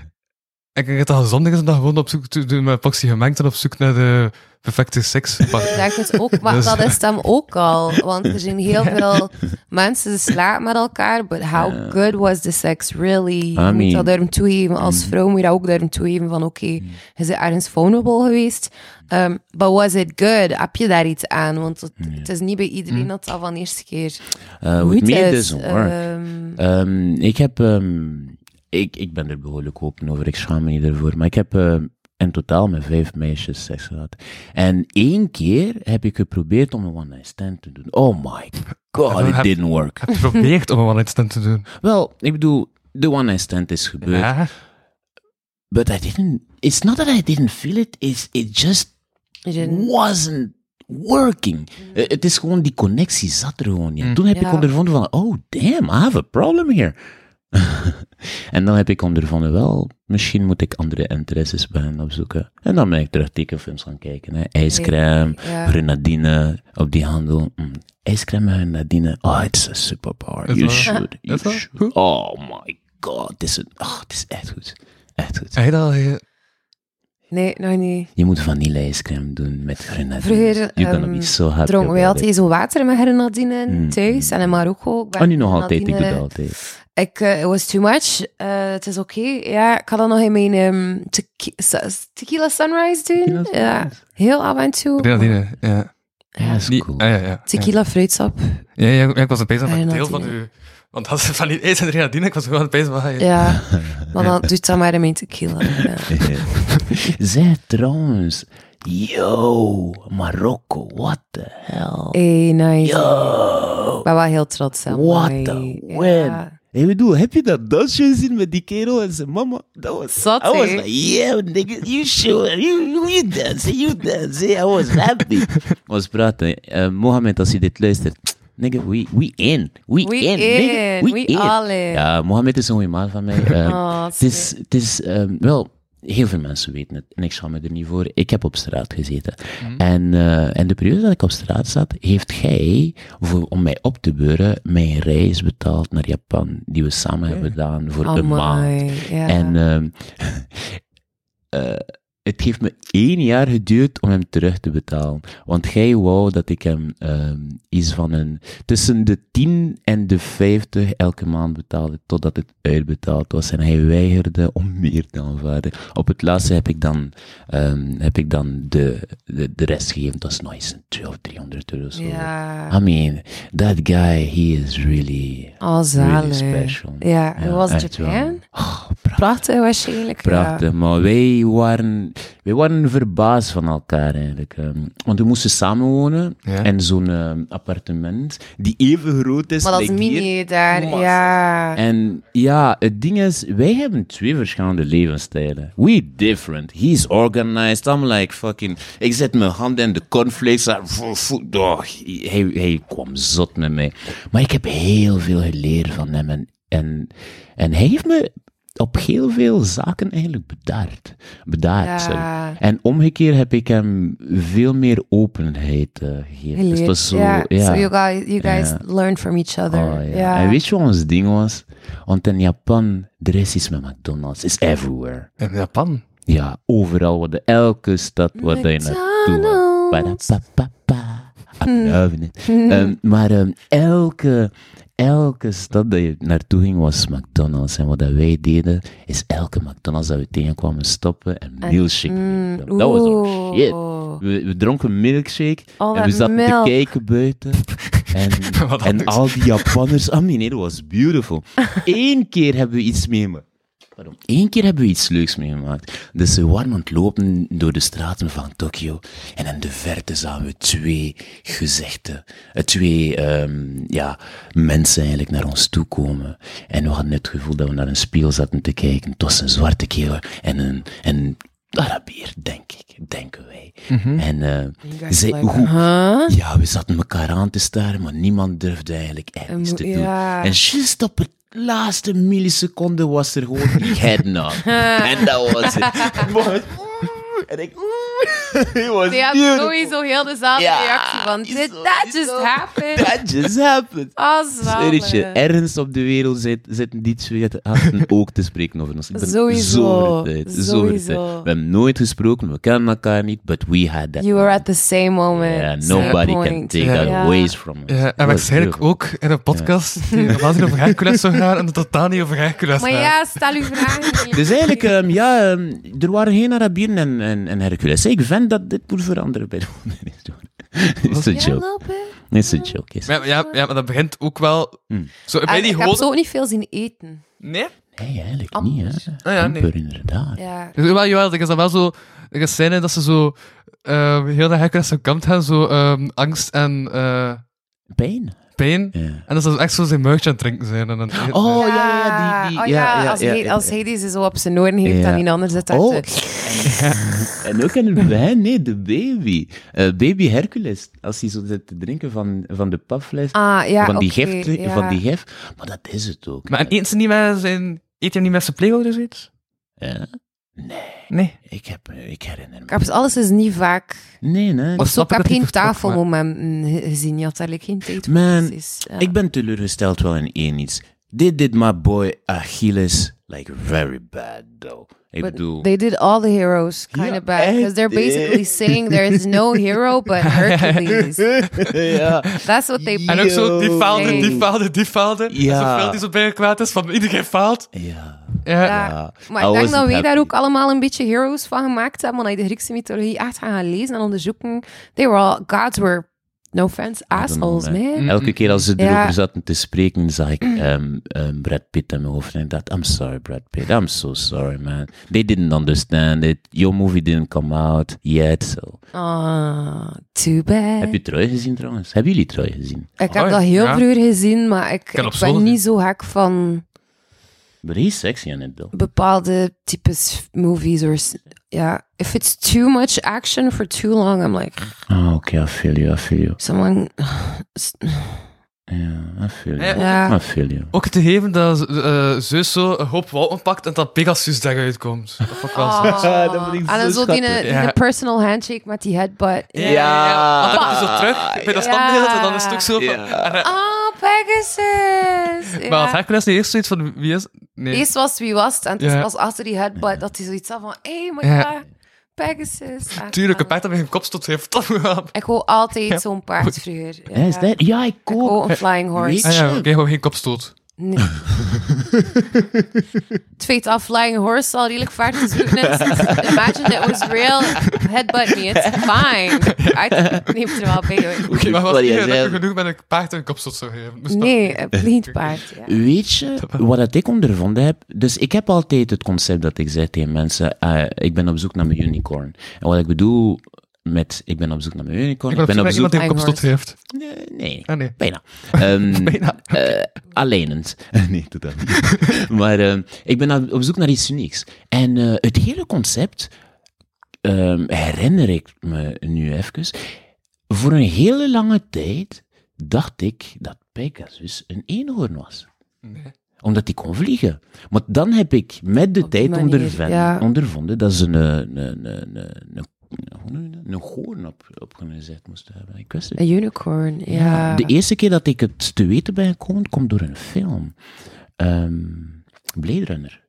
S2: En ik denk dat dat gezonder is om dat gewoon op zoek te doen met poxy gemengd en op zoek naar de perfecte seks.
S4: Ik denk het ook, maar
S2: Dus-
S4: dat is dan ook al. Want er zijn
S3: [laughs]
S4: heel veel mensen die slapen met elkaar. But how good was the sex, really? Je moet
S3: mean- Mm.
S4: dat durven toegeven. Als vrouw moet je dat ook durven toegeven van oké, je bent ergens vulnerable geweest. Ehm, but was it good? Heb je daar iets aan? Want het, het is niet bij
S3: Mm.
S4: iedereen dat dat van de eerste keer
S3: Uh, with
S4: goed
S3: me it
S4: is.
S3: doesn't work.
S4: Ehm,
S3: Ehm, ik heb... ehm, ik, ik ben er behoorlijk open over, ik schaam me niet ervoor. Maar ik heb ehm, in totaal met vijf meisjes seks gehad. En één keer heb ik geprobeerd om een one-night stand te doen. Oh my god, it
S2: heb-
S3: didn't work.
S2: Ik heb geprobeerd om een one-night stand te doen.
S3: Wel, ik bedoel, de one-night stand is gebeurd.
S2: Ja.
S3: But I didn't... It's not that I didn't feel it, it's, it just Eh,
S4: je
S2: Mm-hmm.
S4: didn't-
S3: wasn't working.
S2: Mm.
S3: Eh, Het is gewoon, die connectie zat er gewoon niet. Toen heb ik
S4: Ja.
S3: ondervonden van, oh damn, I have a problem here. [laughs] en dan heb ik ondervonden, wel, misschien moet ik andere interesses bij hen opzoeken. En dan ben ik terug tekenfilms gaan kijken. Hè. IJscrème,
S4: Ja.
S3: grenadine, op die handel. Mm. IJscrème en grenadine, oh, it's a superpower.
S2: Is
S3: you
S2: dat-
S3: should, you
S2: is dat
S3: should.
S2: goed?
S3: Oh my god, dit is, een- oh, dit is echt goed. Echt goed.
S2: Heb je dat al ge-
S4: Nee, nog niet.
S3: Je moet vanille-ijscrème doen met grenadine.
S4: Vroeger
S3: You're gonna
S4: ehm,
S3: be so happy
S4: dronken wij
S3: about it.
S4: altijd zo water met grenadine
S3: Mm,
S4: in thuis en in Marokko. Ik ben
S3: Oh, nu nog altijd. Ik
S4: grenadine-
S3: doe dat altijd.
S4: Ik, eh, it was too much. Eh, Het is oké. Ja, ik had dat nog in mijn ehm, tequi- sa- tequila sunrise doen.
S3: Tequila sunrise.
S4: Ja, heel af en toe.
S2: Grenadine, ja.
S3: Ja, is
S2: Die-
S3: cool.
S2: ah, ja, ja.
S4: Tequila Ah, fruitsap.
S2: Ja, ja, ja, ik was aan het bezig met een deel
S4: Grenadine.
S2: van u. Want als ze van die eens en grenadine, ik was gewoon ah, aan het bezig met...
S3: [laughs]
S4: Ja, maar dan doet dat maar in mijn tequila. Ja.
S3: [laughs] Zij trouwens. Yo, Marokko, what the hell? Oh.
S4: Hey, nice.
S3: Yo,
S4: Ik ben wel heel trots op
S3: what
S4: mij.
S3: the
S4: Ja.
S3: win. Ik bedoel, heb je dat dansje gezien met die kerel en zijn mama? Dat was...
S4: Zot,
S3: I was
S4: hè?
S3: like, yeah, nigga, you sure, you, you, you dance, you dance. Yeah, I was
S4: [laughs]
S3: happy. was praten. eh, Mohammed, als je dit luistert. Nigga, we, we in. We,
S4: We
S3: in.
S4: in,
S3: Nigga, we,
S4: we
S3: in.
S4: all in.
S3: Ja, Mohammed is een goede maat van mij.
S4: [laughs]
S3: Eh,
S4: Oh,
S3: het is, het is ehm, wel, heel veel mensen weten het. En ik schaam me er niet voor. Ik heb op straat gezeten. En, eh, en de periode dat ik op straat zat, heeft gij, voor, om mij op te beuren, mijn reis betaald naar Japan. Die we samen hebben gedaan voor een maand.
S4: Amai, ja.
S3: En ehm, [laughs] eh, het heeft me één jaar geduurd om hem terug te betalen. Want gij wou dat ik hem ehm, iets van een, tussen de 10 en de 50 elke maand betaalde, totdat het uitbetaald was. En hij weigerde om meer te aanvaarden. Op het laatste heb ik dan, ehm, heb ik dan de, de, de rest gegeven. Dat was nog eens een 200 of 300 euro. zo.
S4: Ja.
S3: I mean, that guy, he is really...
S4: Oh,
S3: Really
S4: zalig.
S3: special.
S4: Ja, hoe was
S3: echt wel.
S4: Japan?
S3: Oh, prachtig.
S4: Prachtig waarschijnlijk.
S3: Prachtig, maar wij waren, wij waren verbaasd van elkaar eigenlijk. ehm. Want we moesten samenwonen
S2: Ja.
S3: in zo'n ehm, appartement die even groot is.
S4: Ja. Maar dat is
S3: like hier.
S4: mini daar.
S3: Massa.
S4: Ja.
S3: En ja, het ding is, wij hebben twee verschillende levensstijlen. We different. He's organized. I'm like fucking. Ik zet mijn handen in de cornflakes. ah, vo- vo- Oh, hij, hij kwam zot met mij. Maar ik heb heel veel geleerd van hem. En, en, en hij heeft me op heel veel zaken eigenlijk bedaard. Bedaard,
S4: Ja.
S3: sorry. En omgekeerd heb ik hem veel meer openheid eh, gegeven. Dus
S4: Geleerd.
S3: het was zo,
S4: ja.
S3: ja.
S4: So you guys, you guys
S3: Ja.
S4: learn from each other.
S3: Oh, ja.
S4: ja.
S3: En weet je wat ons ding was? Want in Japan, er is iets met McDonald's. It's everywhere.
S2: In Japan.
S3: Ja, overal. Wat de, elke stad waar je naartoe
S4: McDonald's. Hmm.
S3: Ba-da-pa-pa-pa. Love it. Ehm, maar ehm, elke, elke stad dat je naartoe ging was McDonald's. En wat dat wij deden, is elke McDonald's dat we tegenkwamen stoppen en milkshake. drinken. dat was ook shit.
S4: hmm. oeh.
S3: We, we dronken milkshake
S4: Al
S3: en we
S4: dat
S3: zaten
S4: melk.
S3: te kijken
S4: [laughs]
S3: buiten. En,
S2: Wat
S3: en
S2: anders.
S3: al die Japanners. Ah, nee, nee, dat was
S4: [laughs]
S3: beautiful. Eén keer hebben we iets meegemaakt. Pardon. Eén keer hebben we iets leuks meegemaakt. Dus we waren aan het lopen door de straten van Tokio. En in de verte zagen we twee gezegden. eh, Twee ehm, ja, mensen eigenlijk naar ons toe komen. En we hadden het gevoel dat we naar een spiegel zaten te kijken. Het was een zwarte kerel en een, en een Arabier, denk ik. Denken wij. En eh
S4: guys
S3: zij,
S4: like,
S3: hoe,
S4: huh?
S3: ja, we zaten elkaar aan te staren, maar niemand durfde eigenlijk echt
S4: En
S3: niets
S4: mo-
S3: te
S4: ja.
S3: doen. En juist op het laatste milliseconde was er gewoon die head
S4: [laughs]
S3: na. en dat was het. Maar, oeh, en ik, [laughs] oeh, it was
S4: Je hebt
S3: beautiful.
S4: sowieso heel dezelfde
S3: Ja,
S4: reactie van,
S3: is
S4: did
S3: zo,
S4: that
S3: is
S4: just Oh,
S3: zo.
S4: happen?
S3: That just happened.
S4: Als
S3: Serieus, ergens op de wereld zit- zitten die twee
S4: [laughs]
S3: gasten ook te spreken over ons. Ik ben
S4: Sowieso,
S3: zo vertijd, zo
S4: sowieso.
S3: vertijd. We hebben nooit gesproken, we kennen elkaar niet, but we had that.
S4: You were at the same moment.
S3: Yeah,
S4: same
S3: nobody can
S4: point.
S3: take
S2: Ja.
S3: that
S4: Ja.
S3: away from us.
S2: Ja,
S3: It was
S2: en waarschijnlijk
S3: beautiful.
S2: ook in een podcast die er later over Hercules zou gaan en dat totaal niet over Hercules
S4: Maar
S2: gaat.
S4: ja, stel uw
S3: [laughs]
S4: vraag niet.
S3: Dus eigenlijk, ehm, ja, ehm, er waren geen Arabieren en, en, en Hercules. Ik vind dat dit moet veranderen bij de [laughs] Is een
S4: Ja, een
S3: joke.
S4: little bit.
S3: Is een joke. is-
S2: Maar, ja, ja, maar dat begint ook wel...
S3: Hmm.
S2: Zo, bij
S4: En
S2: die
S4: Ah, ik heb
S2: gewoon...
S4: zo ook niet veel zien eten.
S2: Nee?
S3: Nee, eigenlijk niet, hè.
S2: Ah, ja, nee.
S3: Amper, inderdaad.
S4: Ja.
S2: Dus, jawel, jawel, er is dan wel zo... Er is scène dat ze zo ehm, heel naar Hercules zijn kant gaan, zo ehm, angst en eh,
S3: Pijn.
S2: pijn.
S3: Ja.
S2: En dat ze zo echt zo zijn muiltje aan het drinken zijn. En aan het eten zijn.
S3: Oh, ja, ja, ja, die... die
S4: oh, ja, als,
S3: ja,
S4: hij,
S3: ja.
S4: als hij deze zo op zijn oren heeft
S3: Ja.
S4: en die ander zit daar
S3: Oh.
S4: te-
S3: En ook in het begin, nee, de baby. Eh, baby Hercules, als hij zo zit te drinken van, van de paffles,
S4: Ah, ja,
S3: van, die
S4: oké,
S3: gif,
S4: ja.
S3: van die gif. Maar dat is het ook.
S2: Maar en eet ze niet met zijn... Eet hij niet met zijn pleegouders iets?
S3: Ja.
S2: Nee.
S3: Ik, heb, ik herinner
S4: Ik
S3: me.
S4: heb alles is niet vaak.
S3: Nee, nee.
S2: Dat
S4: Of zo, ik
S2: snap
S4: heb
S2: ik dat die
S4: geen
S2: vertrok,
S4: tafelmomenten gezien. Je had eigenlijk geen tijd voor.
S3: Man,
S4: precies. Ja.
S3: Ik ben teleurgesteld wel in één iets. Dit did my boy Achilles like very bad though. Ik
S4: But
S3: bedoel,
S4: They did all the heroes kind
S3: Ja,
S4: of bad. Because they're
S3: echt, eh.
S4: basically saying there is
S3: [laughs]
S4: no hero but Hercules.
S3: ja,
S4: That's what they
S2: En ook zo, die
S3: Yo.
S2: faalde, die
S4: Nee.
S2: faalde, die faalde.
S3: Ja.
S2: En Zoveel die zo bij je kwaad is, van iedereen faalt.
S3: ja,
S2: Ja.
S4: Ja.
S3: ja.
S4: Maar
S3: I
S4: ik denk
S3: wasn't
S4: dat wij daar
S3: happy.
S4: ook allemaal een beetje heroes van gemaakt hebben. Omdat je de Griekse mythologie echt gaan gaan lezen en onderzoeken. They were all, gods were, no offense, assholes,
S3: man. Mm.
S4: man.
S3: Elke keer als ze
S4: Ja.
S3: erover zaten te spreken, zag ik [clears throat] ehm, ehm, Brad Pitt in mijn hoofd. En ik dacht, I'm sorry, Brad Pitt. I'm so sorry, man. They didn't understand it. Your movie didn't come out yet. So.
S4: Ah, too bad.
S3: Heb je Troy gezien trouwens? Hebben jullie Troy gezien?
S4: Ik heb
S2: Oh,
S4: dat heel
S2: ja.
S4: vroeger gezien, maar ik,
S2: heb
S4: ik
S2: op school
S4: ben niet zo hek van
S3: But he's sexy in it though.
S4: bepaalde types movies. Or, s- ja, if it's too much action for too long, I'm like,
S3: Ah, oké, I feel you, I feel you.
S4: someone... [sighs]
S3: Ja, I feel you.
S4: Ja.
S3: I feel you.
S2: Ook te geven dat eh, Zeus zo een hoop wolken pakt en dat Pegasus daaruit komt. Dat vond ik wel zo.
S3: Ah, dat vind ik
S4: en dan
S3: zo
S4: zo die,
S3: schattig.
S4: die
S2: Ja.
S4: personal handshake met die headbutt.
S2: Want dan komt hij zo terug bij dat
S4: Ja.
S2: standbeeld en dan is het ook zo van...
S3: Ja.
S2: en, eh,
S4: Oh,
S2: [laughs]
S4: Pegasus!
S2: Maar
S4: Ja.
S2: als Hercules niet eerst zoiets van wie is... Nee.
S4: Eerst was wie was het, en het was
S2: Ja.
S4: pas achter die headbutt dat hij zoiets had van, hey, my
S2: Ja.
S4: god, Pegasus. Ah,
S2: Tuurlijk,
S4: ah.
S2: een paard dat met een kopstot heeft. Dat moet-
S4: Ik wou altijd zo'n paard vroeger.
S3: Ja, is dat? Ja, ik
S4: Ik
S3: ook.
S4: wou een flying horse.
S2: Ah ja, oké, gewoon geen kopstoot.
S4: Nee. Het feit af, Flying Horse al redelijk vaart is. Imagine it was real. Headbutt me, it's fine. Ik neem het er wel bij hoor.
S2: Oké, maar was
S3: Wat
S2: niet
S3: jij
S2: lekker
S3: zei.
S2: genoeg met een paard en een kopstoot zou geven. Dus dat-
S4: Nee, een blind paard. Ja.
S3: Weet je wat dat ik ondervonden heb? Dus ik heb altijd het concept dat ik zeg tegen mensen: eh, ik ben op zoek naar mijn unicorn. En wat ik bedoel met: ik ben op zoek naar mijn unicorn.
S2: Ik ben op zoek naar iemand die een
S4: Einhorst.
S2: kopstot heeft.
S3: Nee, nee.
S2: Ah, nee.
S3: [laughs] Bijna. Ehm,
S2: Bijna.
S3: eh, alleenend. [laughs] nee, totaal niet. [laughs] maar ehm, ik ben op- op zoek naar iets unieks. En eh, het hele concept ehm, herinner ik me nu even. Voor een hele lange tijd dacht ik dat Pegasus een eenhoorn was. Omdat die kon vliegen. Maar dan heb ik met de
S4: die
S3: tijd
S4: manier,
S3: onderven-
S4: ja.
S3: ondervonden dat ze een, een, een, een, een, hoe noem je dat? een hoorn op, opgezet moesten hebben. Ik wist het
S4: Een unicorn, ja.
S3: de eerste keer dat ik het te weten ben gekomen, komt door een film. Ehm Blade Runner.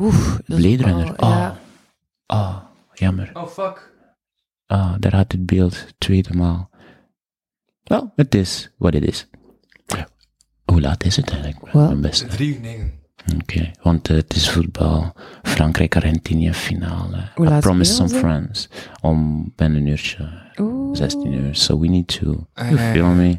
S4: Oef, dat is-
S3: Blade Runner. Oh,
S4: ja.
S3: Ah, jammer.
S2: Oh, fuck.
S3: Ah, daar had het beeld tweede maal. Wel, het is wat het is. Hoe laat is het eigenlijk?
S4: Wel.
S3: Mijn beste.
S2: Drie uur negen.
S3: Oké, want eh, het is voetbal. Frankrijk-Argentinië finale.
S4: Hoe
S3: I
S4: laat
S3: promise some
S4: spelen ze?
S3: friends. Om bijna een uurtje.
S4: Oeh.
S3: 16 Oh, uur. So we need to.
S2: Ah,
S3: you
S2: ja, ja.
S3: feel me?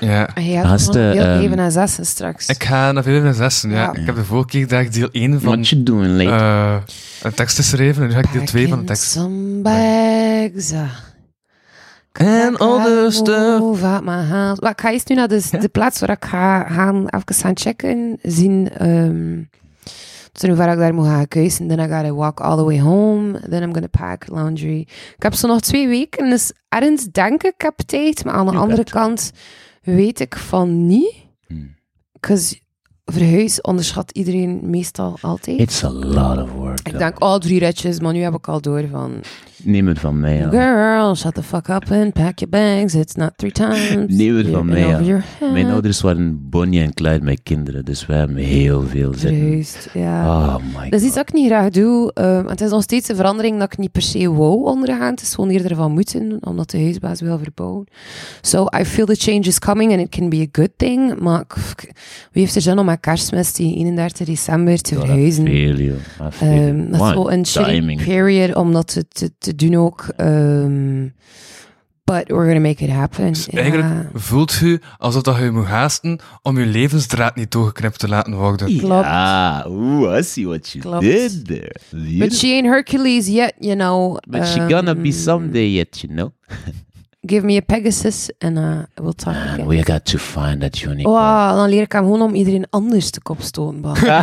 S2: Ja.
S4: En jij
S3: Haast,
S4: had nog
S3: eh,
S4: heel
S3: ehm,
S4: even naar zessen straks.
S2: Ik ga naar 5 en 6. Ja.
S4: Ja.
S2: Ik heb de vorige keer daar deel 1 van
S3: What you doing late?
S2: eh een tekst geschreven en nu ga
S4: Ah,
S2: ik deel 2 van de
S4: Packing
S2: tekst.
S4: Some bags. ah.
S2: En all the stuff.
S4: Move out my house. Maar ik ga eerst nu naar de, de plaats waar ik ga gaan, even gaan checken. Zien ehm tot hoever ik daar moet gaan keuzen. Then I gotta walk all the way home. Then I'm gonna pack laundry. Ik heb zo nog twee weken. Dus ergens denk ik, ik heb tijd. Maar aan de
S3: Je
S4: andere
S3: bent.
S4: kant weet ik van niet.
S3: Hmm.
S4: Because verhuis onderschat iedereen meestal altijd.
S3: It's a lot of work.
S4: ik
S3: though.
S4: denk, oh, drie ritjes. Maar nu heb ik al door van...
S3: Neem het van mij. hoor.
S4: Girl, shut the fuck up and pack your bags. It's not three times.
S3: Neem het
S4: You're
S3: van
S4: in
S3: mij,
S4: over
S3: ja.
S4: your head.
S3: Mijn ouders waren Bonnie en Clyde, mijn kinderen. Dus wij hebben heel veel zin.
S4: Juist, ja.
S3: Oh my
S4: Dat is iets
S3: god.
S4: dat ik niet graag doe. Ehm, het is nog steeds een verandering dat ik niet per se wou ondergaan. Het is gewoon eerder van moeten, omdat de huisbaas wil verbouwen. So I feel the change is coming and it can be a good thing. Maar ik- ik- wie heeft er zin om met kerstmis die 31 december te
S3: Ja, dat
S4: verhuizen?
S3: Veel, joh. Dat veel.
S4: Ehm, dat is
S3: Why?
S4: wel een shitty
S3: Timing.
S4: period om dat te, te, te doen ook. Ehm, but we're gonna make it happen.
S2: Dus eigenlijk voelt u alsof dat je moet haasten om je levensdraad niet doorgeknipt te laten worden.
S4: Klopt.
S3: Ja, ooh, I see what you
S4: Klopt.
S3: did there.
S4: But she ain't Hercules yet, you know.
S3: But she gonna be
S4: Ehm,
S3: someday yet, you know.
S4: Give me a Pegasus and uh, we'll talk
S3: And
S4: again.
S3: we got to find that unicorn.
S4: Wow, dan leer ik hem gewoon om iedereen anders te kop stoten. man.
S3: Ah.
S4: [laughs]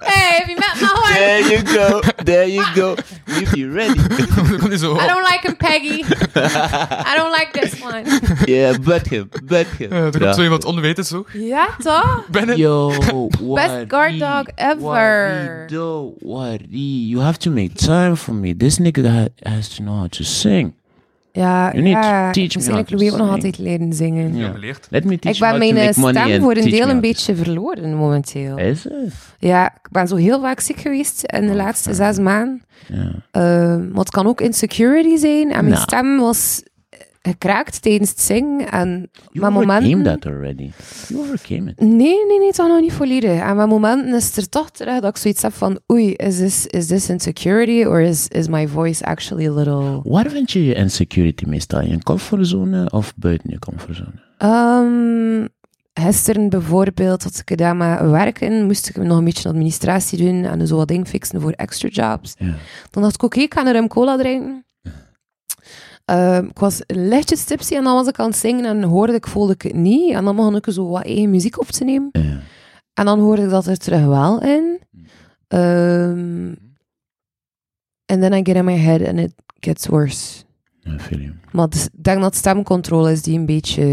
S4: hey, have you met my horse?
S3: There you go. There you go. We be ready.
S2: [laughs]
S4: [laughs]
S2: Dat komt niet zo
S4: I
S2: op.
S4: don't like him, Peggy. I don't like this one.
S3: Yeah, but him, but
S2: [laughs]
S3: him.
S2: Eh, er komt zo iemand onwetend zo.
S4: Ja, toch?
S2: Ben het?
S3: Yo,
S4: [laughs]
S3: wari,
S4: guard dog ever.
S3: wari, do, wari. You have to make time for me. This nigga ha- has to know how to sing.
S4: Ja,
S3: You need to
S4: ja.
S3: teach me
S4: Waarschijnlijk
S3: how to
S4: Louis ook nog
S3: sing.
S4: altijd leren zingen.
S3: Ja.
S2: geleerd.
S3: Let me teach
S4: Ik
S3: you
S4: ben
S3: how to
S4: mijn eh,
S3: make money
S4: stem
S3: and
S4: voor een
S3: teach
S4: deel
S3: me
S4: een
S3: how to-
S4: beetje verloren momenteel.
S3: Is het?
S4: Ja, ik ben zo heel vaak ziek geweest in de laatste zes maanden.
S3: Ja.
S4: Eh, maar het kan ook insecurity zijn. En mijn
S3: Nou.
S4: stem was gekraakt tijdens het zingen. En
S3: You
S4: mijn
S3: overcame
S4: momenten...
S3: that already. You overcame it.
S4: Nee, nee, nee, toch nog niet volledig. En mijn momenten is er toch terecht dat ik zoiets heb van... Oei, is this, is this insecurity? Or is, is my voice actually a little...
S3: Waar vind je je insecurity meestal? In je comfortzone of buiten je comfortzone?
S4: Ehm, gisteren bijvoorbeeld had ik gedaan met werken. Moest ik nog een beetje administratie doen en zo wat dingen fixen voor extra jobs.
S3: Ja.
S4: Dan dacht ik, oké, ik ga een rum cola drinken. Ehm, ik was lichtjes tipsy en dan was ik aan het zingen en hoorde ik, voelde ik het niet. En dan begon ik zo wat eigen muziek op te nemen.
S3: Ja.
S4: En dan hoorde ik dat er terug wel in. Ehm and then I get in my head and it gets worse.
S3: Ja, feel you.
S4: Maar het is- ik denk dat stemcontrole is die een beetje...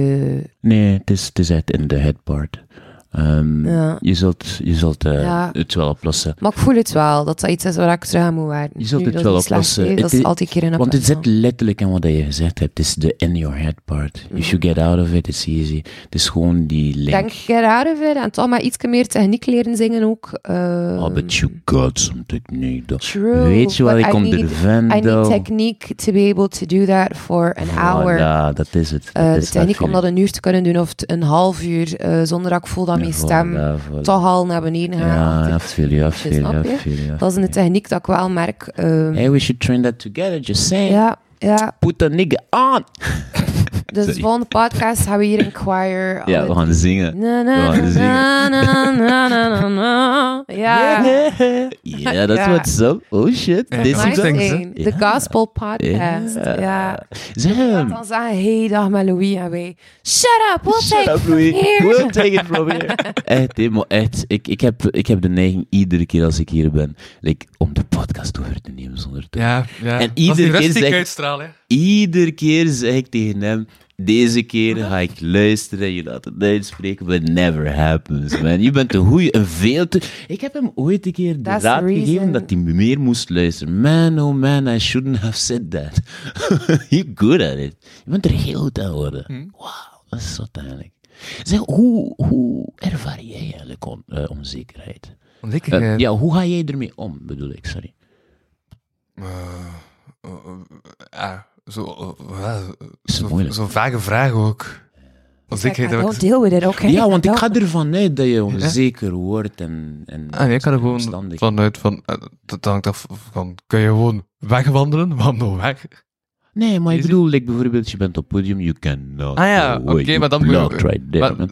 S3: Nee, het is, het is het in de head part. Ehm,
S4: Ja.
S3: Je zult, je zult eh,
S4: Ja.
S3: het wel oplossen.
S4: Maar ik voel het wel, dat dat iets is waar ik terug aan moet werken.
S3: Je zult
S4: Nu,
S3: het
S4: dat
S3: wel
S4: is niet slecht,
S3: oplossen.
S4: hè.
S3: Het
S4: Dat is
S3: is-
S4: altijd een keer een
S3: Want het zit
S4: apart
S3: letterlijk in wat je gezegd hebt. Het is de in your head part. If you get out of it, it's easy. Het is gewoon die
S4: plan.
S3: link.
S4: Denk ik raar verder en toch maar iets meer techniek leren zingen ook. ehm.
S3: Oh, but you got some technique. though.
S4: True,
S3: Weet je
S4: but
S3: wat ik
S4: I
S3: kom
S4: need-
S3: er
S4: I need
S3: vendo?
S4: technique to be able to do that for an hour.
S3: Ja, dat is het.
S4: Eh,
S3: Dat
S4: de
S3: is wat
S4: techniek om
S3: feel
S4: dat
S3: ik.
S4: een uur te kunnen doen of t- een half uur, eh, zonder dat ik voel dat mijn
S3: Voilà,
S4: stem
S3: voilà.
S4: toch al naar beneden gaat.
S3: Ja,
S4: achter
S3: dat
S4: het
S3: viel je, dat
S4: vuurtje,
S3: viel je,
S4: snap
S3: dat
S4: je?
S3: viel je, dat
S4: Dat is
S3: viel
S4: een
S3: je.
S4: techniek dat ik wel merk. ehm,
S3: Hey, we should train that together. Just saying.
S4: Ja, ja.
S3: Put the nigga on.
S4: [laughs] Dus de
S3: Sorry.
S4: volgende podcast gaan we hier een choir.
S3: Ja,
S4: alle
S3: we gaan zingen.
S4: Na, na,
S3: We gaan zingen.
S4: na, na, na, na, na, na.
S3: [laughs]
S4: Ja.
S3: Yeah, yeah that's
S4: Ja.
S3: what's up. Oh shit,
S2: Ja,
S3: this
S2: nice
S3: is
S4: Nice
S3: a-
S2: things, hè?
S4: één. De Gospel Podcast.
S3: Ja. Ehm.
S4: Ja.
S3: Zeg
S4: Dat
S3: hem.
S4: Dan zeggen hey dag met Louis en wij. Shut up, we'll
S3: Shut
S4: take
S3: up,
S4: it from
S3: Louis.
S4: here.
S3: We'll take it from here. [laughs] echt, hè, maar echt. Eh, Ik, ik, heb, ik heb de neiging iedere keer als ik hier ben, like, om de podcast over te nemen zonder te...
S2: Ja, ja.
S3: En
S2: Dat is die
S3: iedere
S2: rust
S3: keer
S2: die ik
S3: zegt-
S2: uitstraal, hè.
S3: Iedere keer zeg ik tegen hem, deze keer ga ik luisteren, je laat het uitspreken, but never happens, man. Je bent een goeie, een veel te... Ik heb hem ooit een keer de
S4: That's the
S3: raad gegeven
S4: reason.
S3: dat hij meer moest luisteren. Man, oh man, I shouldn't have said that. [laughs] You're good at it. Je bent er heel goed aan worden.
S4: Hm?
S3: Wauw, dat is zot eigenlijk. Zeg, hoe, hoe ervaar jij eigenlijk on- eh, onzekerheid?
S2: Want ik,
S3: Eh,
S2: eh,
S3: ja, hoe ga jij ermee om, bedoel ik, sorry.
S2: eh, eh, eh, Oh, zo, eh, eh,
S3: Is
S2: zo-
S3: moeilijk.
S2: Zo'n vage vraag ook. Als ik
S4: Like, I
S2: dat ik-
S4: don't deal with it, oké?
S3: Ja, want ik
S4: I
S3: ga
S4: don't-
S3: ervan uit dat je onzeker wordt en... en
S2: Ah, nee, ik had er gewoon
S3: omstandig.
S2: vanuit van, eh, dat hangt af van, kun je gewoon wegwandelen? Wandel weg.
S3: Nee, maar ik
S2: Is
S3: bedoel, like, bijvoorbeeld, je bent op podium, you cannot
S2: Ah ja,
S3: go away.
S2: oké,
S3: You
S2: maar dan moet je-
S3: blocked right there,
S2: Maar,
S3: man.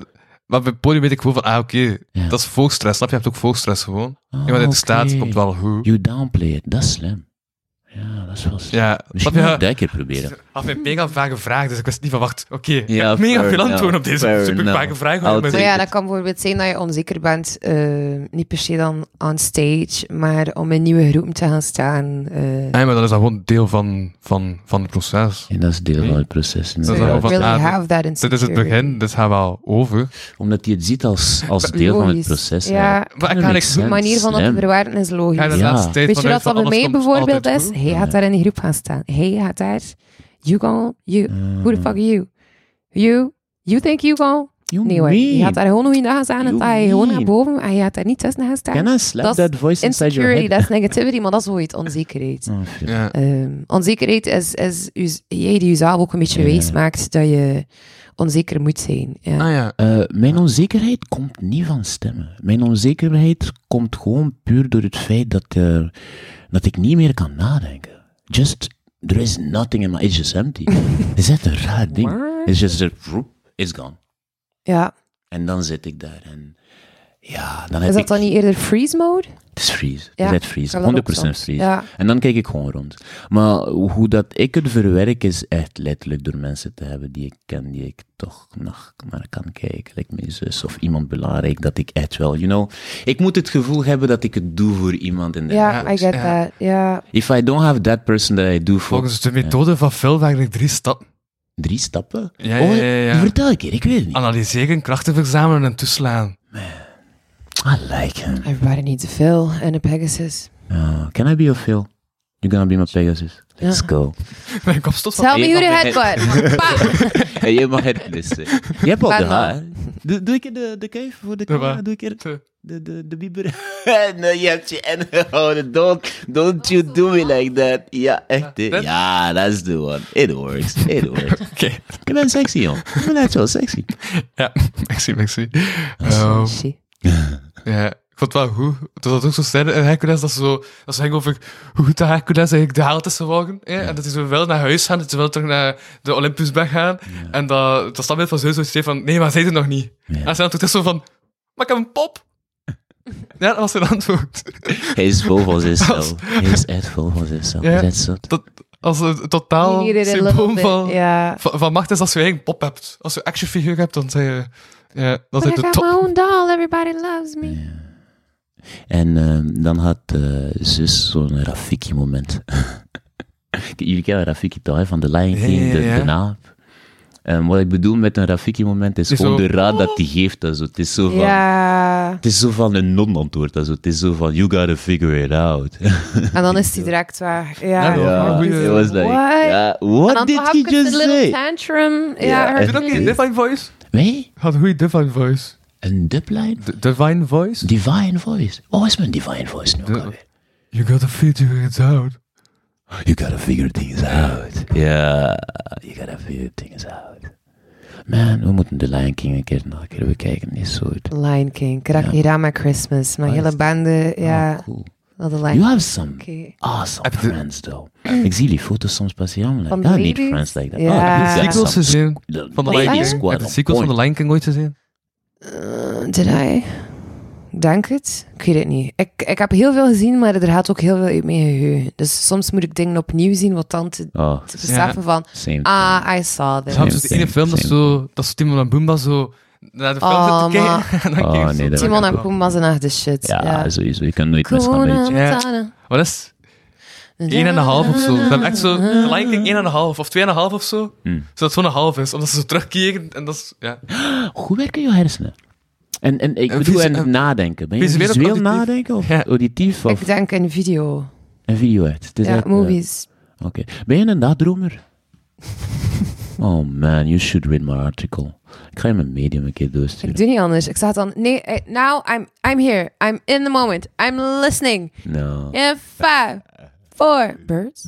S2: maar bij het podium weet ik gewoon van, ah oké,
S3: Ja.
S2: dat is volkstress, snap je? Je hebt ook volkstress gewoon.
S3: Ah,
S2: Iemand uit de
S3: oké.
S2: staat komt wel goed.
S3: You downplay it, dat is slim. Ja, dat is wel slim.
S2: Ja, snap
S3: Misschien Dus moet ik dat
S2: je?
S3: een keer proberen.
S2: Had mij mega vage vraag, dus ik wist niet van, wacht, oké, ik
S3: Ja,
S2: heb mega
S3: fair
S2: veel antwoorden
S3: enough,
S2: op deze
S3: fair
S2: super vage
S3: enough.
S2: vraag.
S3: I'll
S2: maar-
S4: Maar
S3: take
S4: ja,
S3: it.
S4: dat kan bijvoorbeeld zijn dat je onzeker bent, eh, niet per se dan on stage, maar om in nieuwe groepen te gaan staan. eh,
S2: Nee, maar dan is dat gewoon deel van, van, van het proces.
S3: En dat is deel van het proces.
S4: you
S2: is wel
S3: inderdaad.
S2: van-
S4: really
S2: ah,
S4: have that
S2: Dit is het
S4: insecurity.
S2: begin, dit gaat wel over.
S3: Omdat hij het ziet als, als deel van het
S4: Logisch.
S3: proces.
S4: Ja,
S3: eigenlijk.
S2: Maar ik
S3: Dat
S2: ga
S3: makes
S2: niks doen.
S4: De
S3: sense.
S4: manier van het
S3: Slim.
S4: verwarren is logisch.
S2: Ga je de
S3: Ja.
S2: laatste tijd
S4: Weet je wat
S2: vanuit
S4: dat
S2: van
S4: bij
S2: alles
S4: mij
S2: komt
S4: bijvoorbeeld
S2: altijd
S4: is?
S2: goed?
S4: Hij gaat daar in die groep gaan staan. Hij gaat daar. You gon, you. Who the fuck are you? You, you think you gon?
S3: You
S4: Nee hoor, je
S3: mean.
S4: gaat daar gewoon hoe je naast aan en
S3: You
S4: hij gewoon naar
S3: mean.
S4: boven en je gaat daar niet tussen gaan staan.
S3: Can I slap
S4: Dat is
S3: that voice inside your
S4: Insecurity,
S3: head?
S4: dat is negativity, maar dat is ooit onzekerheid.
S3: Oh, shit.
S2: Ja.
S4: Ehm, onzekerheid is, is us- jij die jezelf ook een beetje
S3: Ja.
S4: wijs maakt dat je onzeker moet zijn. Ja.
S2: Ah ja.
S3: Eh, mijn onzekerheid komt niet van stemmen. Mijn onzekerheid komt gewoon puur door het feit dat, eh, dat ik niet meer kan nadenken. Just, there is nothing in my, it's just
S4: [laughs]
S3: empty. Dat is echt een raar ding.
S4: What?
S3: It's just, a, vroep, it's gone.
S4: Ja.
S3: En dan zit ik daar en ja, dan heb
S4: Is dat
S3: ik...
S4: dan niet eerder freeze mode?
S3: Het is freeze.
S4: Ja,
S3: het is echt
S4: ik
S3: freeze.
S4: heb dat ook
S3: 100%
S4: soms.
S3: freeze.
S4: Ja.
S3: En dan kijk ik gewoon rond. Maar hoe dat ik het verwerk is echt letterlijk door mensen te hebben die ik ken, die ik toch nog naar kan kijken. Like mijn zus of iemand belangrijk, dat ik echt wel, you know. Ik moet het gevoel hebben dat ik het doe voor iemand in de
S4: Ja,
S3: wereld.
S4: I get
S2: Ja.
S4: that. Ja.
S3: If I don't have that person that I do for...
S2: Volgens de methode van Phil waren er drie stappen.
S3: Drie stappen?
S2: Ja, ja,
S3: Oh,
S2: ja, Ah. ja.
S3: Vertel een keer, ik weet het niet.
S2: Analyseren, krachten verzamelen en toeslaan. [laughs]
S3: I like him.
S4: Er waren niet te veel en een Pegasus.
S3: Ja, can I be your Phil? You're gonna be my Pegasus. Let's
S4: Ja.
S3: go.
S2: Mijn kop stond van...
S4: Tell me
S3: Eén
S4: who
S3: van
S4: the
S3: de
S4: head got. [laughs] Pa!
S3: Hey, je mag het
S2: [laughs]
S3: missen. Je hebt al de
S4: Maar nou.
S3: haar. Doe, doe ik de, de keef voor de camera?
S2: waar?
S3: Doe ik er
S2: Te-
S3: de, de, de bieber? [laughs] nee, je hebt je en [laughs] gehouden. Don't, don't you do me like that. Ja, echt. hè.
S2: dat-
S3: Ja, that's the one. It works.
S2: [laughs]
S3: It works.
S2: Oké.
S3: Je bent sexy, joh. Je bent echt wel sexy.
S2: Ja, [laughs] merci, merci. [laughs] Ehm,
S4: Shit.
S2: ja, ik vond het wel goed. Het was ook zo sterk in Hercules, dat ze zo... Dat ze ging over hoe goed dat Hercules eigenlijk de haal is gewogen. hè, En dat hij zo wel naar huis gaan, dat ze wel terug naar de Olympusberg gaan. En dat, dat standbeeld van Zeus zo zei van... Nee, maar zij is er nog niet. En ze dan toch zo van... Maar ik heb een [laughs] pop. ja, dat was zijn antwoord.
S3: Hij is vol van
S2: [laughs]
S3: zichzelf. Hij is echt vol van zichzelf.
S2: Ja.
S3: Dat is zot.
S2: Dat, als een
S4: You
S2: totaal
S4: need it a little
S2: symbool Oh, van...
S4: bit. Ja.
S2: Van, van macht is als je eigen pop hebt. Als je actionfiguur hebt, dan zijn je... Ja,
S4: But
S2: dan zijn
S4: I
S2: de
S4: got
S2: top.
S4: my own doll. Everybody loves me.
S3: En ehm, dan had eh, zus zo'n Rafiki-moment. [laughs] Jullie kennen Rafiki toch, hè, van The Lion
S2: Ja,
S3: King,
S2: ja,
S3: de,
S2: ja.
S3: de naap. En wat ik bedoel met een Rafiki-moment is
S2: Is
S3: gewoon
S2: zo-
S3: de raad dat hij geeft. dat zo. Het, is zo van,
S4: Ja.
S3: het is zo van een non-antwoord. dat zo. Het is zo van, you gotta figure it out.
S4: En dan is die direct weg. Ja.
S3: [laughs]
S2: Ja,
S3: ja,
S2: goeie-
S3: it was like,
S4: What?
S3: ja,
S4: En
S3: what
S4: dan
S3: did
S4: pap
S3: he
S4: ik dus een
S3: just
S4: little
S3: say?
S4: tantrum.
S3: Ja,
S4: Ja,
S3: echt.
S2: Heb je dat niet? Divine Voice?
S3: Nee,
S2: Had een goede Divine Voice.
S3: een dubline?
S2: divine Voice?
S3: Divine voice. Oh, is mijn divine voice nu ook
S2: De-
S3: alweer?
S2: You gotta figure it out.
S3: You gotta figure things out. Ja, you gotta figure things out. Man, we moeten de Lion King een keer nog een keer bekijken. Die is zo goed.
S4: Lion King, Krakirama Christmas, mijn hele bende, ja,
S3: Oh, cool.
S4: wel de
S3: You
S4: Lion
S3: have some
S4: King.
S3: awesome
S2: Heb je-
S3: friends, though. [clears throat] Ik zie die foto's soms passeren. I'm like,
S4: Van
S3: I
S4: de
S3: need
S4: baby's?
S3: friends like that.
S4: Ja.
S3: Oh,
S4: Heb je
S3: you
S4: de
S3: got
S2: sequels
S3: some
S2: gezien?
S3: squ- the
S2: Van de
S3: baby
S2: Lion King.
S3: squad
S2: Heb je de
S3: on
S2: sequels van de
S3: point.
S2: Lion King ooit gezien?
S4: Eh, Did I? Ik Denk het? Ik weet het niet. Ik, ik heb heel veel gezien, maar er gaat ook heel veel uit mijn geheugen. Dus soms moet ik dingen opnieuw zien, wat dan te,
S3: Oh,
S4: te beseffen van,
S3: same.
S4: ah, I saw
S2: Ze hadden
S4: this.
S2: zo'n
S3: same,
S2: ene film dat
S3: same.
S2: zo... Dat ze Timon en Pumbaa zo... Naar de film
S4: Oh,
S2: zitten
S4: man.
S2: kijken. [laughs] en dan
S3: Oh,
S2: kijken ze
S3: nee,
S2: zo
S3: dat-
S2: terug.
S4: Timon en Pumbaa zijn echt de shit.
S3: ja,
S4: Ja,
S3: sowieso. Je kan nooit mis gaan
S4: Corona,
S3: met
S2: Ja.
S4: tana.
S2: Wat is... Eén en een half of zo. Ze hebben echt zo... De Lion King één en een half of twee en een half of zo.
S3: Hmm.
S2: Zodat het gewoon een half is. Omdat ze zo terugkijken en dat is... Ja.
S3: Hoe werken je hersenen? En, en ik
S2: Eh,
S3: bedoel,
S2: visu-
S3: en
S2: eh,
S3: nadenken. Ben je
S2: visueel
S3: visueel,
S2: of auditief?
S3: nadenken of
S2: Ja.
S3: auditief of
S4: Ik denk een video.
S3: een video uit? Het is
S4: Ja,
S3: echt, eh,
S4: movies.
S3: Oké. Ben je een
S4: [laughs]
S3: dagdromer? oh man, you should read my article. Ik ga je mijn medium een keer
S4: Ik
S3: doorsturen.
S4: doe niet anders. Ik zat dan, nee, eh,
S3: Nou.
S4: [laughs] now I'm, I'm here. I'm in the moment. I'm listening.
S3: No.
S4: In 5, four birds.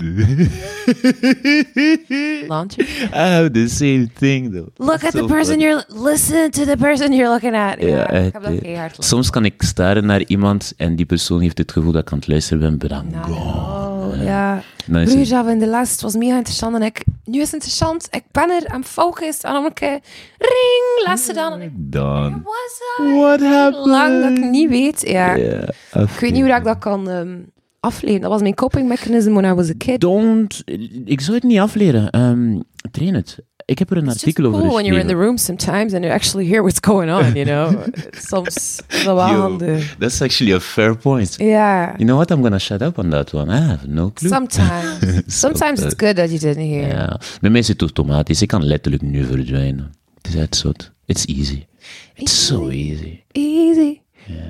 S4: Launcher.
S3: [laughs] Oh, the same thing, though.
S4: Look at
S3: That's
S4: the
S3: so
S4: person
S3: funny.
S4: you're listen to the person you're looking at. Ja,
S3: Ja,
S4: ik
S3: echt,
S4: heb dat
S3: eh.
S4: keihard. lang.
S3: Soms kan ik staren naar iemand en die persoon heeft het gevoel dat ik aan het luisteren ben. Bedankt.
S4: Oh, ja.
S3: Dan is
S4: Broer,
S3: het-
S4: dat we in de laatste was mega interessant. En ik, nu is het interessant. Ik ben er, I'm focused. En dan een keer, ring, laatste dan. En ik,
S3: Dan.
S4: was dat?
S3: What happened?
S4: Lang dat ik niet weet. Ja.
S3: Ja,
S4: Ik weet niet hoe dat ik dat kan ehm afleren. Dat was mijn coping mechanism when I was a kid.
S3: Don't... Ik zou het niet afleren. Ehm, train het. Ik heb er een
S4: It's just
S3: artikel
S4: cool
S3: over
S4: when you're in
S3: geschreven.
S4: the room sometimes and you actually hear what's going on, you know.
S3: [laughs]
S4: Soms is dat wel
S3: Yo,
S4: handig.
S3: That's actually a fair point.
S4: Ja.
S3: You know what? I'm gonna shut up on that one. I have no clue. [laughs]
S4: Sometimes. Sometimes
S3: Sometimes.
S4: it's good that you didn't hear.
S3: Ja, bij mij is het automatisch. Ik kan letterlijk nu verdwijnen. Het is echt zot. It's easy. It's so easy.
S4: Easy.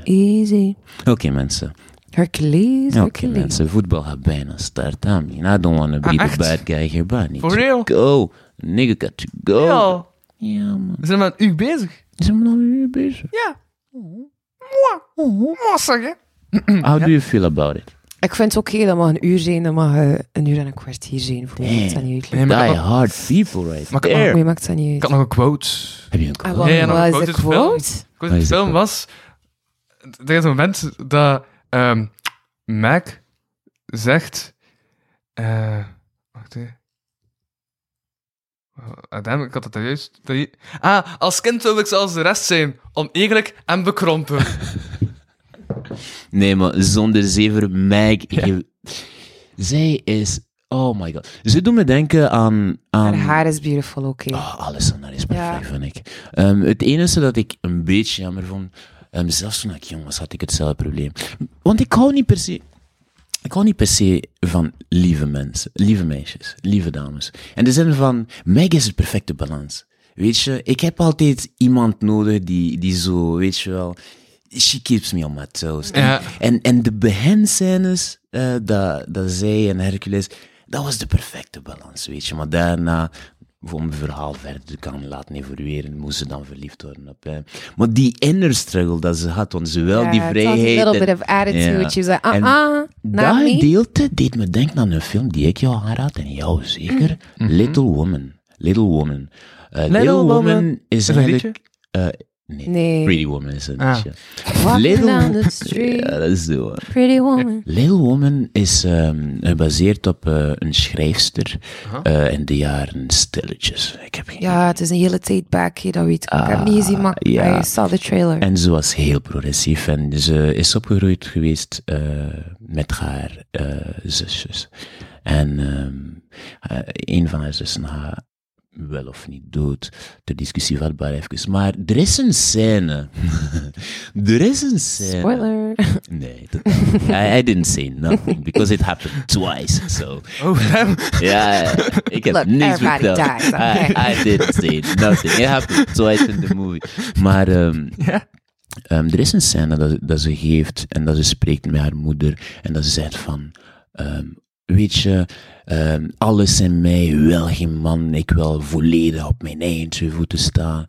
S4: Easy.
S3: Oké mensen.
S4: Hercules,
S3: Oké
S4: Hercules.
S3: mensen. Voetbal gaat bijna starten. I mean, I don't wanna be
S2: Ah,
S3: the
S2: echt?
S3: bad guy here, but I need
S2: For
S3: to
S2: real?
S3: go. Nigga got to go.
S2: Ja.
S3: Ja, man.
S2: We zijn maar een uur bezig.
S3: Zijn we nog een uur bezig?
S2: Ja. Mwah. Massa, hè?
S3: How do you feel about it?
S4: Ik vind het oké, dat mag een uur zijn, dat mag eh, een uur en een kwartier zijn. Voor mij maakt dat niet uit.
S2: Nee, maar ik
S3: Die
S2: had nog-
S3: hard people right
S2: Maar ik-
S4: Voor
S3: there.
S4: mij maakt dat niet
S2: ik
S4: uit.
S2: had nog een quote.
S3: Heb je een
S4: Ah,
S3: quote?
S4: wel,
S2: Ja, ja, nog
S4: wel
S2: een
S4: is de
S2: quote uit de film.
S4: quote?
S2: De
S3: Wat is de
S2: film
S3: quote?
S2: was... Er is een moment dat ehm, Mac zegt... eh, wacht even. Oh, Adam, ik had dat daar juist... daar ju- Ah, als kind wil ik zoals de rest zijn. Onegelijk en bekrompen.
S3: Nee, maar zonder zever Meg. ik- Zij is... Oh my god. Ze doet me denken aan... aan...
S4: Haar haar is beautiful, oké.
S3: Ah, alles aan haar is perfect,
S4: Ja.
S3: vind ik. Ehm, het enige dat ik een beetje jammer vond, ehm, zelfs toen ik jong was, had ik hetzelfde probleem. Want ik hou niet per se... Ik hou niet per se van lieve mensen, lieve meisjes, lieve dames. En de zin van, Meg is de perfecte balans. Weet je, ik heb altijd iemand nodig die, die zo, weet je wel... She keeps me on my toes.
S2: Ja.
S3: En, en de behendscènes eh dat, dat zij en Hercules, dat was de perfecte balans, weet je. Maar daarna, om het verhaal verder te kunnen laten evolueren, moest ze dan verliefd worden op hem. Maar die inner struggle dat ze had, want ze wel
S4: Ja,
S3: die
S4: het was een
S3: vrijheid...
S4: little
S3: en-
S4: bit of attitude.
S3: Ja.
S4: She was like,
S3: En
S4: uh-uh, not
S3: dat
S4: me.
S3: gedeelte deed me denken aan een film die ik jou aanraad, en jou
S4: Mm-hmm.
S3: zeker, Little Woman. Little Woman. Eh, Little, Woman,
S2: Woman.
S3: is,
S2: dat een
S3: eigenlijk... eh, nee,
S4: Nee.
S3: Pretty Woman is een
S2: Ah.
S3: liedje.
S4: Walking
S3: Little
S4: down
S3: Wo-
S4: the street.
S3: [laughs] Ja, dat is de one.
S4: Pretty woman.
S3: Little Woman is ehm, gebaseerd op eh, een schrijfster eh, in de jaren stilletjes. Ik heb geen...
S4: Ja, het is een hele tijd back, hè, dat weet ik. ik heb het niet gezien, maar
S3: Ah, ja.
S4: I saw the trailer.
S3: En ze was heel progressief en ze is opgegroeid geweest eh, met haar eh, zusjes. En ehm, eh, een van haar zussen haar wel of niet dood, ter discussie vatbaar even. Maar er is een scène. [laughs] er is een scène.
S4: Spoiler. [laughs]
S3: [laughs] Nee, totaal. I, I didn't say nothing because it happened twice. So
S2: Oh, Adam.
S3: Ja, ik heb
S4: Look,
S3: niks
S4: everybody
S3: verteld.
S4: dies, okay.
S3: I, I didn't say nothing. It happened twice in the movie. Maar ehm,
S2: Ja.
S3: ehm, er is een scène dat, dat ze geeft en dat ze spreekt met haar moeder. En dat ze zegt van, ehm, weet je, ehm, alles in mij, wel geen man. Ik wil volledig op mijn eigen twee voeten staan.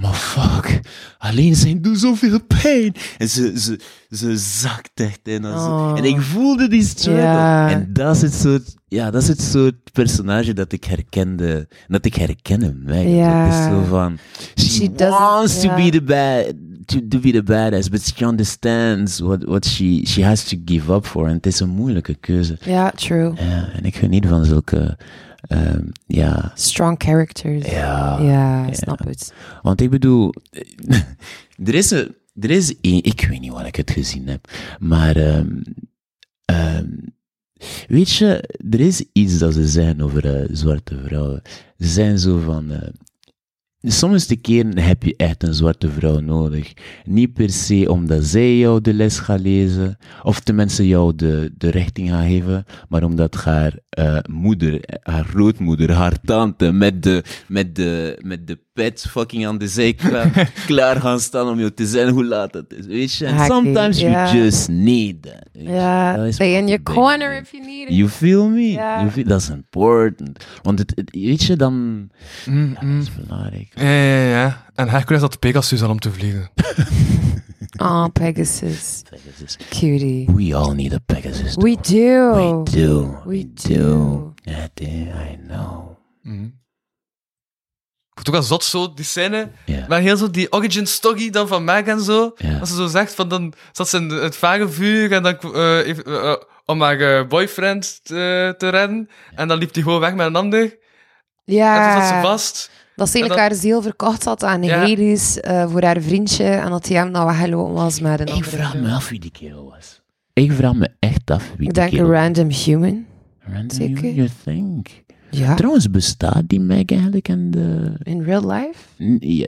S3: Maar fuck, alleen zijn doet zoveel pijn. En ze, ze, ze zakt echt in. als-
S4: Oh.
S3: En ik voelde die struggle.
S4: Ja.
S3: En dat is het soort, ja, dat is het soort personage dat ik herkende, dat ik herken in mij.
S4: Ja.
S3: Dat is zo van, she,
S4: She doesn't-
S3: wants to
S4: ja.
S3: be the bad, to, to be the badass, but she understands what, what she, she has to give up for. En het is een moeilijke keuze.
S4: Ja, true.
S3: Ja, Eh, en ik geniet van zulke, ehm, ja,
S4: Strong characters.
S3: ja,
S4: Ja, snap het.
S3: want ik bedoel, [laughs] er is een, er is één, ik weet niet waar ik het gezien heb, maar ehm, ehm, weet je, er is iets dat ze zijn over eh, zwarte vrouwen. Ze zijn zo van, eh, soms de keren heb je echt een zwarte vrouw nodig. Niet per se omdat zij jou de les gaat lezen, of tenminste jou de, de richting gaat geven, maar omdat haar eh, moeder, eh, haar grootmoeder, haar tante met de, met de, met de pet fucking aan de zijkant klaar gaan staan om je te zeggen hoe laat het is. Weet je? And
S4: Hacky,
S3: sometimes
S4: ja.
S3: you just need that. weet je. Dat
S4: Ja,
S3: is
S4: stay in your
S3: fucking big,
S4: corner
S3: man.
S4: if you need it.
S3: You feel me?
S4: Ja.
S3: You feel, that's important. Want het, het- weet je, dan...
S2: Mm,
S3: ja,
S2: [laughs] mm.
S3: dat is belangrijk.
S2: Ja, ja, ja, ja. En Hercules had Pegasus al om te vliegen.
S4: Oh, Pegasus.
S3: Pegasus.
S4: Cutie.
S3: We all need a Pegasus.
S4: We do.
S3: We do.
S4: We
S3: We
S4: do.
S3: do. Yeah, dude, I know.
S2: Mhm. Ik vond het ook wel zot zo, die scène.
S3: Ja.
S2: Maar heel zo die origin story dan van Meg en zo.
S3: Ja.
S2: Als ze zo zegt, van dan zat ze in het vagevuur en dan, eh, heeft- eh, eh, om haar eh, boyfriend te, te redden. En dan liep hij gewoon weg met een ander. En toen zat ze
S3: [laughs]
S4: Ja,
S2: vast.
S4: dat ze eigenlijk
S2: En
S4: haar ziel verkocht had aan
S2: Ja.
S4: Hades eh, voor haar vriendje en dat hij hem nou weggelopen was met een
S3: Ik
S4: andere
S3: vraag me
S4: vrouw.
S3: af wie die kerel was. Ik vraag me echt af wie
S4: Ik
S3: die
S4: denk
S3: kerel
S4: een
S3: was.
S4: random human.
S3: Random
S4: Zeker.
S3: human, you think.
S4: Ja,
S3: Trouwens, bestaat die Meg eigenlijk en de...
S4: in real life.
S3: uh, N- Ja.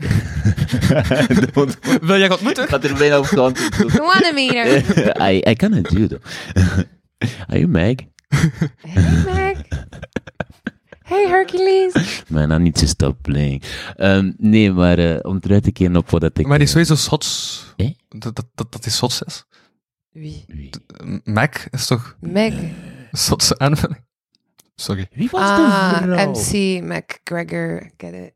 S3: [laughs] Dat ont-
S2: [laughs] Wil jij wat moeten?
S3: Ik had er bijna op geantwoord.
S4: You wanna meet her.
S3: I, I cannot do though. [laughs] Are you Meg?
S4: Hey, Meg. Hey, Hercules.
S3: Man, I need to stop playing. Ehm, nee, maar eh, om terug te keren op wat dat ik...
S2: [laughs] Maar die is sowieso schots.
S3: Eh?
S2: Dat, dat, dat, dat die schots is.
S4: Wie?
S3: Wie,
S2: Mac is toch
S4: Meg.
S2: een schotse aanvulling? Sorry.
S3: Wie was de
S4: Ah,
S3: vrouw?
S4: MC McGregor. Get it.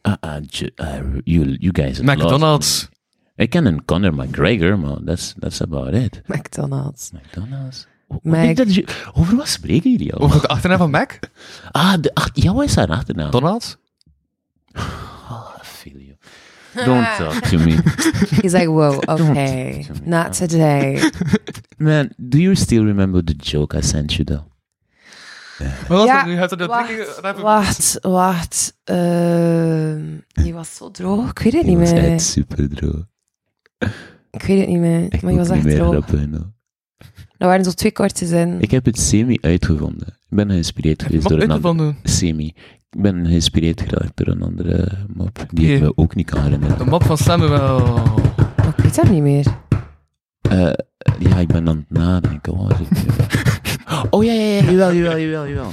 S3: Ah, ah, ju- ah, you, you guys have
S2: McDonald's.
S3: lost me. Ik ken een Conor McGregor, maar that's, that's about it.
S4: McDonald's.
S3: McDonald's. Hoe- hoe
S4: Mac-
S3: denk dat je- Over wat spreken jullie al?
S2: Over de achternaam van Mac?
S3: Ah, de, ach, ja, wat is haar achternaam?
S2: Donald?
S3: Ah, I feel you.
S4: [laughs]
S3: Don't talk to me.
S4: He's like, whoa, okay,
S3: Don't.
S4: not today.
S3: Man, do you still remember the joke I sent you though?
S2: Wat was
S4: Ja,
S2: dat nu? Had dat
S4: Wacht, wacht, wacht. Ehm, die was zo droog. Ik weet het
S3: Die
S4: niet
S3: was echt
S4: meer.
S3: super droog.
S4: Ik weet het niet meer.
S3: Ik
S4: Maar die was
S3: moet niet
S4: echt
S3: meer
S4: droog.
S3: grappen, no.
S4: Dat waren zo twee korte zinnen.
S3: Ik heb het semi uitgevonden. Ik ben geïnspireerd geweest door een andere
S2: uitgevonden.
S3: semi. Ik ben geïnspireerd geraakt door een andere eh, mop die ik
S2: Oké.
S3: me ook niet kan herinneren.
S2: De mop van Samuel.
S4: Maar Ik weet dat niet meer.
S3: Eh, ja, ik ben aan het nadenken. Wat was het nu? [laughs] oh ja, ja, ja, jawel, jawel, jawel, jawel.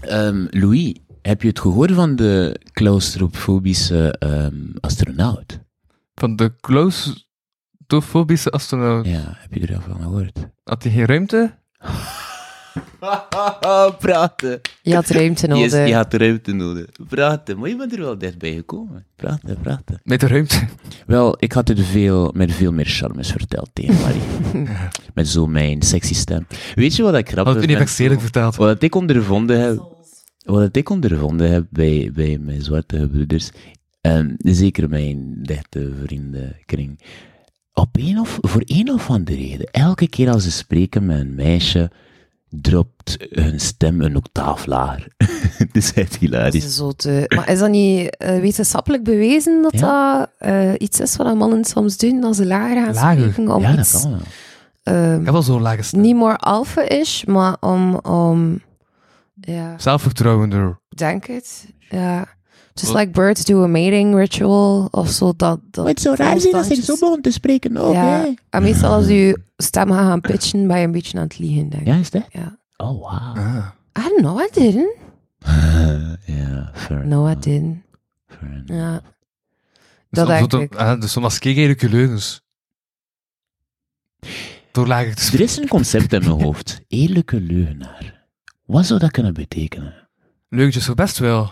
S3: Ehm, Louis, heb je het gehoord van de claustrofobische ehm, astronaut?
S2: Van de claustrofobische astronaut.
S3: Ja, heb je er al van gehoord?
S2: Had hij geen ruimte?
S3: praten.
S4: Je had ruimte
S3: Je, is,
S4: nodig.
S3: je had ruimte nodig. Praten. Maar je bent er wel dichtbij gekomen. Praten, praten.
S2: Met de ruimte.
S3: Wel, ik had het veel, met veel meer charmes verteld tegen Marie. met zo mijn sexy stem. Weet je wat ik grappig
S2: Had het
S3: vind?
S2: universeel verteld.
S3: Wat ik ondervonden heb, wat ik ondervonden heb bij, bij mijn zwarte gebroeders, en zeker mijn dichte vriendenkring, op een of, voor een of andere reden, elke keer als ze spreken met een meisje, dropt hun stem een octaaf lager. [laughs] Het is echt
S4: Dat
S3: hilarisch.
S4: is zo te... Maar is dat niet eh, wetenschappelijk bewezen dat dat eh, iets is wat mannen soms doen als ze lager gaan
S2: Lager?
S4: spreken? Om
S3: Ja, dat
S4: iets,
S3: kan wel.
S2: Ik
S4: ehm,
S2: heb wel zo'n lage stem.
S4: niet meer alpha-ish, maar om... om ja.
S2: Zelfvertrouwen door.
S4: denk het. Ja. Just
S2: Wat-
S4: like birds do a mating ritual of zo. Dat, dat
S3: Maar het zou raar zijn als ik zo begon te spreken ook,
S4: Ja.
S3: hè?
S4: En meestal als je stem gaat gaan pitchen, ben je een beetje aan het liegen, denk ik.
S3: Ja, is dat?
S4: Ja.
S3: Oh, wow.
S2: Ah.
S4: I don't know, I didn't.
S3: Eh, ja, fair
S4: No, I
S3: enough,
S4: didn't.
S3: fair enough.
S4: Ja.
S2: Dus
S4: Dat
S2: om zo
S4: denk
S2: te-
S4: ik.
S2: ah, dus dan maskeer je eigenlijk je leugens. Door lager te
S3: Er
S2: spreken.
S3: is een concept in mijn hoofd. Eerlijke leugenaar. Wat zou dat kunnen betekenen?
S2: Leugentjes voor best wel.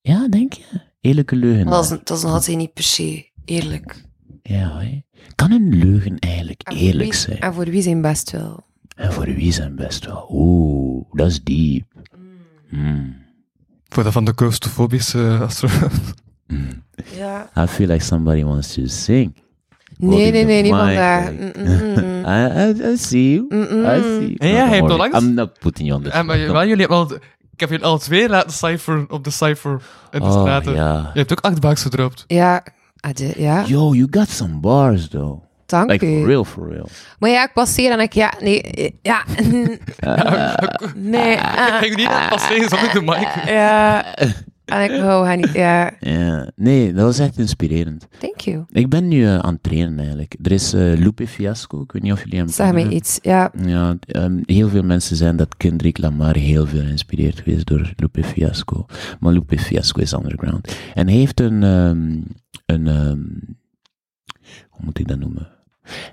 S3: Ja, denk je? Eerlijke leugenaar.
S4: Dat is, dat is nog altijd niet per se eerlijk.
S3: Ja, hè? Kan een leugen eigenlijk
S4: En voor
S3: eerlijk
S4: wie-
S3: zijn?
S4: En voor wie zijn best wel.
S3: En voor wie zijn best wel? Oeh, dat is diep. Mm.
S2: Voor dat van de claustrofobische astronaut.
S3: Mm.
S4: Ja.
S3: I feel like somebody wants to sing.
S4: Nee, nee,
S3: the
S4: nee, niet
S3: mic,
S4: vandaag.
S3: like.
S4: Mm, mm, mm.
S3: I, I, I see you.
S4: Mm-mm.
S3: I see you.
S2: Ja, hij heeft
S3: Don't worry.
S2: al langs-
S3: I'm not putting you on the
S2: En Ah, maar,
S3: spot.
S2: maar jullie hebben al... Ik heb jullie al twee laten cijferen op de cijfer in de
S3: Oh,
S2: straten.
S3: ja.
S2: Je hebt ook acht baaks gedropt.
S4: Ja. I did, ja,
S3: Yo, you got some bars, though.
S4: dank
S3: Like,
S4: u.
S3: for real, for real.
S4: Maar ja, ik passeer en ik, ja, nee, eh,
S3: [laughs]
S4: ja, ah. nee, eh,
S3: Ah.
S4: [laughs] Ah.
S2: Ik ging niet passeren zonder de mic.
S4: ja, En ik hou haar niet. Ja,
S3: Ja. Nee, dat was echt inspirerend.
S4: thank you.
S3: Ik ben nu eh, aan het trainen eigenlijk. Er is eh Lupe Fiasco, ik weet niet of jullie hem
S4: Zeg mij
S3: kennen.
S4: iets. Ja,
S3: Ja, ehm, heel veel mensen zijn dat Kendrick Lamar heel veel geïnspireerd geweest door Lupe Fiasco. Maar Lupe Fiasco is underground. En hij heeft een, ehm, een ehm, hoe moet ik dat noemen?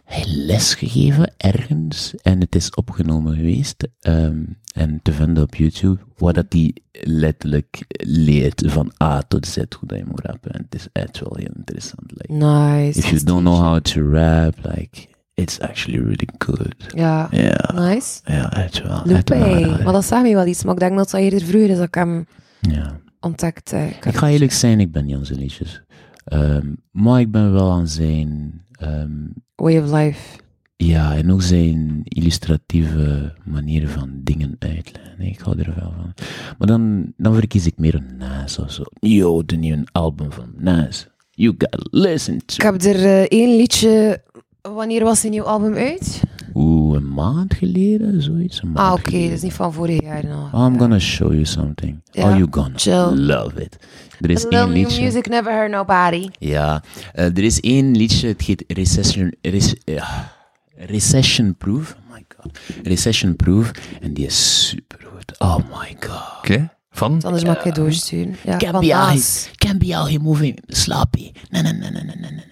S3: Hij heeft lesgegeven ergens en het is opgenomen geweest ehm, en te vinden op YouTube, waar dat hij letterlijk leert van A tot Z hoe dat je moet rappen. En het is echt wel heel interessant. Like, if you
S4: nice.
S3: don't know how to rap, like, it's actually really good.
S4: Ja,
S3: Ja,
S4: nice.
S3: ja, echt wel. echt
S4: Lupe.
S3: wel, ja.
S4: Maar dat zag mij wel iets. Maar ik denk dat dat eerder vroeger is dat ik hem
S3: Ja.
S4: ontdekte. Ik
S3: Ik ga eerlijk zijn, ik ben niet aan zijn liedjes. Ehm, maar ik ben wel aan zijn, ehm,
S4: Way of life.
S3: ja, en ook zijn illustratieve manier van dingen uitleggen. Ik hou er wel van. Maar dan, dan verkies ik meer een Nas of zo. Yo, de nieuwe album van Nas. You gotta listen
S4: Ik
S3: to.
S4: heb er eh, één liedje... Wanneer was zijn nieuw album uit?
S3: Oeh, een maand geleden, zoiets. Een maand
S4: Ah, oké.
S3: geleden. Oh,
S4: Dat is niet van vorig jaar nog.
S3: I'm gonna show you something.
S4: Ja,
S3: Oh, you gonna
S4: chill.
S3: love it. Er is
S4: Little
S3: één
S4: new
S3: liedje.
S4: music, never heard nobody.
S3: Ja, eh, er is één liedje, het heet Recession, Res- ja, Recession Proof. Oh my god. Recession Proof. En die is super goed. Oh my god.
S2: Oké. Van?
S4: Anders mag ik het doorsturen. Ja,
S3: Can't
S4: van
S3: be out
S4: Nas.
S3: here- can't be out here moving sloppy. Nee, nee, nee, nee, nee, nee, nee.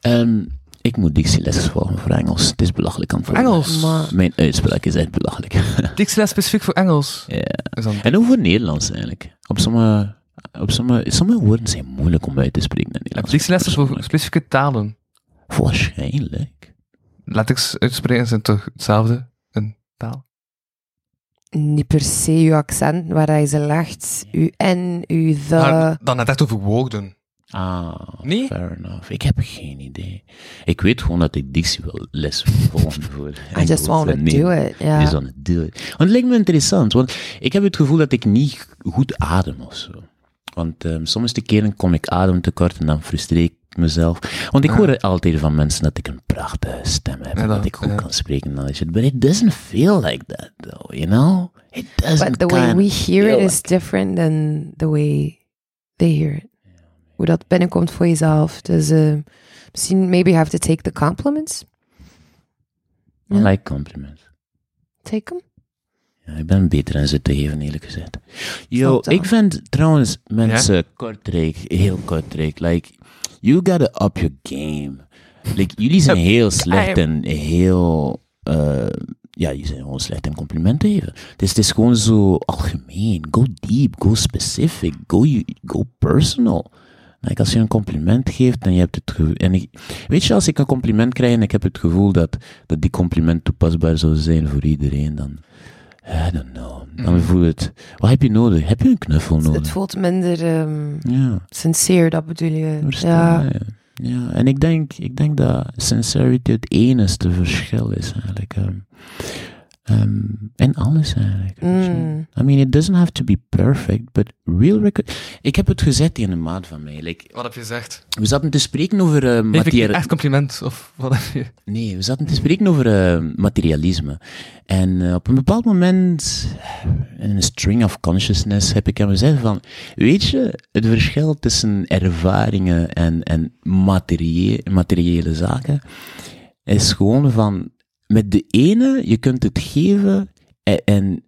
S3: Ehm, ik moet dictieles volgen voor Engels. Het is belachelijk aan het worden.
S2: Engels.
S4: Maar-
S3: Mijn uitspraak is echt belachelijk. [laughs]
S2: Dictionary specifiek voor Engels.
S3: Ja.
S2: Is dan-
S3: En ook voor Nederlands eigenlijk. Op sommige, op sommige, sommige woorden zijn moeilijk om uit te spreken in het Nederlands.
S2: Dictionary is voor specifieke talen.
S3: Waarschijnlijk.
S2: Latex uitspreken zijn toch hetzelfde? Een taal?
S4: Niet per se je accent waar je ze legt. U en, u the.
S2: Maar dan net echt over woorden.
S3: Ah,
S2: Nee?
S3: fair enough. Ik heb geen idee. Ik weet gewoon dat ik dictie wel les volgen voor.
S4: [laughs] I just want to do it. Ja.
S3: Just wanna do it. Want het lijkt me interessant, want ik heb het gevoel dat ik niet goed adem of zo. Want ehm, soms de keren kom ik ademtekort en dan frustreer ik mezelf. Want ik hoor altijd van mensen dat ik een prachtige stem heb.
S2: Ja,
S3: en dat
S2: dat-
S3: ik goed
S2: ja.
S3: kan spreken en al die shit. But it doesn't feel like that, though, you know? It doesn't
S4: But the way
S3: kinda
S4: we hear it
S3: feel
S4: is different than the way they hear it. Hoe dat binnenkomt voor jezelf. Dus eh, misschien, maybe you have to take the compliments.
S3: like- I like compliments.
S4: Take them.
S3: Ja, ik ben beter aan ze te geven, eerlijk gezegd. Yo,
S4: Snap dat.
S3: ik vind trouwens mensen kortrijk, heel kortrijk. Like, you gotta up your game. Like, jullie zijn heel slecht en heel... eh, ja, jullie zijn gewoon slecht in complimenten geven. Dus het is gewoon zo algemeen. Go deep, go specific, go, you- go personal. Like, als je een compliment geeft en je hebt het gevoel... En ik, weet je, als ik een compliment krijg en ik heb het gevoel dat, dat die compliment toepasbaar zou zijn voor iedereen, dan... I don't know. Dan voel je het. Wat heb je nodig? Heb je een knuffel
S4: Mm. Het
S3: nodig?
S4: voelt minder ehm
S3: Ja,
S4: sincere, dat bedoel je.
S3: verstaan.
S4: Ja.
S3: Ja. ja, en ik denk, ik denk dat sincerity het enige verschil is eigenlijk. ehm. Ehm, en alles eigenlijk. weet je.
S4: Mm.
S3: I mean, it doesn't have to be perfect, but real record. Ik heb het gezet in een maat van mij. Like,
S2: Wat heb je gezegd?
S3: we zaten te spreken over eh,
S2: Geef ik
S3: materia-
S2: echt compliment? Of wat heb je?
S3: Nee, we zaten te spreken over eh, materialisme. En eh, op een bepaald moment, in een string of consciousness, heb ik aan mezelf van, weet je, het verschil tussen ervaringen en, en materie- materiële zaken is gewoon van, met de ene, je kunt het geven en, en,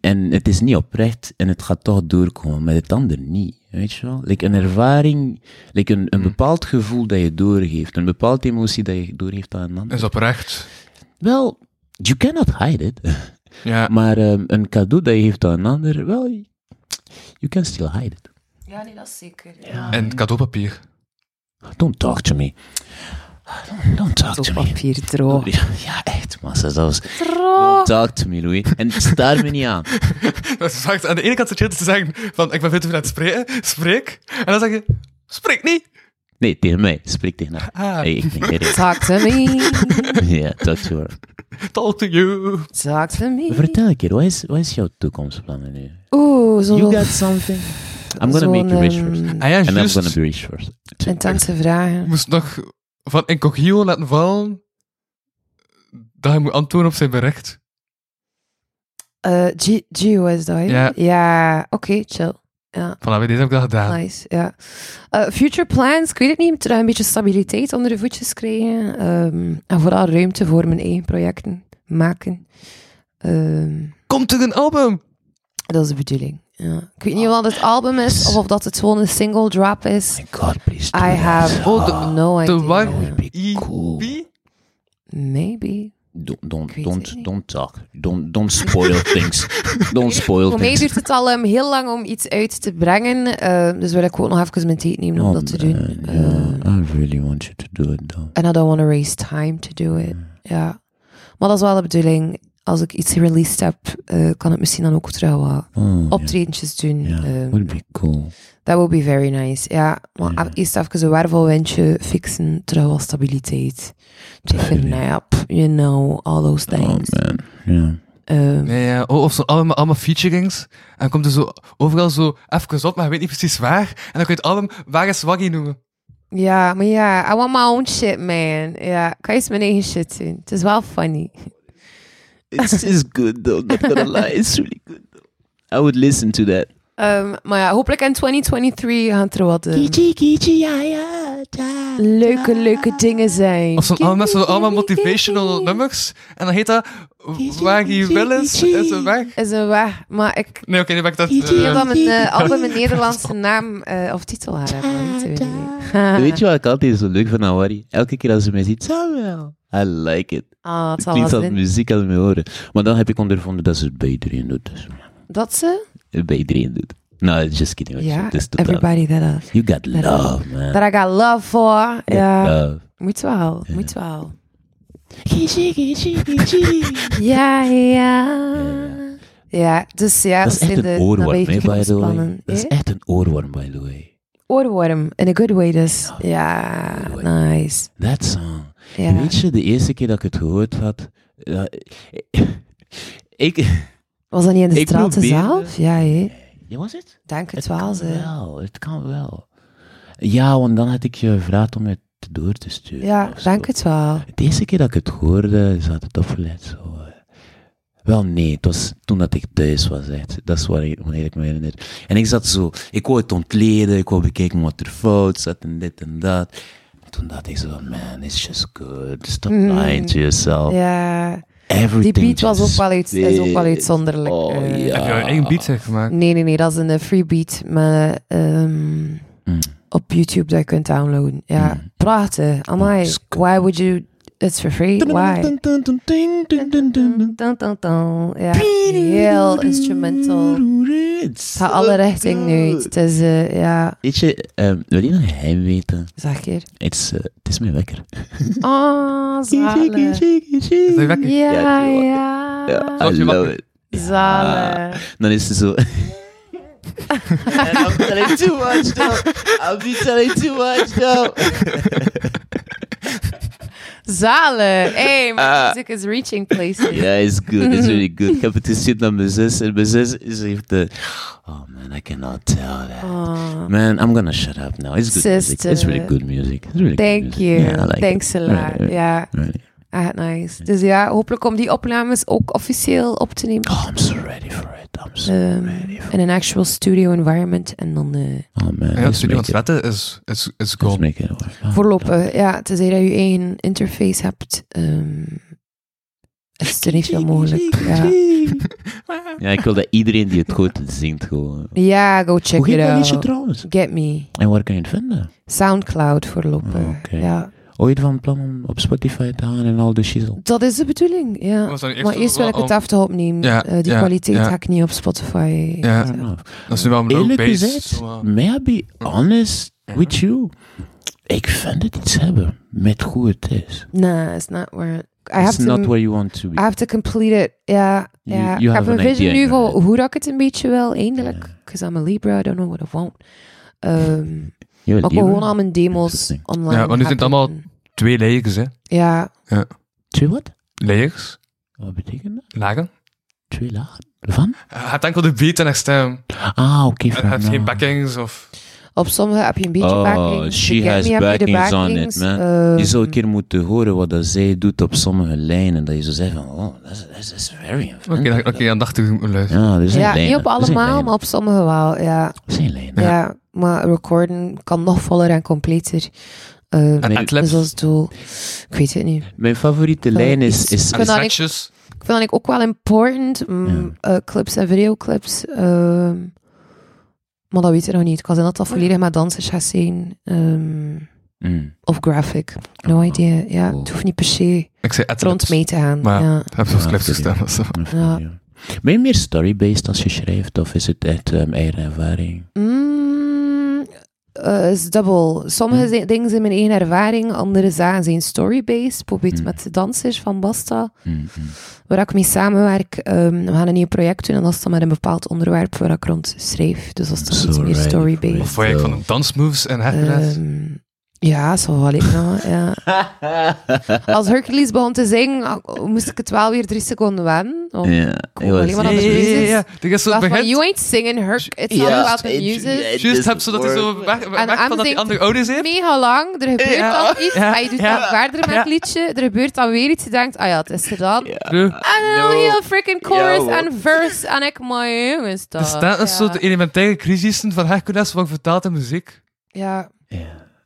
S3: en het is niet oprecht en het gaat toch doorkomen, met het ander niet. Weet je wel? Like een ervaring, like een, een bepaald gevoel dat je doorgeeft, een bepaalde emotie dat je doorgeeft aan een ander.
S2: Is oprecht.
S3: Wel, you cannot hide it. [laughs]
S2: Ja.
S3: Maar ehm, een cadeau dat je geeft aan een ander, wel, you can still hide it.
S4: ja, nee, dat is zeker.
S2: En cadeaupapier.
S3: Don't talk to me. Don't, don't talk to
S4: Op
S3: me.
S4: papier droog.
S3: Ja, echt, massa. Dat was... Don't talk to me, Louis. En staar me niet aan.
S2: [laughs] Dat is vaak aan de ene kant zit je te zeggen van ik ben veel te veel aan het spreken, spreek. En dan zeg je, spreek niet.
S3: Nee, tegen mij. Spreek tegen haar.
S2: Ah.
S3: [laughs] Hey, ik ben Erik.
S4: Talk to
S3: [laughs]
S4: me.
S3: Ja, talk to her.
S2: Talk to you.
S4: Talk to me.
S3: Vertel een keer, wat is, wat is jouw toekomstplan nu?
S4: Oeh,
S3: You
S4: zo'n
S3: got something? I'm gonna
S4: zo'n,
S3: make you rich first.
S4: ehm,
S2: Ah ja,
S3: And I'm
S2: juist.
S3: gonna be rich first.
S4: intense vragen.
S2: Ik moest nog van Incogio laten vallen dat hij moet antwoorden op zijn bericht.
S4: Eh, G- Gio is dat, hè?
S2: Ja.
S4: Ja, oké, chill. Ja.
S2: Voilà, bij deze heb ik dat gedaan.
S4: Nice, ja. Eh, future plans, ik weet het niet, terug een beetje stabiliteit onder de voetjes krijgen. ehm, en vooral ruimte voor mijn eigen projecten maken. Ehm,
S2: Komt er een album?
S4: dat is de bedoeling. Ja. Ik weet niet of dat het album is of of dat het gewoon een single drop is.
S3: God, please. do
S4: I
S3: that.
S4: have
S2: Oh, de-
S4: no idea.
S2: De warm
S3: Be cool.
S2: EP?
S4: Maybe.
S3: Don't,
S4: Ik
S3: don't,
S4: weet het
S3: don't,
S4: niet.
S3: don't talk. Don't, don't spoil things. Don't spoil
S4: Voor mij
S3: things.
S4: duurt het al ehm, heel lang om iets uit te brengen. eh, dus wil ik ook nog even mijn tijd nemen om
S3: Oh,
S4: dat te
S3: man,
S4: doen. Eh,
S3: yeah. I really want you to do it though.
S4: And I don't want to waste time to do it. Ja. Maar dat is wel de bedoeling. Als ik iets released heb, eh, kan het misschien dan ook terug wat
S3: Oh,
S4: optredentjes doen.
S3: yeah. Yeah.
S4: Ehm,
S3: would be cool.
S4: that would be very nice. Ja, maar af- eerst even een wervelwindje fixen, terug wat stabiliteit. Take a nap, you know, all those
S3: Oh
S4: things.
S3: man, yeah.
S4: Ehm,
S2: Nee, ja. Oh, of zo allemaal, allemaal featurings. En dan komt er zo overal zo even op, maar je weet niet precies waar. En dan kun je het album Waar is Waggy noemen.
S4: Ja, maar ja, I want my own shit, man. Ja, ik kan eens mijn eigen shit doen. Het is wel funny.
S3: It's it's good though. Not
S4: [laughs]
S3: gonna lie, it's really good though. I would listen to that.
S4: Ehm, maar ja, hopelijk in 2023 gaan er wat ehm,
S3: ja ja ja.
S4: leuke, leuke dingen zijn.
S2: Of zo'n allemaal met zo'n allemaal motivational nummers. En dan heet dat Waggy Willis is een weg.
S4: Is een weg, maar ik
S2: Nee, oké, nu ben ik dat...
S4: zie
S2: eh,
S4: dat mijn eh, album
S3: [laughs]
S4: een Nederlandse naam eh, of titel had. Ah.
S3: Weet je wat ik altijd zo leuk van Awari? Elke keer als ze mij ziet, Samuel. I like it.
S4: [laughs] Ah, het
S3: Het
S4: zal
S3: klinkt
S4: wel
S3: als
S4: zijn.
S3: muziek aan mijn horen. Maar dan heb ik ondervonden dat ze het bij iedereen doet. Dus,
S4: Dat ze?
S3: het bij iedereen doet. No, just kidding.
S4: Ja,
S3: Het is totaal-
S4: everybody that I,
S3: You got love, man.
S4: that I got love for. Ja,
S3: Love.
S4: moet wel, moet wel.
S3: Gigi, Gigi, Gigi.
S4: Ja, ja. Ja, dus ja.
S3: Dat is echt
S4: in de
S3: een oorworm, hè, by the way.
S4: toekomstplannen,
S3: Dat is
S4: hè?
S3: echt een oorworm, by the way.
S4: Oorworm, in a good way dus. Ja, nice.
S3: That song.
S4: Ja.
S3: Weet je, de eerste keer dat ik het gehoord had... eh, [laughs] ik...
S4: Was dat niet in de
S3: Ik
S4: straten
S3: probeerde-
S4: zelf? Ja, hè?
S3: Ja, was het?
S4: Denk het
S3: kan
S4: wel, ze.
S3: wel, het kan wel. Ja, want dan had ik je gevraagd om het door te sturen.
S4: Ja,
S3: of zo.
S4: denk het wel.
S3: De eerste keer dat ik het hoorde, zat het opgelet zo. eh. Wel, nee, het was toen dat ik thuis was, echt. Dat is waar ik, wanneer ik me herinner. En ik zat zo, ik wou het ontleden, ik wou bekijken wat er fout zat en dit en dat. Toen dacht ik zo, man, it's just good. Stop lying to yourself.
S4: Hmm. Ja. Die
S3: Everything
S4: beat was ook
S3: just
S4: wel iets, is ook wel
S3: fits.
S4: uitzonderlijk.
S3: Oh,
S4: eh.
S3: ja.
S2: Heb je een eigen beat zeg, gemaakt?
S4: Nee, nee, nee, dat is een eh, free beat maar, ehm,
S3: Hmm.
S4: op YouTube dat je kunt downloaden. Ja, prachtig. Amai,
S3: is cool.
S4: why would you... It's for free, why? Dun, dun, dun. Ja, heel instrumental.
S3: Het
S4: Het gaat alle richting nu. Het is, eh, ja,
S3: Weet je, ehm, wil je nog een geheim weten?
S4: zeg hier.
S3: [laughs] Het is, eh, het is mijn wekker.
S4: Oh, zalig.
S2: Is dat weg?
S4: Ja,
S3: die
S4: ja.
S3: Ja,
S2: Zal ik
S3: I
S2: je
S3: love
S2: wakker-
S3: it.
S4: Zalig.
S3: Dan is het
S4: [laughs]
S3: zo... And I'm telling too much now. I'll be telling too much now.
S4: Zalig. Hey,
S3: Ah.
S4: my music is reaching places.
S3: Ja, it's good. It's really good. Ik heb het gestuurd naar mijn zus. En mijn zus is- heeft de... Oh man, I cannot tell that.
S4: Oh,
S3: Man, I'm gonna shut up now. It's good music.
S4: Sister.
S3: It's really good music. It's really
S4: thank
S3: good music.
S4: you.
S3: Yeah, I like
S4: Thanks
S3: it.
S4: a lot.
S3: Really,
S4: Ja,
S3: really.
S4: echt nice. Dus ja, hopelijk om die opnames ook officieel op te nemen.
S3: Oh, I'm so ready for it. I'm so
S4: Ehm,
S3: ready for it.
S4: in een actual studio environment. En dan eh,
S3: Oh man,
S2: Ja, het
S3: let's
S2: studio
S3: make
S2: van
S3: it.
S2: Twente is, is, is
S3: Let's
S2: gone.
S3: make it work. Oh,
S4: voorlopig, ja, tenzij dat je eigen interface hebt, ehm, is er niet veel mogelijk. Ja,
S3: Ja, ik wil dat iedereen die het goed zingt gewoon.
S4: ja go
S3: Hoe
S4: check
S3: heet
S4: it
S3: dat liedje
S4: out.
S3: trouwens?
S4: Get me.
S3: En waar kan je het vinden?
S4: Soundcloud voorlopig.
S3: Oh, oké.
S4: Ja.
S3: Ooit van plan om op Spotify te gaan en al de shizzle?
S4: Dat is de bedoeling, ja.
S2: Was dan Oh, eerst
S4: maar eerst wil ik
S2: wel
S4: het even opnemen.
S2: Ja,
S4: Eh, die
S2: ja,
S4: kwaliteit
S2: ja.
S4: ga ik niet op Spotify.
S2: Ja.
S3: Fair enough.
S2: Dat is nu wel een low
S3: Eerlijk
S2: bass.
S3: gezegd,
S2: zo, eh. Mhm.
S3: may I be honest with you? Ik vind het iets hebben met hoe het is.
S4: Nah, it's not where... I have,
S3: It's
S4: to,
S3: not where you want to
S4: I
S3: be.
S4: have to complete it. Ja,
S3: You-
S4: ja.
S3: you
S4: ik
S3: have
S4: heb een
S3: an
S4: vision
S3: idea
S4: nu
S3: in your
S4: van hoe dat ik het een beetje wil, eindelijk. Because I'm a Libra, I don't know what I want.
S3: [laughs]
S4: Ehm,
S3: You're
S4: maar ik wil
S3: Libra?
S4: gewoon al mijn demos
S3: Interesting.
S4: online
S2: Ja, want nu zijn het
S4: hebben.
S2: allemaal- Twee layers, hè.
S4: Ja,
S3: Twee wat?
S2: Layers.
S3: Wat betekent dat?
S2: Lagen.
S3: Twee lagen? Van?
S2: Eh, Hij heeft enkel de beat en haar stem.
S3: Ah, oké.
S2: Hij
S3: van,
S2: heeft geen
S3: ah.
S2: backings of...
S4: Op sommige heb je een beetje
S3: Oh,
S4: backlinks.
S3: she
S4: Begin
S3: has
S4: Me heb je de
S3: backings on it,
S4: backlinks.
S3: man.
S4: Eh,
S3: je zou een keer moeten horen wat dat zij doet op sommige lijnen. Dat je zou zeggen van, oh, dat is- dat is- dat is very inventive.
S2: Oké, dan- oké, aandachtig luisteren.
S3: Ja, er zijn
S4: ja,
S3: lijnen.
S4: niet op
S3: Er zijn
S4: allemaal,
S3: lijnen.
S4: maar op sommige wel. Ja,
S3: Er zijn lijnen.
S4: ja. maar recorden kan nog voller en completer. Eh,
S2: En
S3: Nee,
S4: dus
S2: adlibs.
S4: dat is het doel. Ik weet het niet.
S3: Mijn
S4: Eh,
S3: favoriete lijn is, is
S2: En
S4: kan dat niet-
S2: stretches.
S4: Ik vind dat ook wel important. mm, eh, clips en videoclips. ehm, maar dat weet ik nog niet. Ik kan zijn dat dat volledig met dansers gaat zijn. ehm,
S3: Mm.
S4: of graphic. No idea. Ja,
S3: cool.
S4: het hoeft niet per se
S2: Ik zei
S4: rond
S2: adlibs.
S4: mee te gaan.
S2: Maar
S4: ja.
S2: heb zo'n
S3: Ja,
S2: clips gestaan.
S3: serieus.
S2: dat is zo.
S4: Ja.
S3: Ah, Mm. Ben je meer story-based als je schrijft, of is het echt ehm, eigen ervaring?
S4: Mm, eh, is dubbel. Sommige zi- dingen zijn mijn eigen ervaring, andere zaken zijn story-based. Bijvoorbeeld
S3: Mm.
S4: met de dansers van Basta,
S3: Mm, mm.
S4: waar ik mee samenwerk. ehm, we gaan een nieuw project doen en dat is dan met een bepaald onderwerp waar ik rond schrijf. Dus dat is toch
S3: So
S4: iets meer
S3: ready for
S2: Wat
S4: story-based.
S3: it.
S2: vond je van de dansmoves en hergeluid?
S4: Ehm, ja, zo wel ik nou. Ja.
S3: [laughs]
S4: Als Hercules begon te zingen, ah, moest ik het wel weer drie seconden wennen. Of-
S3: Ja,
S4: kom alleen maar
S2: Ja,
S4: dat is
S2: ja, ja, ja,
S4: precies-
S2: ja. Er is zo
S4: Laat van,
S2: begint.
S4: you ain't singing her, it's
S3: Ja.
S4: all about the music.
S2: Juist heb zodat hij zo weg weg
S4: I'm
S2: van dat die
S4: thinking-
S2: andere ouders heeft.
S4: mega lang, er gebeurt
S2: Ja.
S4: dan iets,
S2: Ja.
S4: en je doet
S2: Ja.
S4: dan verder met
S2: Ja.
S4: het liedje, er gebeurt dan weer iets, je denkt, ah ja, het is gedaan. En
S2: Er
S4: dan
S3: No.
S4: heel freaking chorus
S3: Ja,
S4: en verse, en ik, maar jongens, dat.
S2: staat
S4: Oh, ja.
S2: een soort elementaire crisissen van hergeluid wat vertaald in muziek.
S4: Ja,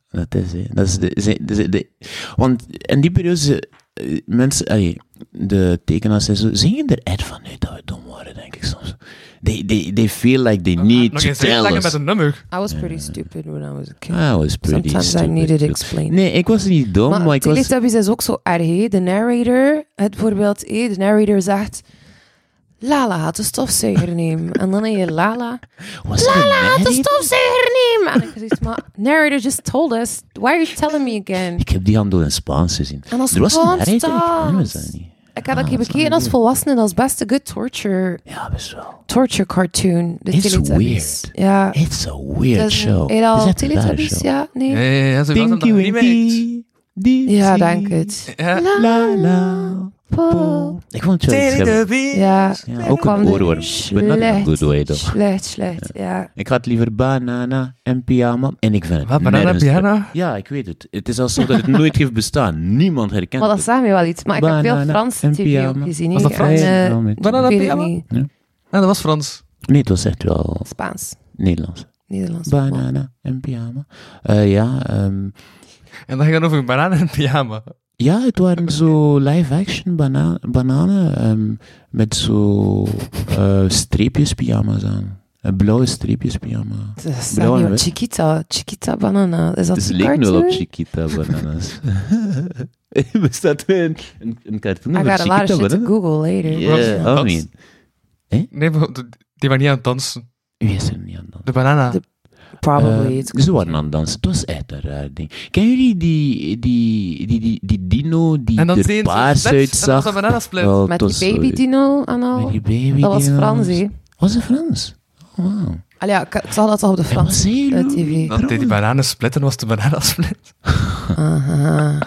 S3: Dat is, hè. dat is de, ze- de- de- want in die periode, ze- eh, mensen, allee, de tekenaars en zo, zingen er echt van uit dat we dom waren, denk ik soms. They, they, they feel like they need
S2: Ah, Nog
S3: to
S2: eens heel
S3: tell
S2: lang
S3: us.
S2: met een nummer.
S4: I was pretty stupid when I was a kid.
S3: I was Ah, pretty
S4: Sometimes
S3: stupid.
S4: I needed
S3: too.
S4: explaining.
S3: Nee, oh ik was niet dom, maar,
S4: Maar
S3: ik was...
S4: Teletubbies is ook zo erg, hè. De narrator, het voorbeeld, hè. De narrator zegt... Lala had de stofzuiger nemen. En dan heb je Lala...
S3: was er een
S4: Had de
S3: narrator?
S4: stofzuiger nemen! En ik zoiets, maar... Narrator just told us. Why are you telling me again?
S3: Ik heb die handel in Spaans gezien.
S4: En als
S3: er was een Oh,
S4: Spaans
S3: narrator,
S4: dans.
S3: ik was dat niet.
S4: Ik had dat
S3: Ah,
S4: keer
S3: dat is
S4: bekeken als volwassene. Dat is best een good torture,
S3: Ja, best wel.
S4: torture cartoon. De
S3: It's
S4: Teletubbies.
S3: weird.
S4: Ja.
S3: It's a weird
S4: Dat is een-
S3: show.
S4: Heb je
S3: Het is
S4: al
S3: echt een rare
S4: Teletubbies?
S3: show.
S4: Ja, nee.
S2: Ja, ja, ja, zo was dat
S3: Tinky
S2: nog niet.
S3: Winky. Dipsy.
S4: Ja, dank het. Oh.
S2: Ja.
S3: La la.
S4: Paul.
S3: Ik vond het wel iets hebben.
S2: Teletubbies.
S4: Ja.
S3: Ja, ook
S4: Kwam
S3: een
S4: er
S3: oorworm. But not in a
S4: slecht,
S3: good way, though.
S4: Slecht, slecht, ja.
S3: Ik had liever banana en pyjama. En ik vind het
S2: Wat, banana,
S3: nergens-
S2: pyjama?
S3: Ja, ik weet het. Het is alsof
S4: [laughs]
S3: dat het nooit heeft bestaan. Niemand herkent
S4: Maar dat
S3: het.
S4: zei mij wel iets. Maar ik heb veel
S3: Banana
S4: Franse
S3: en
S4: tv ook
S3: pyjama.
S4: gezien.
S2: Was
S4: hè.
S2: dat Frans?
S4: En, eh,
S3: Ja, met-
S2: Banana
S4: weet ik
S2: pyjama?
S4: niet.
S2: Ja, dat was Frans.
S3: Nee, het was echt wel
S4: Spaans,
S3: Nederlands.
S4: Nederlands. maar-
S3: Banana en pyjama. Eh, ja, ehm,
S2: En dan ging het over een banaan en pyjama.
S3: ja, het waren zo live-action bana bananen ehm, met zo eh, streepjes pyjama's aan. Een blauwe streepjes pyjama.
S4: Dat is
S3: Blauw en
S4: niet op
S3: wit.
S4: Chiquita, Chiquita Banana. Is dat
S3: Dus
S4: die
S3: het leek nu wel op
S4: cartoon?
S3: Chiquita
S4: [laughs]
S3: Bananas. [laughs] Bestaat er een, een, een cartoon
S4: I
S3: over
S4: got a lot
S3: Chiquita
S4: of shit to
S3: Bananas?
S4: Google later.
S3: Yeah,
S2: Dat-
S3: oh nee.
S2: Nee, maar de- die waren niet aan het dansen.
S3: U is er niet aan het dansen.
S2: De banana.
S4: De- Probably.
S3: Eh,
S4: it's
S3: ze waren aan het dansen. Het was echt een raar ding. Kennen jullie die, die, die, die, die dino die
S2: En dan
S3: er
S2: deden ze
S3: paars
S2: split. Dat
S3: uitzag?
S2: was een bananasplit.
S3: Wel, het
S4: Met die
S3: was zo-
S4: baby dino en al.
S3: Met die baby
S4: Dat was
S3: dino's.
S4: Frans, hè.
S3: Was het Frans? Oh, wauw.
S4: Allee, ja, ik, ik zag dat al op de
S3: En wat
S4: Frans.
S3: zei jullie?
S4: eh, TV.
S2: Dat deed die bananen split en was de [laughs] bananasplit.
S4: Aha.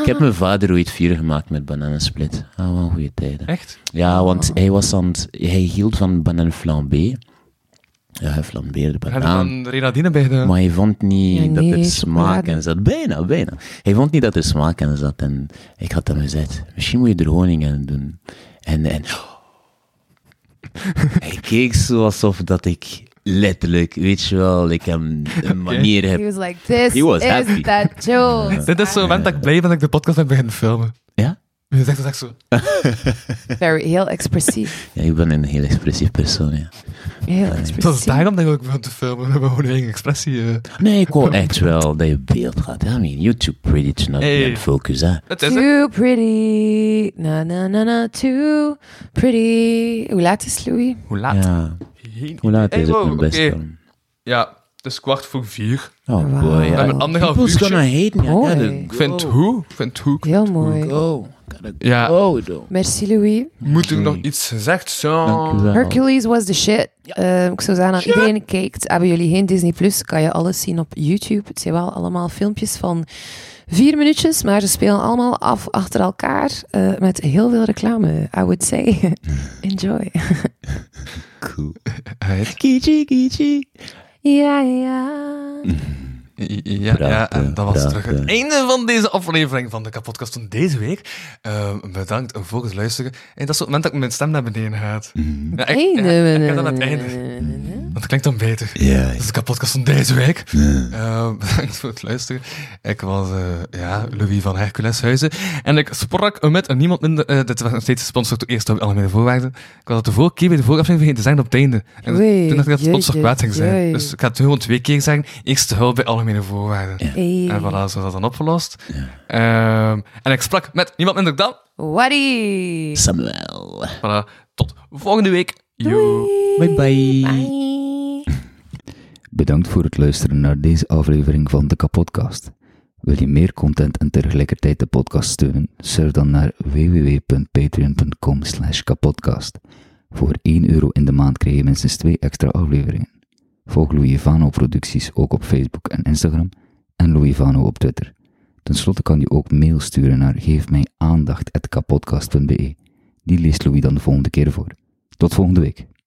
S3: Ik heb mijn vader ooit vier gemaakt met bananensplit. Ah, wat goede tijden.
S2: Echt?
S3: Ja, want hij, was aan het- hij hield van bananen flambé. Ja, hij flambeerde
S2: Daar had
S3: banaan.
S2: dan Renadine bij gedaan.
S3: Maar hij vond niet
S4: Ja,
S3: dat
S4: nee,
S3: er smaak
S4: chocolade.
S3: in zat. Bijna, bijna. Hij vond niet dat er smaak in zat. En ik had hem gezegd, misschien moet je er honing in doen. En, en hij keek zo alsof dat ik letterlijk, weet je wel, ik hem een manier
S4: He
S3: heb.
S4: was like, this
S3: He was
S4: is
S3: happy.
S4: that joke.
S2: [laughs] Dit is zo'n moment dat ik blij ben dat ik de podcast ben beginnen filmen.
S3: Ah. Ja?
S2: Je zegt dat echt zo.
S4: Very, heel expressief.
S3: ja, ik ben een heel expressief persoon, ja.
S4: Heel
S2: Dat is
S4: expressief.
S2: daarom dat ik ook begon te filmen. We hebben gewoon een eigen expressie. eh.
S3: Nee, ik wou echt wel dat je beeld gaat. I mean, YouTube pretty much not
S2: Hey. Ah,
S3: in focus, hè.
S2: Het is het.
S4: Too pretty. Na, na, na, na. Too pretty. Hoe laat is Louis?
S2: Hoe laat?
S3: Ja,
S2: Geen
S3: hoe laat
S2: idee.
S3: is het
S2: Hey,
S3: nu
S2: wow,
S3: best?
S2: oké.
S3: dan?
S2: Ja, het is kwart voor vier.
S3: Oh
S4: Wauw.
S3: boy,
S4: We
S3: ja.
S2: hebben anderhalf
S3: People's
S2: uurtje.
S3: gonna hate me. I
S4: Mooi.
S3: gotta
S4: Ik
S2: Ik vind hoe? Ik vind hoe?
S4: Heel mooi.
S3: Go. Gotta
S2: Ja.
S3: go, though.
S4: Merci, Louis.
S2: Moet er nog iets gezegd zijn?
S3: Dankjewel.
S4: Hercules was the shit. Eh, ik zou zeggen, aan iedereen kijkt, hebben jullie geen Disney Plus, kan je alles zien op YouTube. Het zijn wel allemaal filmpjes van vier minuutjes, maar ze spelen allemaal af achter elkaar eh, met heel veel reclame. I would say, [laughs] enjoy.
S3: Cool.
S2: Right.
S3: Kichi, kichi.
S4: Ja, ja.
S2: Ja, ja,
S3: Praten,
S2: en dat was
S3: praten.
S2: terug het einde van deze aflevering van de kapotcast van deze week. Eh, bedankt voor het luisteren. En dat is het moment dat ik mijn stem naar beneden gaat.
S3: Mhm.
S2: Ja, [laughs] ik, ja, ik heb dat aan het einde. Want het klinkt dan beter.
S3: Ja.
S2: Dat is de kapotcast van deze week. Eh, [laughs] bedankt voor het luisteren. Ik was eh, ja, Louis van Herculeshuizen. En ik sprak met niemand minder... eh, dit was nog steeds gesponsord door Eerst op Algemene Voorwaarden. Ik was dat de vorige keer bij de vorige aflevering te zeggen op het einde. En
S4: Oei,
S2: toen dacht ik dat het
S4: jee,
S2: sponsor
S4: jee,
S2: kwaad ging zijn.
S4: jee.
S2: Dus ik ga het nu gewoon twee keer zeggen. Eerst de hulp bij Algemene Voorwaarden.
S4: Hey.
S2: En voilà, zo is dat dan opgelost. Ehm, en ik sprak met niemand minder dan...
S4: Waddy.
S3: Samuel.
S2: Voilà, tot volgende week. Yo.
S3: Bye bye.
S4: Bye.
S5: Bedankt voor het luisteren naar deze aflevering van de Kapodcast. Wil je meer content en tegelijkertijd de podcast steunen? Surf dan naar www.patreon.com slash kapodcast. Voor 1 euro in de maand krijg je minstens 2 extra afleveringen. Volg Louis Vano producties ook op Facebook en Instagram en Louis Vano op Twitter. Ten slotte kan je ook mail sturen naar geefmijaandacht.kapodcast.be. Die leest Louis dan de volgende keer voor. Tot volgende week.